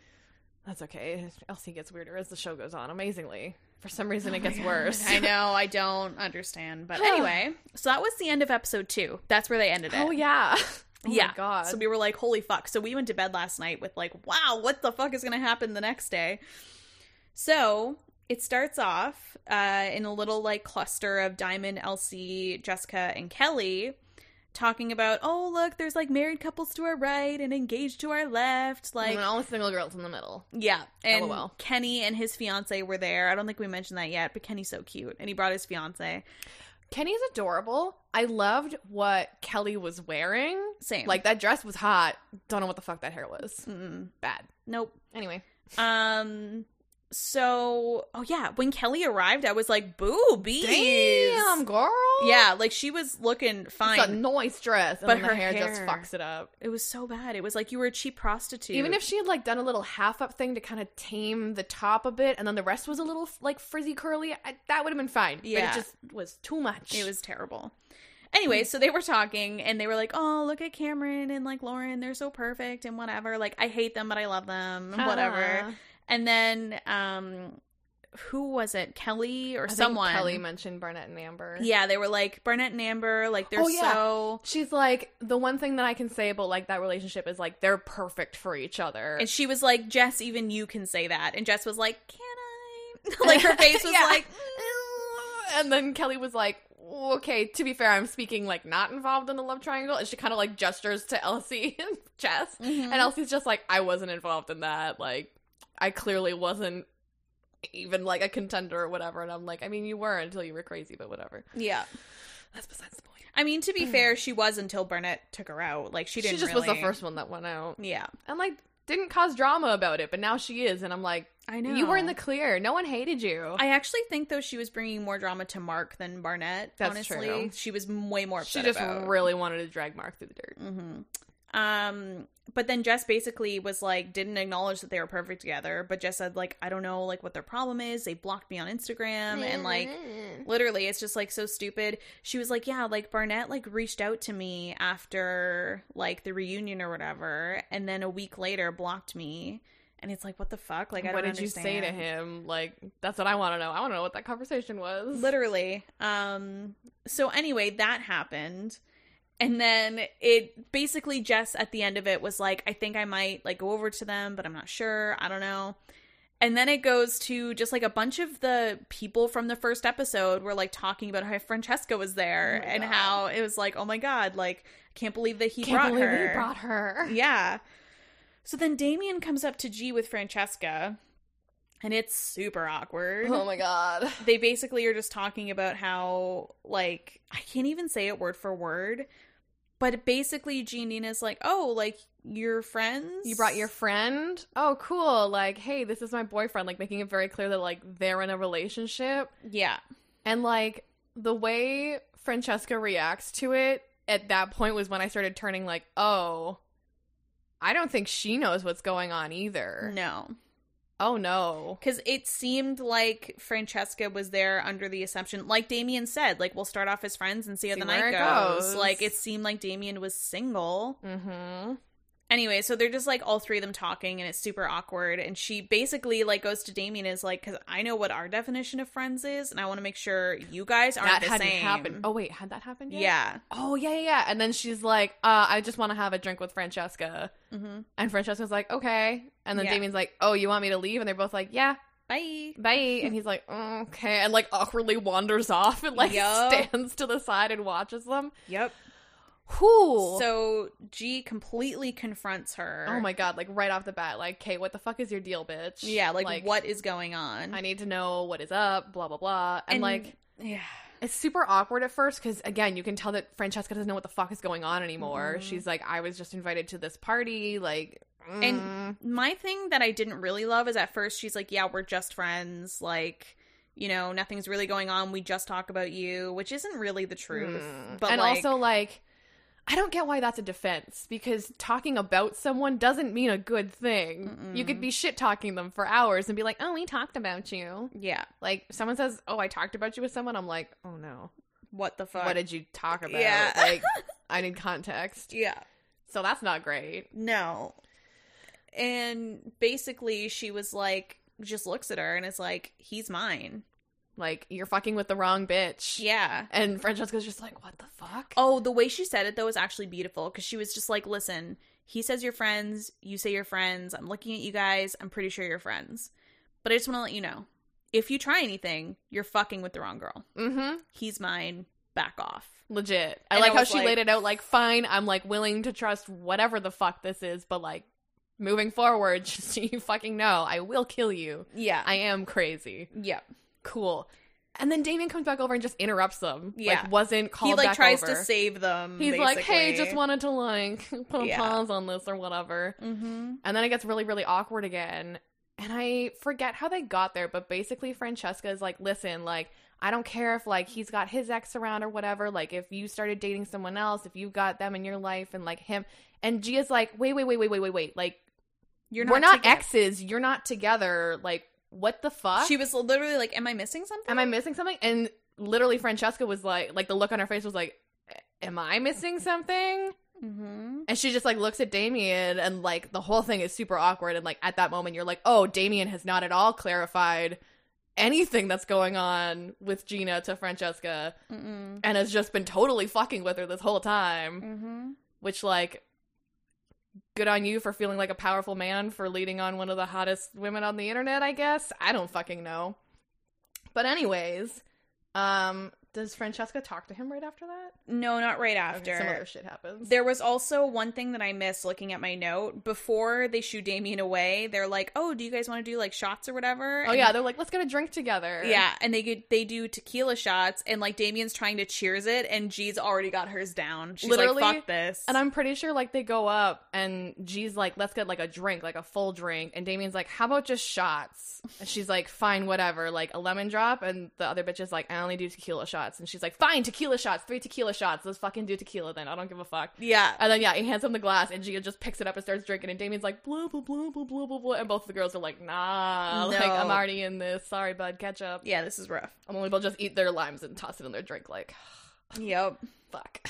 Speaker 1: That's okay. Elsie gets weirder as the show goes on. Amazingly, for some reason, it
Speaker 2: Oh my
Speaker 1: gets
Speaker 2: God.
Speaker 1: worse.
Speaker 2: I know, I don't understand. But anyway, so that was the end of episode two. That's where they ended it.
Speaker 1: Oh yeah. Oh
Speaker 2: yeah.
Speaker 1: My God.
Speaker 2: So we were like, holy fuck. So we went to bed last night with like, wow, what the fuck is going to happen the next day? So it starts off uh, in a little like cluster of Diamond, Elsie, Jessica, and Kelly talking about, oh, look, there's like married couples to our right and engaged to our left. Like,
Speaker 1: and then all the single girls in the middle.
Speaker 2: yeah. And
Speaker 1: LOL.
Speaker 2: Kenny and his fiance were there. I don't think we mentioned that yet, but Kenny's so cute. And he brought his fiance.
Speaker 1: Kenny's adorable. I loved what Kelly was wearing.
Speaker 2: Same.
Speaker 1: Like that dress was hot. Don't know what the fuck that hair was.
Speaker 2: Mm-mm.
Speaker 1: Bad.
Speaker 2: nope.
Speaker 1: Anyway,
Speaker 2: Um. So, oh yeah, when Kelly arrived, I was like, "Boobies!"
Speaker 1: damn girl.
Speaker 2: Yeah, like she was looking fine.
Speaker 1: It's a nice dress, and
Speaker 2: But
Speaker 1: then the
Speaker 2: her
Speaker 1: hair, just
Speaker 2: hair.
Speaker 1: fucks it up.
Speaker 2: it was so bad. It was like you were a cheap prostitute.
Speaker 1: Even if she had like done a little half up thing to kind of tame the top a bit, and then the rest was a little like frizzy curly, I, that would have been fine.
Speaker 2: Yeah.
Speaker 1: but it just was too much.
Speaker 2: it was terrible. Anyway, so they were talking and they were like, "Oh, look at Cameron and like Lauren, they're so perfect and whatever. Like I hate them, but I love them and whatever."
Speaker 1: Ah.
Speaker 2: And then um who was it? Kelly or
Speaker 1: I think
Speaker 2: someone?
Speaker 1: Kelly mentioned Barnett and Amber.
Speaker 2: yeah, they were like Barnett and Amber, like they're
Speaker 1: Oh, yeah.
Speaker 2: so
Speaker 1: She's like the one thing that I can say about like that relationship is like they're perfect for each other.
Speaker 2: And she was like, Jess, even you can say that. And Jess was like, Can I? like her face was
Speaker 1: Yeah.
Speaker 2: like,
Speaker 1: and then Kelly was like, "Okay, to be fair, I'm speaking like not involved in the love triangle." And she kind of like gestures to Elsie and Jess, and Elsie's just like, "I wasn't involved in that. Like, I clearly wasn't even like a contender or whatever." And I'm like, "I mean, you were until you were crazy, but whatever.
Speaker 2: Yeah.
Speaker 1: That's besides the point."
Speaker 2: I mean, to be fair, she was until Burnett took her out. Like she
Speaker 1: Mm. She
Speaker 2: didn't.
Speaker 1: just was
Speaker 2: really-
Speaker 1: the first one that went out,
Speaker 2: Yeah,
Speaker 1: and like didn't cause drama about it, but now she is, and I'm like,
Speaker 2: I
Speaker 1: "You were in the clear. No one hated you."
Speaker 2: I actually think though she was bringing more drama to Mark than Barnett.
Speaker 1: That's
Speaker 2: honestly,
Speaker 1: true.
Speaker 2: she was m- way more.
Speaker 1: she
Speaker 2: Upset
Speaker 1: just
Speaker 2: about.
Speaker 1: really wanted to drag Mark through the dirt.
Speaker 2: hmm Um, but then Jess basically was like, didn't acknowledge that they were perfect together, but Jess said like, I don't know like what their problem is. They blocked me on Instagram and like
Speaker 1: Mm-hmm.
Speaker 2: literally it's just like so stupid she was like yeah like barnett like reached out to me after like the reunion or whatever and then a week later blocked me and it's like what the fuck like I
Speaker 1: what
Speaker 2: don't
Speaker 1: did you say to
Speaker 2: understand.
Speaker 1: him? Like, that's what I want to know. I want to know what that conversation was.
Speaker 2: literally um so anyway that happened and then it basically jess at the end of it was like i think i might like go over to them but i'm not sure i don't know and then it goes to just like a bunch of the people from the first episode were like talking about how francesca was there
Speaker 1: Oh my
Speaker 2: and
Speaker 1: God.
Speaker 2: how it was like oh my god like i can't believe that he
Speaker 1: Can't
Speaker 2: brought
Speaker 1: believe
Speaker 2: her
Speaker 1: he brought her.
Speaker 2: yeah. So then Damien comes up to G with Francesca, and it's super awkward.
Speaker 1: Oh my god.
Speaker 2: They basically are just talking about how, like, I can't even say it word for word, but basically, G and Nina's like, oh, like, your friends?
Speaker 1: You brought your friend. Oh, cool. Like, hey, this is my boyfriend. Like, making it very clear that like they're in a relationship,
Speaker 2: Yeah.
Speaker 1: and like the way Francesca reacts to it at that point was when I started turning like, oh, I don't think she knows what's going on either.
Speaker 2: No.
Speaker 1: Oh no.
Speaker 2: Because it seemed like Francesca was there under the assumption, like Damien said, like, we'll start off as friends and see how
Speaker 1: See
Speaker 2: the
Speaker 1: where
Speaker 2: night
Speaker 1: it
Speaker 2: goes.
Speaker 1: goes.
Speaker 2: Like, it seemed like Damien was single.
Speaker 1: Mm-hmm.
Speaker 2: anyway so they're just like all three of them talking and it's super awkward and she basically like goes to damien and is like because i know what our definition of friends is and i want to make sure you guys aren't
Speaker 1: That
Speaker 2: the
Speaker 1: hadn't
Speaker 2: same
Speaker 1: happened. Oh wait, had that happened yet?
Speaker 2: yeah
Speaker 1: oh yeah yeah yeah and then she's like uh i just want to have a drink with francesca
Speaker 2: hmm
Speaker 1: and francesca's like okay and then
Speaker 2: Yeah.
Speaker 1: damien's like oh you want me to leave and they're both like yeah
Speaker 2: bye
Speaker 1: bye and he's like okay and like awkwardly wanders off and like
Speaker 2: Yup.
Speaker 1: stands to the side and watches them
Speaker 2: yep
Speaker 1: whoo
Speaker 2: so g completely confronts her
Speaker 1: oh my god like right off the bat like kate what the fuck is your deal bitch
Speaker 2: yeah like, what is going on
Speaker 1: i need to know what is up blah blah blah and, like
Speaker 2: yeah
Speaker 1: It's super awkward at first because, again, you can tell that Francesca doesn't know what the fuck is going on anymore.
Speaker 2: Mhm.
Speaker 1: She's like, I was just invited to this party. Like, mm.
Speaker 2: And- my thing that I didn't really love is at first she's like, "Yeah, we're just friends. Like, you know, nothing's really going on. We just talk about you," which isn't really the truth.
Speaker 1: Mm.
Speaker 2: But
Speaker 1: and
Speaker 2: like,
Speaker 1: also, like, I don't get why that's a defense because talking about someone doesn't mean a good thing. You could
Speaker 2: Mm-mm.
Speaker 1: be shit talking them for hours and be like, oh, we talked about you.
Speaker 2: yeah,
Speaker 1: Like, someone says, oh, I talked about you with someone. I'm like, oh no.
Speaker 2: what the fuck?
Speaker 1: What did you talk about?
Speaker 2: Yeah.
Speaker 1: Like, I need context.
Speaker 2: yeah.
Speaker 1: So that's not great.
Speaker 2: No. and basically she was like just looks at her and is like he's mine
Speaker 1: Like, you're fucking with the wrong bitch.
Speaker 2: yeah
Speaker 1: And Francesca's just like, what the fuck?
Speaker 2: oh the way she said it though is actually beautiful because she was just like listen he says you're friends you say you're friends i'm looking at you guys i'm pretty sure you're friends but i just want to let you know if you try anything you're fucking with the wrong girl
Speaker 1: Mm-hmm.
Speaker 2: he's mine back off
Speaker 1: Legit. I
Speaker 2: And
Speaker 1: like
Speaker 2: I
Speaker 1: how
Speaker 2: was
Speaker 1: she
Speaker 2: like-
Speaker 1: laid it out like, fine, I'm like willing to trust whatever the fuck this is, but like moving forward, just so you fucking know, I will kill you.
Speaker 2: yeah
Speaker 1: I am crazy.
Speaker 2: yeah
Speaker 1: Cool. And then Damien comes back over and just interrupts them.
Speaker 2: Yeah.
Speaker 1: Like wasn't called
Speaker 2: he like
Speaker 1: back
Speaker 2: tries
Speaker 1: over.
Speaker 2: to save them
Speaker 1: He's like, hey,
Speaker 2: basically.
Speaker 1: just wanted to like put a
Speaker 2: Yeah.
Speaker 1: pause on this or whatever.
Speaker 2: Mhm.
Speaker 1: And then it gets really, really awkward again. And I forget how they got there, but basically Francesca is like, listen, like, I don't care if like he's got his ex around or whatever, like if you started dating someone else, if you got them in your life and like him and Gia's like, wait, wait, wait, wait, wait, wait, wait. Like
Speaker 2: you're
Speaker 1: we're not
Speaker 2: together.
Speaker 1: exes, you're not together, like what the fuck?
Speaker 2: She was literally like, "Am I missing something?"
Speaker 1: Am I missing something? And literally Francesca was like like the look on her face was like, Am I missing something?
Speaker 2: Mm-hmm.
Speaker 1: And she just like looks at Damien and like the whole thing is super awkward and like at that moment you're like, "Oh, Damien has not at all clarified anything that's going on with Gina to Francesca
Speaker 2: Mm-mm.
Speaker 1: and has just been totally fucking with her this whole time."
Speaker 2: Mm-hmm.
Speaker 1: Which like good on you for feeling like a powerful man for leading on one of the hottest women on the internet, I guess. I don't fucking know. But anyways, um does Francesca talk to him right after that?
Speaker 2: No, not right
Speaker 1: Okay,
Speaker 2: after.
Speaker 1: some other shit happens.
Speaker 2: there was also one thing that I missed looking at my note. Before they shoo Damien away, they're like, "Oh, do you guys want to do like shots or whatever?"
Speaker 1: Oh
Speaker 2: And-
Speaker 1: yeah, they're like, let's get a drink together.
Speaker 2: yeah. And they get, they do tequila shots, and like Damien's trying to cheers it, and G's already got hers down. She's
Speaker 1: Literally,
Speaker 2: like, "Fuck this!"
Speaker 1: And I'm pretty sure like they go up and G's like, let's get like a drink, like a full drink. And Damien's like, how about just shots? And she's like, fine, whatever, like a lemon drop. And the other bitch is like, I only do tequila shots. And she's like, fine, tequila shots, three tequila shots. Let's fucking do tequila then. I don't give a fuck.
Speaker 2: yeah.
Speaker 1: And then yeah, he hands him the glass and Gia just picks it up and starts drinking. And Damien's like, blah, blah, blah, blah, blah, blah, blah. And both the girls are like, nah, like
Speaker 2: No.
Speaker 1: I'm already in this. Sorry, bud, catch up.
Speaker 2: yeah, this is rough.
Speaker 1: I'm only able to just eat their limes and toss it in their drink. Like,
Speaker 2: Yep.
Speaker 1: fuck.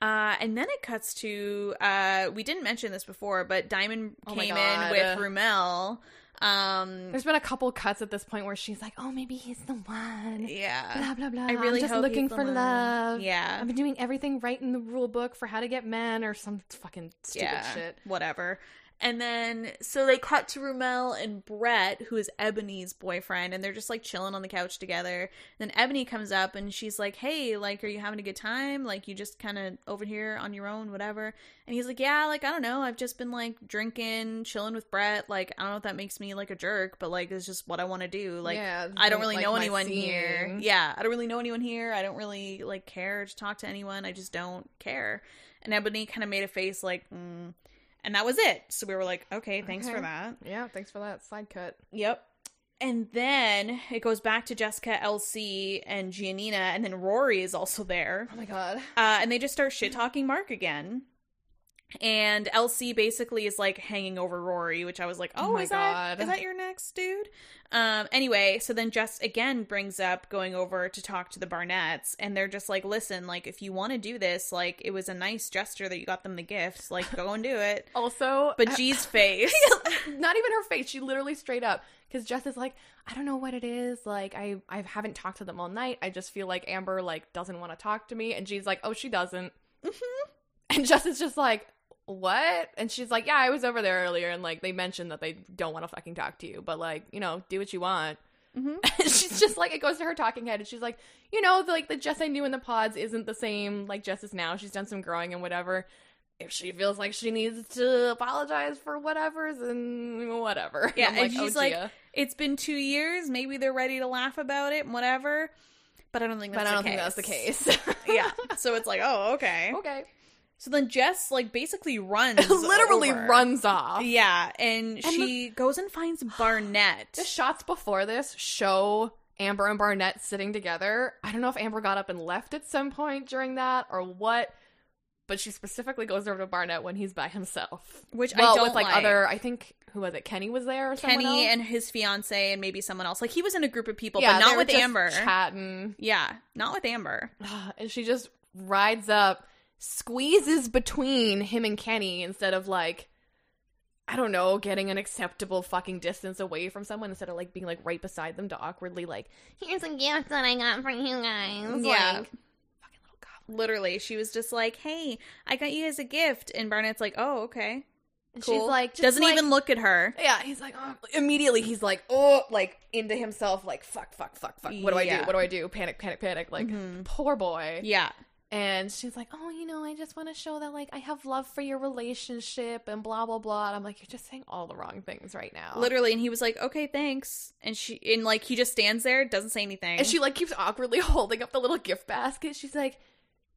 Speaker 2: Uh, and then it cuts to uh, we didn't mention this before, but Diamond
Speaker 1: Oh my
Speaker 2: came
Speaker 1: God.
Speaker 2: in with Rumel. Um,
Speaker 1: There's been a couple cuts at this point where she's like, "Oh, maybe he's the one."
Speaker 2: yeah,
Speaker 1: Blah blah blah.
Speaker 2: I really
Speaker 1: am just
Speaker 2: hope
Speaker 1: looking
Speaker 2: he's the
Speaker 1: for
Speaker 2: one.
Speaker 1: love. I've
Speaker 2: Yeah,
Speaker 1: been doing everything right in the rule book for how to get men or some fucking stupid
Speaker 2: yeah,
Speaker 1: shit.
Speaker 2: whatever. And then so they cut to Rumel and Brett, who is Ebony's boyfriend, and they're just like chilling on the couch together. Then Ebony comes up and she's like, "Hey, like, are you having a good time? Like, you just kind of over here on your own, whatever." And he's like, "Yeah, like, I don't know. I've just been like drinking, chilling with Brett. Like, I don't know if that makes me like a jerk, but like, it's just what I want to do. Like,
Speaker 1: yeah,
Speaker 2: I don't really
Speaker 1: like
Speaker 2: know
Speaker 1: my
Speaker 2: anyone
Speaker 1: scene.
Speaker 2: here. Yeah, I don't really know anyone here. I don't really like care to talk to anyone. I just don't care. And Ebony kind of made a face like, mm. and that was it. So we were like, okay, thanks
Speaker 1: Okay.
Speaker 2: for that.
Speaker 1: Yeah, thanks for that side cut.
Speaker 2: Yep. And then it goes back to Jessica, LC, and Giannina, and then Rory is also there.
Speaker 1: Oh my god.
Speaker 2: Uh, and they just start shit talking Mark again. And LC basically is like hanging over Rory, which I was like,
Speaker 1: Oh
Speaker 2: "Oh,
Speaker 1: my
Speaker 2: is that
Speaker 1: God.
Speaker 2: is that your next dude?" Um. Anyway, so then Jess again brings up going over to talk to the Barnetts, and they're just like, "Listen, like if you want to do this, like it was a nice gesture that you got them the gifts, like go and do it."
Speaker 1: Also,
Speaker 2: But G's face,
Speaker 1: not even her face. She literally straight up because Jess is like, I don't know what it is. Like I, I haven't talked to them all night. I just feel like Amber like doesn't want to talk to me, and she's like, oh, she doesn't. And Jess is just like, what? And she's like, yeah, I was over there earlier, and like they mentioned that they don't want to fucking talk to you, but like you know, do what you want.
Speaker 2: Mhm.
Speaker 1: And she's just like, it goes to her talking head, and she's like, you know, the, like the Jess I knew in the pods isn't the same like Jess is now. She's done some growing and whatever. If she feels like she needs to apologize for whatever's and whatever.
Speaker 2: Yeah,
Speaker 1: I'm oh,
Speaker 2: and she's like,
Speaker 1: Gia.
Speaker 2: it's been two years. Maybe they're ready to laugh about it, and whatever. But I don't think that's
Speaker 1: but I don't
Speaker 2: the
Speaker 1: think that's the
Speaker 2: case.
Speaker 1: case.
Speaker 2: yeah. So it's like, oh, okay.
Speaker 1: okay.
Speaker 2: So then Jess like basically runs,
Speaker 1: Literally
Speaker 2: over.
Speaker 1: runs off.
Speaker 2: Yeah, and,
Speaker 1: the-
Speaker 2: she goes and finds Barnett.
Speaker 1: The shots before this show Amber and Barnett sitting together. I don't know if Amber got up and left at some point during that or what, but she specifically goes over to Barnett when he's by himself.
Speaker 2: which I
Speaker 1: well,
Speaker 2: don't
Speaker 1: with like, other, I think who was it? Kenny was there or someone
Speaker 2: Kenny
Speaker 1: else?
Speaker 2: and his fiance and maybe someone else. Like he was in a group of people,
Speaker 1: yeah,
Speaker 2: but
Speaker 1: they
Speaker 2: not
Speaker 1: were
Speaker 2: with
Speaker 1: just
Speaker 2: Amber.
Speaker 1: chatting,
Speaker 2: yeah, not with Amber.
Speaker 1: and she just rides up, squeezes between him and Kenny instead of like I don't know, getting an acceptable fucking distance away from someone instead of like being like right beside them to awkwardly like,
Speaker 3: Here's a gift that I got for you guys.
Speaker 2: Yeah.
Speaker 3: Like,
Speaker 1: fucking little goblin.
Speaker 2: Literally, she was just like, "Hey, I got you as a gift," and Barnett's like, "Oh, okay."
Speaker 1: And
Speaker 2: Cool.
Speaker 1: she's like, just,
Speaker 2: Doesn't
Speaker 1: like-
Speaker 2: even look at her.
Speaker 1: Yeah, he's like, oh. immediately he's like, oh, like into himself, like, fuck, fuck, fuck, fuck. What do I
Speaker 2: Yeah.
Speaker 1: do? What do I do? Panic, panic, panic. Like,
Speaker 2: Mhm.
Speaker 1: poor boy.
Speaker 2: Yeah,
Speaker 1: And she's like, oh, you know, I just want to show that, like, I have love for your relationship and blah, blah, blah. And I'm like, you're just saying all the wrong things right now.
Speaker 2: literally. And he was like, "Okay, thanks." And she and like he just stands there, doesn't say anything.
Speaker 1: And she, like, keeps awkwardly holding up the little gift basket. She's like,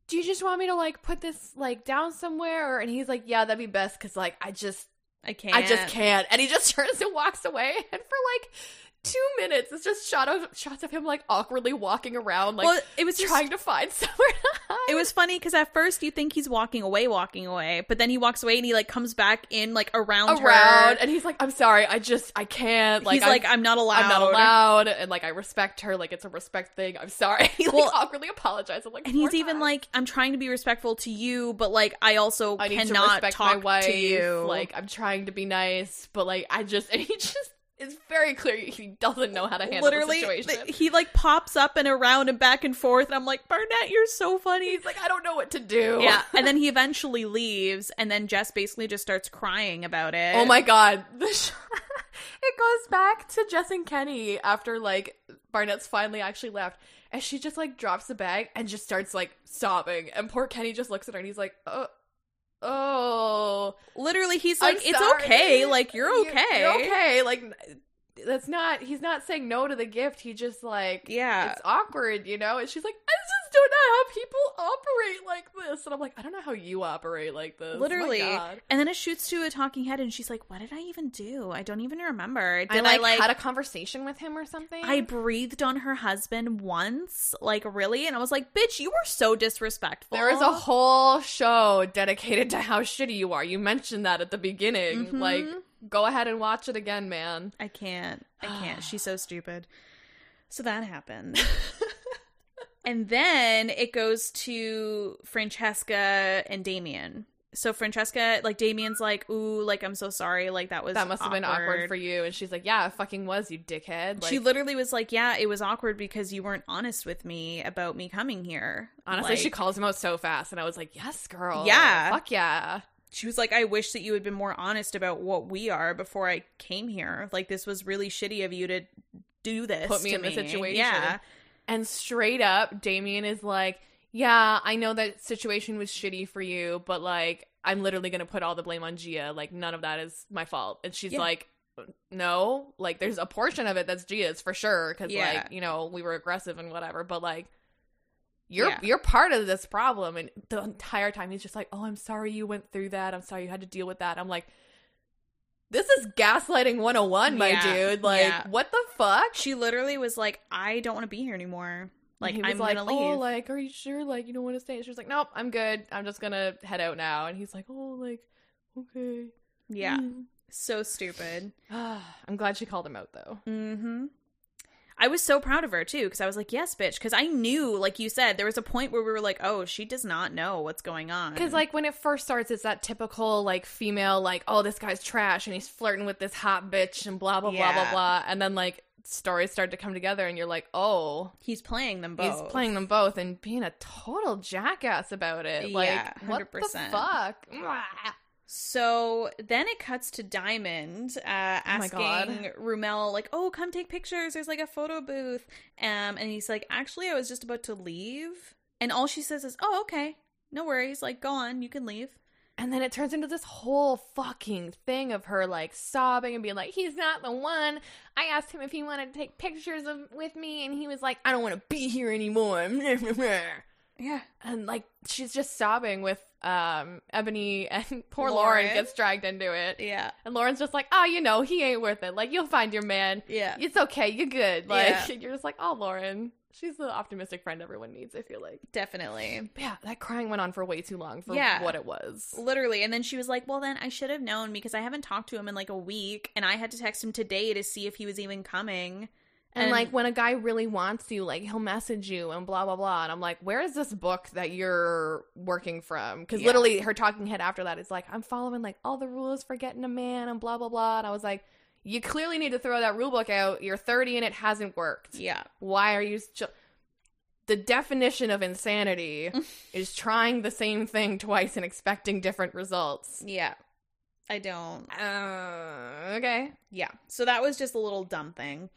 Speaker 1: do you just want me to, like, put this, like, down somewhere? And he's like, yeah, that'd be best because, like, I just
Speaker 2: I can't.
Speaker 1: I just can't. And he just turns and walks away. And for like two minutes, it's just shot of shots of him like awkwardly walking around, like
Speaker 2: well, it was just-
Speaker 1: trying to find somewhere. to hide.
Speaker 2: It was funny because at first you think he's walking away, walking away, but then he walks away and he like comes back in like around,
Speaker 1: around,
Speaker 2: her.
Speaker 1: and he's like, "I'm sorry, I just I can't." Like,
Speaker 2: he's
Speaker 1: I'm,
Speaker 2: like, I'm not allowed.
Speaker 1: I'm not allowed, and like I respect her. Like it's a respect thing. I'm sorry. he like,
Speaker 2: Well-
Speaker 1: awkwardly apologizes. Like,
Speaker 2: And he's
Speaker 1: four
Speaker 2: even
Speaker 1: times.
Speaker 2: like, I'm trying to be respectful to you, but like, I also
Speaker 1: I need to
Speaker 2: cannot
Speaker 1: respect
Speaker 2: talk
Speaker 1: my wife.
Speaker 2: to you.
Speaker 1: Like I'm trying to be nice, but like I just and he just it's very clear he doesn't know how to handle
Speaker 2: literally,
Speaker 1: the situation.
Speaker 2: th- he like pops up and around and back and forth. And I'm like, Barnett, you're so funny.
Speaker 1: he's like, I don't know what to do.
Speaker 2: Yeah, and then he eventually leaves, and then Jess basically just starts crying about it.
Speaker 1: Oh my god. The sh- it goes back to Jess and Kenny after like Barnett's finally actually left. And she just like drops the bag and just starts like sobbing. And poor Kenny just looks at her and he's like, Oh, oh
Speaker 2: Literally, he's
Speaker 1: I'm
Speaker 2: like, it's
Speaker 1: sorry.
Speaker 2: okay. Like you're
Speaker 1: You-
Speaker 2: okay.
Speaker 1: You're, okay. Like that's not he's not saying no to the gift. He just like
Speaker 2: Yeah.
Speaker 1: It's awkward, you know? And she's like, I just don't know how people operate like this. And I'm like, I don't know how you operate like this. Oh My
Speaker 2: Literally.
Speaker 1: God.
Speaker 2: And then it shoots to a talking head, and she's like, "What did I even do? I don't even remember. Did
Speaker 1: And
Speaker 2: I
Speaker 1: I
Speaker 2: like?"
Speaker 1: had a conversation with him or something.
Speaker 2: I breathed on her husband once, like really, and I was like, "Bitch, you were so disrespectful."
Speaker 1: There is a whole show dedicated to how shitty you are. You mentioned that at the beginning.
Speaker 2: Mhm.
Speaker 1: Like, go ahead and watch it again, man.
Speaker 2: I can't. I can't. She's so stupid. So that happened. and then it goes to Francesca and Damien. So Francesca, like Damien's like, "Ooh, like I'm so sorry. Like that was
Speaker 1: That must have been awkward for you. And she's like, Yeah, it fucking was, you dickhead. Like,
Speaker 2: she literally was like, "Yeah, it was awkward because you weren't honest with me about me coming here."
Speaker 1: honestly, she
Speaker 2: Like,
Speaker 1: calls him out so fast. And I was like, Yes, girl.
Speaker 2: Yeah.
Speaker 1: Fuck yeah.
Speaker 2: she was like, "I wish that you had been more honest about what we are before I came here. Like this was really shitty of you to do this.
Speaker 1: Put me
Speaker 2: to
Speaker 1: in this situation."
Speaker 2: Yeah,
Speaker 1: And straight up, Damien is like, Yeah, I know that situation was shitty for you, but like, I'm literally going to put all the blame on Gia. Like, none of that is my fault. And she's
Speaker 2: Yeah.
Speaker 1: like, No, like, there's a portion of it that's Gia's for sure. Cause
Speaker 2: Yeah.
Speaker 1: like, you know, we were aggressive and whatever, but like, you're
Speaker 2: Yeah.
Speaker 1: you're part of this problem and the entire time he's just like oh i'm sorry you went through that i'm sorry you had to deal with that i'm like this is gaslighting 101 my
Speaker 2: Yeah.
Speaker 1: dude like
Speaker 2: Yeah.
Speaker 1: what the fuck
Speaker 2: she literally was like, "I don't want to be here anymore. Like
Speaker 1: he was
Speaker 2: I'm
Speaker 1: like,
Speaker 2: gonna leave."
Speaker 1: Oh, like, are you sure? Like, you don't want to stay? And she was like, Nope, I'm good. I'm just gonna head out now. And he's like, Oh, like, okay.
Speaker 2: yeah,
Speaker 1: Mm.
Speaker 2: so stupid.
Speaker 1: I'm glad she called him out though.
Speaker 2: Mm-hmm. I was so proud of her too because I was like, "Yes, bitch," because I knew, like you said, there was a point where we were like, "Oh, she does not know what's going on."
Speaker 1: Because like when it first starts, it's that typical like female like, Oh, this guy's trash, and he's flirting with this hot bitch, and blah blah blah
Speaker 2: Yeah.
Speaker 1: blah blah. And then like stories start to come together, and you're like, Oh,
Speaker 2: he's playing them both.
Speaker 1: he's playing them both, and being a total jackass about it. Like,
Speaker 2: Yeah,
Speaker 1: what the
Speaker 2: 100%.
Speaker 1: fuck? Mm. Mwah.
Speaker 2: So then it cuts to Diamond uh,
Speaker 1: Oh my
Speaker 2: asking
Speaker 1: God.
Speaker 2: Rumel, like, "Oh, come take pictures. There's like a photo booth," um, and he's like, "Actually, I was just about to leave," and all she says is, "Oh, okay, no worries. Like, go on, you can leave."
Speaker 1: And then it turns into this whole fucking thing of her like sobbing and being like, "He's not the one." I asked him if he wanted to take pictures of with me, and he was like, "I don't want to be here anymore." and
Speaker 2: Yeah,
Speaker 1: like she's just sobbing with um Ebony, and poor
Speaker 2: Lauren.
Speaker 1: Lauren, gets dragged into it,
Speaker 2: yeah,
Speaker 1: and Lauren's just like, "Oh, you know, he ain't worth it. Like you'll find your man.
Speaker 2: yeah.
Speaker 1: It's okay. You're good." Like
Speaker 2: Yeah.
Speaker 1: you're just like, "Oh, Lauren." She's the optimistic friend everyone needs. I feel like.
Speaker 2: Definitely.
Speaker 1: But yeah, that crying went on for way too long for
Speaker 2: Yeah.
Speaker 1: what it was.
Speaker 2: Literally. And then she was like, Well, then I should have known because I haven't talked to him in like a week and I had to text him today to see if he was even coming.
Speaker 1: And,
Speaker 2: And-
Speaker 1: like when a guy really wants you, like he'll message you and blah blah blah. And I'm like, where is this book that you're working from? Because
Speaker 2: Yeah.
Speaker 1: literally, her talking head after that is like, I'm following like all the rules for getting a man and blah blah blah. And I was like, you clearly need to throw that rule book out. You're 30 and it hasn't worked.
Speaker 2: Yeah.
Speaker 1: Why are you? St- the definition of insanity is trying the same thing twice and expecting different results.
Speaker 2: Yeah. I don't.
Speaker 1: Uh, okay.
Speaker 2: Yeah. So that was just a little dumb thing.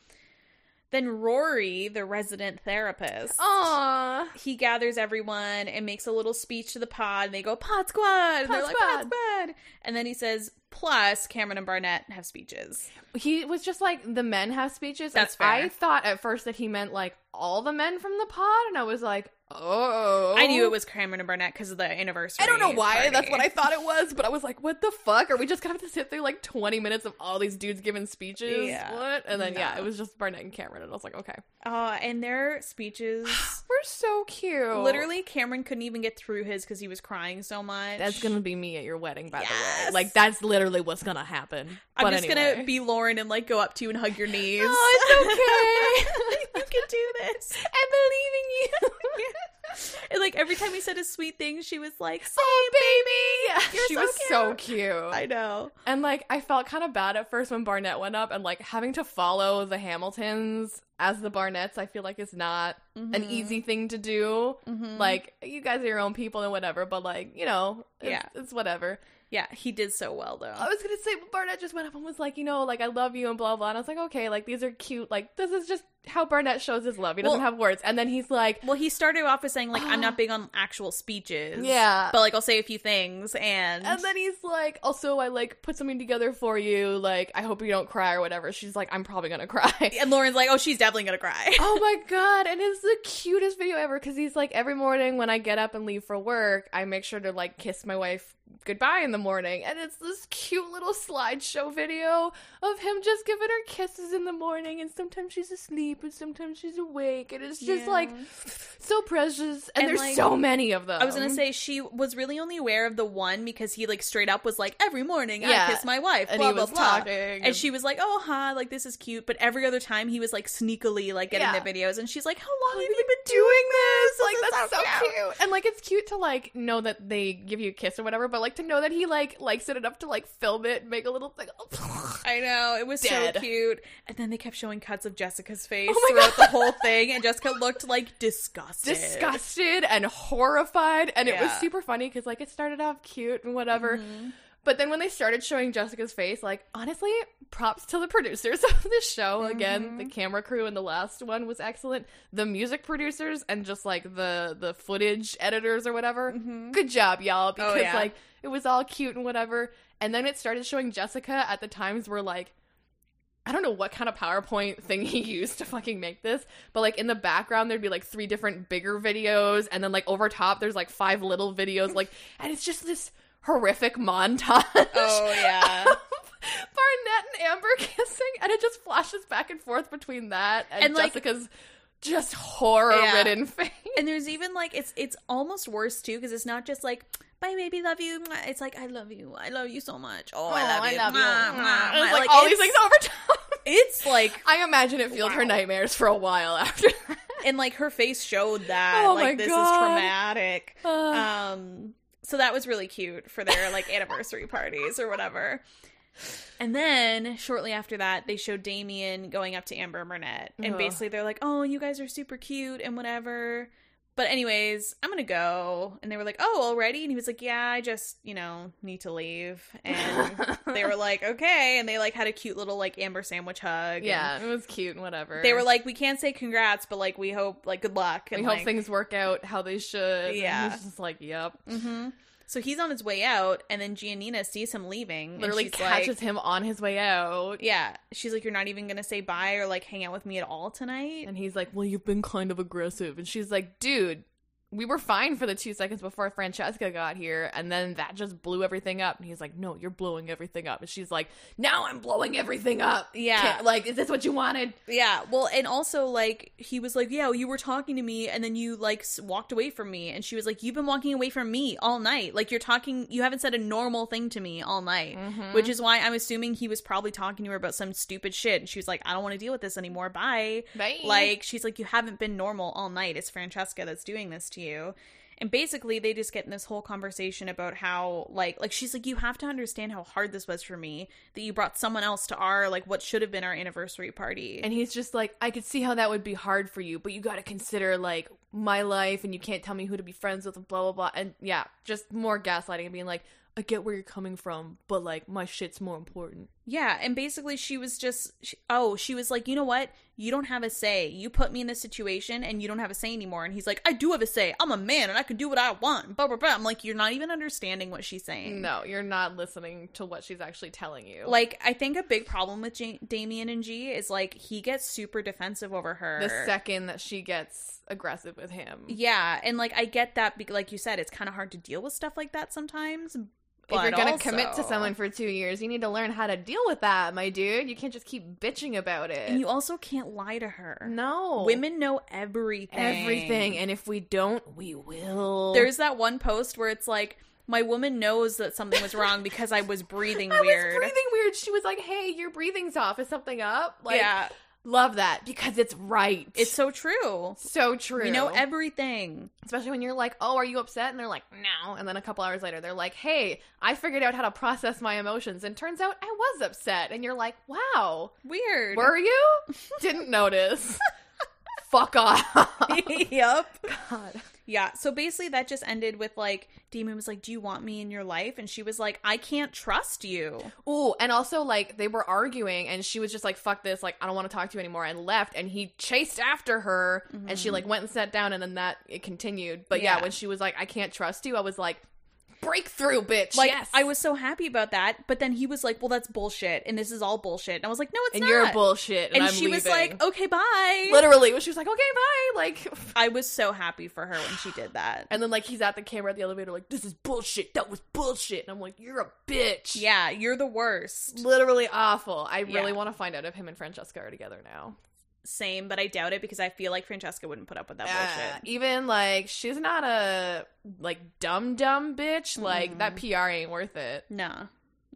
Speaker 2: Then Rory, the resident therapist.
Speaker 1: Aww.
Speaker 2: He gathers everyone and makes a little speech to the pod. And they go, Pod Squad. And
Speaker 1: Pod
Speaker 2: they're like,
Speaker 1: squad.
Speaker 2: Pod Squad. And then he says, Plus, Cameron and Barnett have speeches.
Speaker 1: He was just like the men have speeches. and
Speaker 2: That's fair.
Speaker 1: I thought at first that he meant like all the men from the pod, and I was like, oh,
Speaker 2: I knew it was Cameron and Barnett because of the anniversary.
Speaker 1: I don't know why
Speaker 2: party.
Speaker 1: that's what I thought it was, but I was like, what the fuck? Are we just gonna have to sit through like twenty minutes of all these dudes giving speeches?
Speaker 2: Yeah.
Speaker 1: What? And then yeah,
Speaker 2: No.
Speaker 1: it was just Barnett and Cameron, and I was like, okay,
Speaker 2: Uh, and their speeches.
Speaker 1: we're so cute.
Speaker 2: Literally, Cameron couldn't even get through his because he was crying so much.
Speaker 1: That's gonna be me at your wedding, by the way.
Speaker 2: Yes.
Speaker 1: Like that's literally what's gonna happen.
Speaker 2: I'm
Speaker 1: But
Speaker 2: just
Speaker 1: anyway.
Speaker 2: gonna be Lauren and like go up to you and hug your knees.
Speaker 1: Oh, it's okay.
Speaker 2: you can do this.
Speaker 1: I believe in you.
Speaker 2: And like every time he said a sweet thing, she was like,
Speaker 1: oh, baby.
Speaker 2: You're
Speaker 1: she
Speaker 2: so
Speaker 1: was so cute.
Speaker 2: "I know."
Speaker 1: And like I felt kind of bad at first when Barnett went up and like having to follow the Hamiltons as the Barnetts, I feel like is not an
Speaker 2: Mhm.
Speaker 1: easy thing to do.
Speaker 2: Mhm.
Speaker 1: Like you guys are your own people and whatever, but like, you know, it's,
Speaker 2: Yeah.
Speaker 1: it's whatever.
Speaker 2: yeah, he did so well though.
Speaker 1: I was gonna say but Barnett just went up and was like, you know, like I love you and blah blah and I was like, okay, like these are cute, like this is just how Barnett shows his love. He doesn't
Speaker 2: Well-
Speaker 1: have words. And then he's like
Speaker 2: well, he started off as saying like, "I'm not big on actual speeches."
Speaker 1: Yeah.
Speaker 2: but like I'll say a few things, and,
Speaker 1: and then he's like, also I like put something together for you, like I hope you don't cry or whatever. She's like, I'm probably gonna cry.
Speaker 2: and Lauren's like, "Oh, she's definitely gonna cry."
Speaker 1: oh my god and it's the cutest video ever because he's like every morning when i get up and leave for work i make sure to like kiss my wife goodbye in the morning and it's this cute little slideshow video of him just giving her kisses in the morning and sometimes she's asleep and sometimes she's awake and it's just
Speaker 2: Yeah.
Speaker 1: like so precious and,
Speaker 2: And,
Speaker 1: there's
Speaker 2: like,
Speaker 1: so many of them
Speaker 2: I was gonna say she was really only aware of the one because he like straight up was like every morning
Speaker 1: Yeah.
Speaker 2: I kiss my wife,
Speaker 1: and
Speaker 2: blah
Speaker 1: he
Speaker 2: blah
Speaker 1: was
Speaker 2: blah,
Speaker 1: talking
Speaker 2: and she was like, oh huh, like this is cute, but every other time he was like sneakily like getting
Speaker 1: Yeah.
Speaker 2: the videos, and she's like, how long have
Speaker 1: have
Speaker 2: you
Speaker 1: you been doing this? Like
Speaker 2: This is
Speaker 1: that's so,
Speaker 2: so
Speaker 1: cute.
Speaker 2: cute.
Speaker 1: And like it's cute to like know that they give you a kiss or whatever, but like to know that he like likes it enough to like film it and make a little thing.
Speaker 2: I know it was
Speaker 1: Dead.
Speaker 2: so cute, and then they kept showing cuts of Jessica's face
Speaker 1: Oh my
Speaker 2: throughout
Speaker 1: God.
Speaker 2: the whole thing, and Jessica looked like disgusted.
Speaker 1: Disgusted and horrified, and it was
Speaker 2: Yeah.
Speaker 1: super funny because like it started off cute and whatever,
Speaker 2: Mhm.
Speaker 1: but then when they started showing Jessica's face, like honestly, props to the producers of this show. Again,
Speaker 2: Mm-hmm.
Speaker 1: the camera crew in the last one was excellent. The music producers and just like the the footage editors or whatever,
Speaker 2: Mhm.
Speaker 1: good job, y'all, because
Speaker 2: yeah.
Speaker 1: like it was all cute and whatever. And then it started showing Jessica at the times where like I don't know what kind of PowerPoint thing he used to fucking make this, but like in the background there'd be like three different bigger videos, and then like over top there's like five little videos, like, and it's just this horrific montage.
Speaker 2: Oh yeah,
Speaker 1: of Barnett and Amber kissing, and it just flashes back and forth between that and,
Speaker 2: And, like-
Speaker 1: Jessica's just horror-ridden face.
Speaker 2: and there's even like it's it's almost worse too because it's not just like. Bye, baby, love you. Mwah. It's like I love you. I love you so much. Oh, I love you. Mwah, mwah,
Speaker 1: And it's
Speaker 2: mwah.
Speaker 1: like, all these
Speaker 2: it's-
Speaker 1: things over top.
Speaker 2: It's like
Speaker 1: I imagine it fueled her
Speaker 2: Wow.
Speaker 1: nightmares for a while after. that.
Speaker 2: and like her face showed that
Speaker 1: Oh my
Speaker 2: like this
Speaker 1: God.
Speaker 2: is traumatic.
Speaker 1: Uh,
Speaker 2: Um so that was really cute for their like anniversary parties or whatever. And then shortly after that, they showed Damien going up to Amber Burnett. And
Speaker 1: Ugh.
Speaker 2: basically they're like, Oh, you guys are super cute and whatever. But anyways, I'm gonna go. And they were like, Oh, already? And he was like, Yeah, I just, you know, need to leave. And they were like, Okay. And they like had a cute little like Amber sandwich hug. and
Speaker 1: yeah, it was cute and whatever.
Speaker 2: they were like, we can't say congrats, but like we hope, like good luck.
Speaker 1: we
Speaker 2: And,
Speaker 1: hope
Speaker 2: like-
Speaker 1: things work out how they should.
Speaker 2: Yeah.
Speaker 1: And he's just like, yep.
Speaker 2: Mhm. So he's on his way out, and then Giannina sees him leaving. and
Speaker 1: Literally
Speaker 2: she's
Speaker 1: catches
Speaker 2: like,
Speaker 1: him on his way out.
Speaker 2: Yeah, she's like, you're not even gonna say bye or like hang out with me at all tonight.
Speaker 1: And he's like, well, you've been kind of aggressive. And she's like, dude, we were fine for the two seconds before Francesca got here, and then that just blew everything up. And he's like, "No, you're blowing everything up." And she's like, "Now I'm blowing everything up."
Speaker 2: Yeah.
Speaker 1: Can't- like, is this what you wanted?
Speaker 2: Yeah, well, and also like he was like, "Yeah, you were talking to me, and then you like s- walked away from me." And she was like, "You've been walking away from me all night. Like you're talking, you haven't said a normal thing to me all night." Which is why I'm assuming he was probably talking to her about some stupid shit, and she was like, "I don't want to deal with this anymore. Bye."
Speaker 1: Bye.
Speaker 2: Like she's like, "You haven't been normal all night. It's Francesca that's doing this to you." And basically, they just get in this whole conversation about how, like, like she's like, you have to understand how hard this was for me that you brought someone else to our like what should have been our anniversary party.
Speaker 1: And he's just like, I could see how that would be hard for you, but you got to consider like my life, and you can't tell me who to be friends with, and blah blah blah. And yeah, just more gaslighting and being like, I get where you're coming from, but like my shit's more important.
Speaker 2: Yeah, and basically she was just she, oh, she was like, "You know what? You don't have a say. You put me in this situation and you don't have a say anymore." And he's like, "I do have a say. I'm a man and I can do what I want." Blah blah blah. I'm like, "You're not even understanding what she's saying."
Speaker 1: No, you're not listening to what she's actually telling you.
Speaker 2: Like, I think a big problem with ja- Damien and G is like he gets super defensive over her.
Speaker 1: the second that she gets aggressive with him,
Speaker 2: Yeah, and like I get that because like you said it's kind of hard to deal with stuff like that sometimes. But
Speaker 1: if you're gonna
Speaker 2: also-
Speaker 1: commit to someone for two years, you need to learn how to deal with that, my dude. You can't just keep bitching about it.
Speaker 2: and you also can't lie to her.
Speaker 1: no,
Speaker 2: Women know everything.
Speaker 1: everything, and if we don't, we will.
Speaker 2: There's that one post where it's like, my woman knows that something was wrong because I was breathing
Speaker 1: I
Speaker 2: weird.
Speaker 1: was breathing weird. She was like, "Hey, your breathing's off. Is something up?" Like,
Speaker 2: yeah,
Speaker 1: love that because it's right.
Speaker 2: it's so true.
Speaker 1: so true.
Speaker 2: We know everything.
Speaker 1: especially when you're like, "Oh, are you upset?" and they're like, "No," and then a couple hours later, they're like, "Hey, I figured out how to process my emotions, and turns out I was upset." And you're like, "Wow,
Speaker 2: Weird.
Speaker 1: were you? Didn't notice." Fuck off.
Speaker 2: yep.
Speaker 1: God.
Speaker 2: Yeah. So basically, that just ended with like, Damon was like, "Do you want me in your life?" And she was like, "I can't trust you."
Speaker 1: Ooh, and also like they were arguing, and she was just like, "Fuck this! Like I don't want to talk to you anymore," and left. And he chased after her, and she like went and sat down, and then that it continued. But yeah.
Speaker 2: Mm-hmm. Yeah.
Speaker 1: when she was like, "I can't trust you," I was like, "Breakthrough, bitch!"
Speaker 2: Like,
Speaker 1: yes,
Speaker 2: I was so happy about that. But then he was like, "Well, that's bullshit," and this is all bullshit. And I was like, "No, it's
Speaker 1: and
Speaker 2: not."
Speaker 1: you're bullshit, and,
Speaker 2: and
Speaker 1: I'm
Speaker 2: she was
Speaker 1: leaving.
Speaker 2: like, "Okay, bye."
Speaker 1: literally, when she was like, "Okay, bye," like,
Speaker 2: I was so happy for her when she did that.
Speaker 1: and then like he's at the camera at the elevator, like, "This is bullshit. That was bullshit," and I'm like, "You're a bitch."
Speaker 2: Yeah, you're the worst.
Speaker 1: literally awful. I really
Speaker 2: Yeah.
Speaker 1: want to find out if him and Francesca are together now.
Speaker 2: Same, but I doubt it because I feel like Francesca wouldn't put up with that
Speaker 1: Yeah,
Speaker 2: bullshit.
Speaker 1: Uh, even like she's not a like dumb dumb bitch. Like
Speaker 2: Mhm.
Speaker 1: that PR ain't worth it.
Speaker 2: No.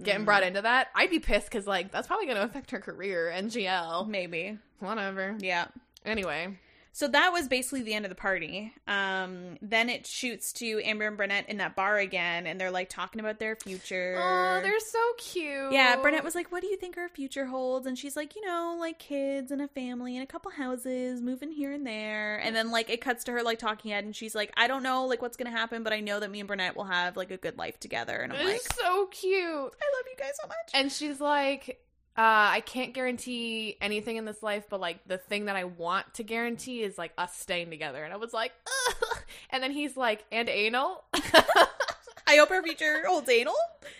Speaker 1: Getting
Speaker 2: Mm.
Speaker 1: brought into that, I'd be pissed because like that's probably going to affect her career. NGL,
Speaker 2: Maybe.
Speaker 1: whatever.
Speaker 2: Yeah.
Speaker 1: Anyway,
Speaker 2: So that was basically the end of the party. Um, then it shoots to Amber and Burnett in that bar again, and they're like talking about their future.
Speaker 1: oh, they're so cute.
Speaker 2: yeah, Burnett was like, "What do you think our future holds?" And she's like, "You know, like kids and a family and a couple houses, moving here and there." And then like it cuts to her like talking head, and she's like, "I don't know like what's gonna happen, but I know that me and Burnett will have like a good life together." And I'm
Speaker 1: They're
Speaker 2: like,
Speaker 1: so cute.
Speaker 2: "I love you guys so much."
Speaker 1: And she's like, uh, I can't guarantee anything in this life, but like the thing that I want to guarantee is like us staying together. And I was like, Ugh. and then he's like, and anal,
Speaker 2: I hope our future holds anal.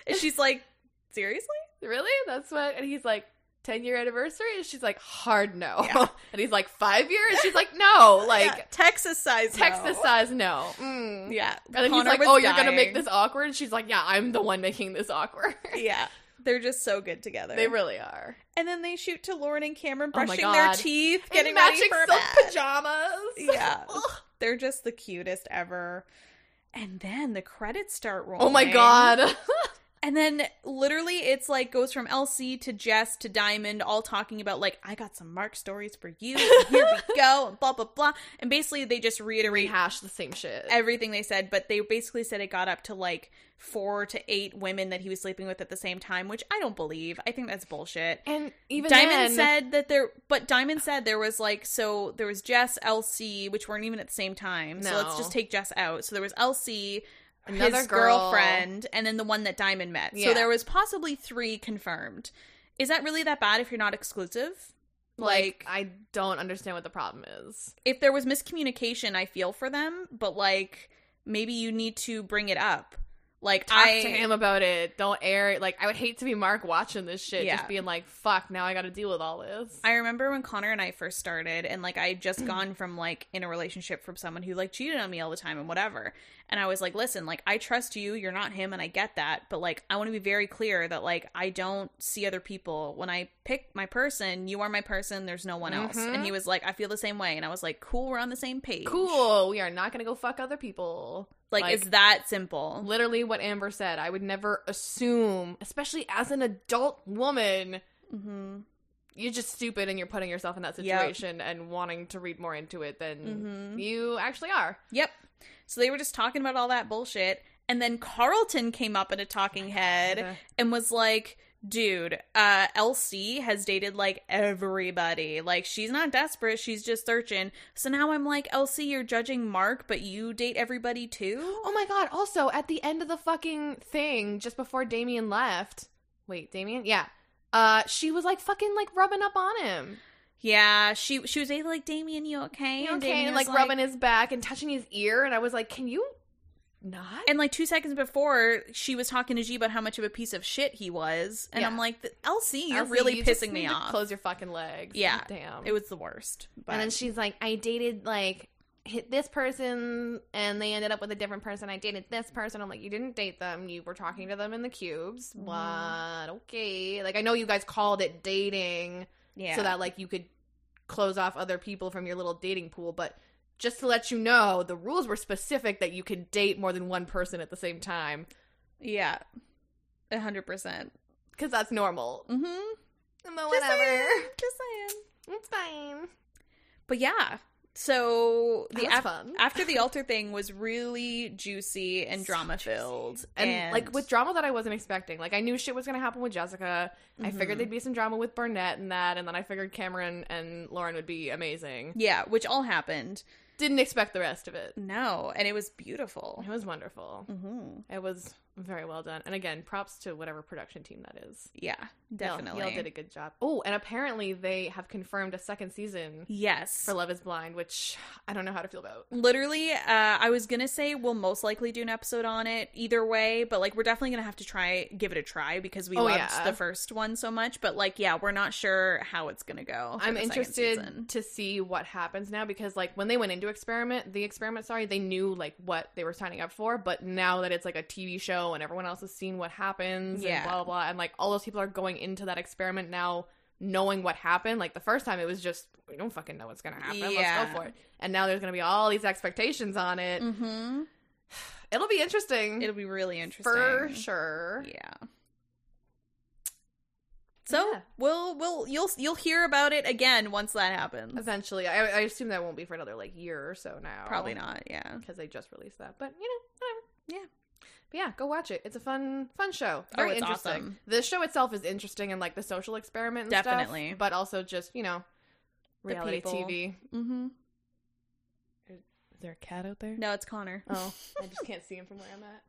Speaker 2: And she's like, seriously?
Speaker 1: really? That's what? And he's like, 10 year anniversary? And she's like, hard no.
Speaker 2: Yeah.
Speaker 1: and he's like, five years? She's like, no. Like,
Speaker 2: Yeah, Texas size.
Speaker 1: Texas
Speaker 2: no.
Speaker 1: size, no. Mm.
Speaker 2: Yeah.
Speaker 1: And then
Speaker 2: Connor
Speaker 1: he's like,
Speaker 2: was
Speaker 1: oh, you're going to
Speaker 2: dying.
Speaker 1: make this awkward? And she's like, yeah, I'm the one making this awkward.
Speaker 2: Yeah. They're just so good together.
Speaker 1: they really are.
Speaker 2: and then they shoot to Lauren and Cameron
Speaker 1: Oh my
Speaker 2: brushing their
Speaker 1: God.
Speaker 2: teeth,
Speaker 1: And
Speaker 2: getting ready
Speaker 1: matching
Speaker 2: for
Speaker 1: silk
Speaker 2: bed.
Speaker 1: pajamas.
Speaker 2: Yeah.
Speaker 1: Ugh.
Speaker 2: They're just the cutest ever. And then the credits start rolling.
Speaker 1: oh my God.
Speaker 2: And then literally it's like goes from Elsie to Jess to Diamond, all talking about like, I got some Mark stories for you. and here we go, and blah blah blah. And basically they just reiterate
Speaker 1: rehash the same shit.
Speaker 2: everything they said, but they basically said it got up to like four to eight women that he was sleeping with at the same time, which I don't believe. I think that's bullshit.
Speaker 1: And even
Speaker 2: Diamond
Speaker 1: then,
Speaker 2: said that there, but Diamond said there was like so there was Jess, Elsie, which weren't even at the same time. So let's
Speaker 1: No.
Speaker 2: just take Jess out. So there was Elsie,
Speaker 1: Another
Speaker 2: his
Speaker 1: girl.
Speaker 2: girlfriend, and then the one that Diamond met. So
Speaker 1: Yeah.
Speaker 2: there was possibly three confirmed. Is that really that bad if you're not exclusive?
Speaker 1: like,
Speaker 2: Like,
Speaker 1: I don't understand what the problem is.
Speaker 2: if there was miscommunication, I feel for them, but like maybe you need to bring it up. Like
Speaker 1: Talk
Speaker 2: I
Speaker 1: to him about it. Don't air it. Like I would hate to be Mark watching this shit,
Speaker 2: Yeah.
Speaker 1: just being like, "Fuck, now I got to deal with all this."
Speaker 2: I remember when Connor and I first started, and like I had
Speaker 1: Mm-hmm.
Speaker 2: just gone from like in a relationship from someone who like cheated on me all the time and whatever. And I was like, listen, like I trust you, you're not him, and I get that. But like, I want to be very clear that like I don't see other people. When I pick my person, you are my person, there's no one else.
Speaker 1: Mhm.
Speaker 2: And he was like, I feel the same way. And I was like, cool, we're on the same page.
Speaker 1: cool. We are not gonna go fuck other people.
Speaker 2: Like,
Speaker 1: Like-
Speaker 2: it's that simple.
Speaker 1: Literally, what Amber said. I would never assume, especially as an adult woman.
Speaker 2: Mm-hmm.
Speaker 1: You're just stupid, and you're putting yourself in that
Speaker 2: Yep.
Speaker 1: situation and wanting to read more into it than
Speaker 2: Mm-hmm.
Speaker 1: you actually are.
Speaker 2: Yep. So they were just talking about all that bullshit. And then Carlton came up in a
Speaker 1: Oh
Speaker 2: talking head.
Speaker 1: uh,
Speaker 2: and was like, dude, uh, LC has dated like everybody. Like, she's not desperate, she's just searching. So now I'm like, LC, you're judging Mark, but you date everybody too?
Speaker 1: Oh my god, also at the end of the fucking thing, just before Damien left. Wait, Damien? Yeah. Uh she was like fucking like rubbing up on him.
Speaker 2: Yeah, she she was dating, like, Damien, you okay?
Speaker 1: You know, okay,
Speaker 2: Damien
Speaker 1: and
Speaker 2: was
Speaker 1: like, rubbing his back and touching his ear, and I was like, Can you not?
Speaker 2: And like two seconds before, she was talking to G about how much of a piece of shit he was, and
Speaker 1: Yeah.
Speaker 2: I'm like, "LC, you're
Speaker 1: Elsie,
Speaker 2: really
Speaker 1: you just
Speaker 2: pissing me
Speaker 1: need to
Speaker 2: off."
Speaker 1: Close your fucking legs.
Speaker 2: Yeah.
Speaker 1: Damn.
Speaker 2: It was the worst. But
Speaker 1: and then she's like, I dated like hit this person and they ended up with a different person. I dated this person. I'm like, you didn't date them. You were talking to them in the cubes.
Speaker 2: Mhm.
Speaker 1: What? Okay. Like I know you guys called it dating.
Speaker 2: yeah,
Speaker 1: so that like you could close off other people from your little dating pool but just to let you know the rules were specific that you could date more than one person at the same time
Speaker 2: yeah, a hundred percent.
Speaker 1: because that's normal
Speaker 2: Mm-hmm.
Speaker 1: but
Speaker 2: Just
Speaker 1: whatever
Speaker 2: saying. Just saying.
Speaker 1: it's fine
Speaker 2: But yeah, so
Speaker 1: That
Speaker 2: the
Speaker 1: was
Speaker 2: af-
Speaker 1: fun.
Speaker 2: after the altar thing was really juicy and
Speaker 1: So
Speaker 2: drama filled,
Speaker 1: and, like with drama that i wasn't expecting like i knew shit was gonna happen with jessica i figured
Speaker 2: Mhm.
Speaker 1: there'd be some drama with burnett and that and then i figured cameron and lauren would be amazing
Speaker 2: yeah, which all happened.
Speaker 1: didn't expect the rest of it
Speaker 2: No, and it was beautiful.
Speaker 1: it was wonderful
Speaker 2: hmm
Speaker 1: it was very well done and again props to whatever production team that is
Speaker 2: Yeah,
Speaker 1: Y'all-
Speaker 2: definitely.
Speaker 1: Y'all did a good job. Oh, and apparently they have confirmed a second season
Speaker 2: Yes.
Speaker 1: for Love is Blind, which I don't know how to feel about.
Speaker 2: Literally, uh, I was gonna say we'll most likely do an episode on it either way, but like we're definitely gonna have to try give it a try because we
Speaker 1: Oh,
Speaker 2: loved
Speaker 1: yeah.
Speaker 2: the first one so much. But like, yeah, we're not sure how it's gonna go. for
Speaker 1: I'm
Speaker 2: the second
Speaker 1: interested
Speaker 2: season.
Speaker 1: to see what happens now because like when they went into experiment, the experiment, sorry, they knew like what they were signing up for, but now that it's like a TV show and everyone else has seen what happens
Speaker 2: Yeah.
Speaker 1: and blah blah blah and like all those people are going into that experiment now knowing what happened. Like the first time it was just we don't fucking know what's going to happen. Let's
Speaker 2: Yeah.
Speaker 1: go for it. And now there's going to be all these expectations on it.
Speaker 2: Mhm.
Speaker 1: It'll be interesting.
Speaker 2: It'll be really interesting
Speaker 1: for sure.
Speaker 2: Yeah. So
Speaker 1: Yeah.
Speaker 2: we'll we'll you'll you'll hear about it again once that happens.
Speaker 1: Eventually, I, I assume that won't be for another like year or so now.
Speaker 2: Probably not. Yeah.
Speaker 1: because they just released that. But you know, whatever.
Speaker 2: Yeah.
Speaker 1: But yeah, go watch it. It's a fun, fun show.
Speaker 2: Oh,
Speaker 1: Very
Speaker 2: it's
Speaker 1: interesting.
Speaker 2: awesome.
Speaker 1: The show itself is interesting and like the social experiment, and stuff,
Speaker 2: Definitely.
Speaker 1: but also just you know,
Speaker 2: The
Speaker 1: reality
Speaker 2: people.
Speaker 1: TV.
Speaker 2: Mm-hmm.
Speaker 1: Is there a cat out there?
Speaker 2: No, it's Connor.
Speaker 1: Oh, I just can't see him from where I'm at.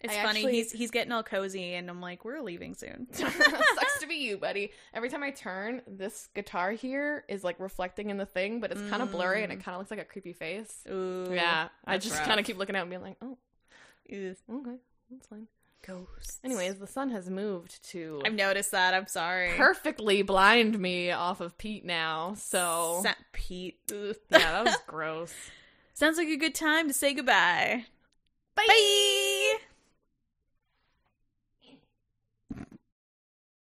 Speaker 2: It's
Speaker 1: I
Speaker 2: funny.
Speaker 1: actually-
Speaker 2: He's he's getting all cozy, and I'm like, we're leaving soon.
Speaker 1: Sucks to be you, buddy. Every time I turn, this guitar here is like reflecting in the thing, but it's kind of blurry and it
Speaker 2: Mm.
Speaker 1: kind of looks like a creepy face.
Speaker 2: Ooh.
Speaker 1: yeah, I
Speaker 2: that's
Speaker 1: just
Speaker 2: rough.
Speaker 1: kind of keep looking out and being like, oh,
Speaker 2: Ooh.
Speaker 1: okay, that's fine.
Speaker 2: Ghosts.
Speaker 1: Anyways, the sun has moved to
Speaker 2: I've noticed that. I'm sorry.
Speaker 1: perfectly blind me off of Pete now. So
Speaker 2: Sa- Pete. Ugh.
Speaker 1: yeah, that was gross.
Speaker 2: Sounds like a good time to say goodbye.
Speaker 1: Bye.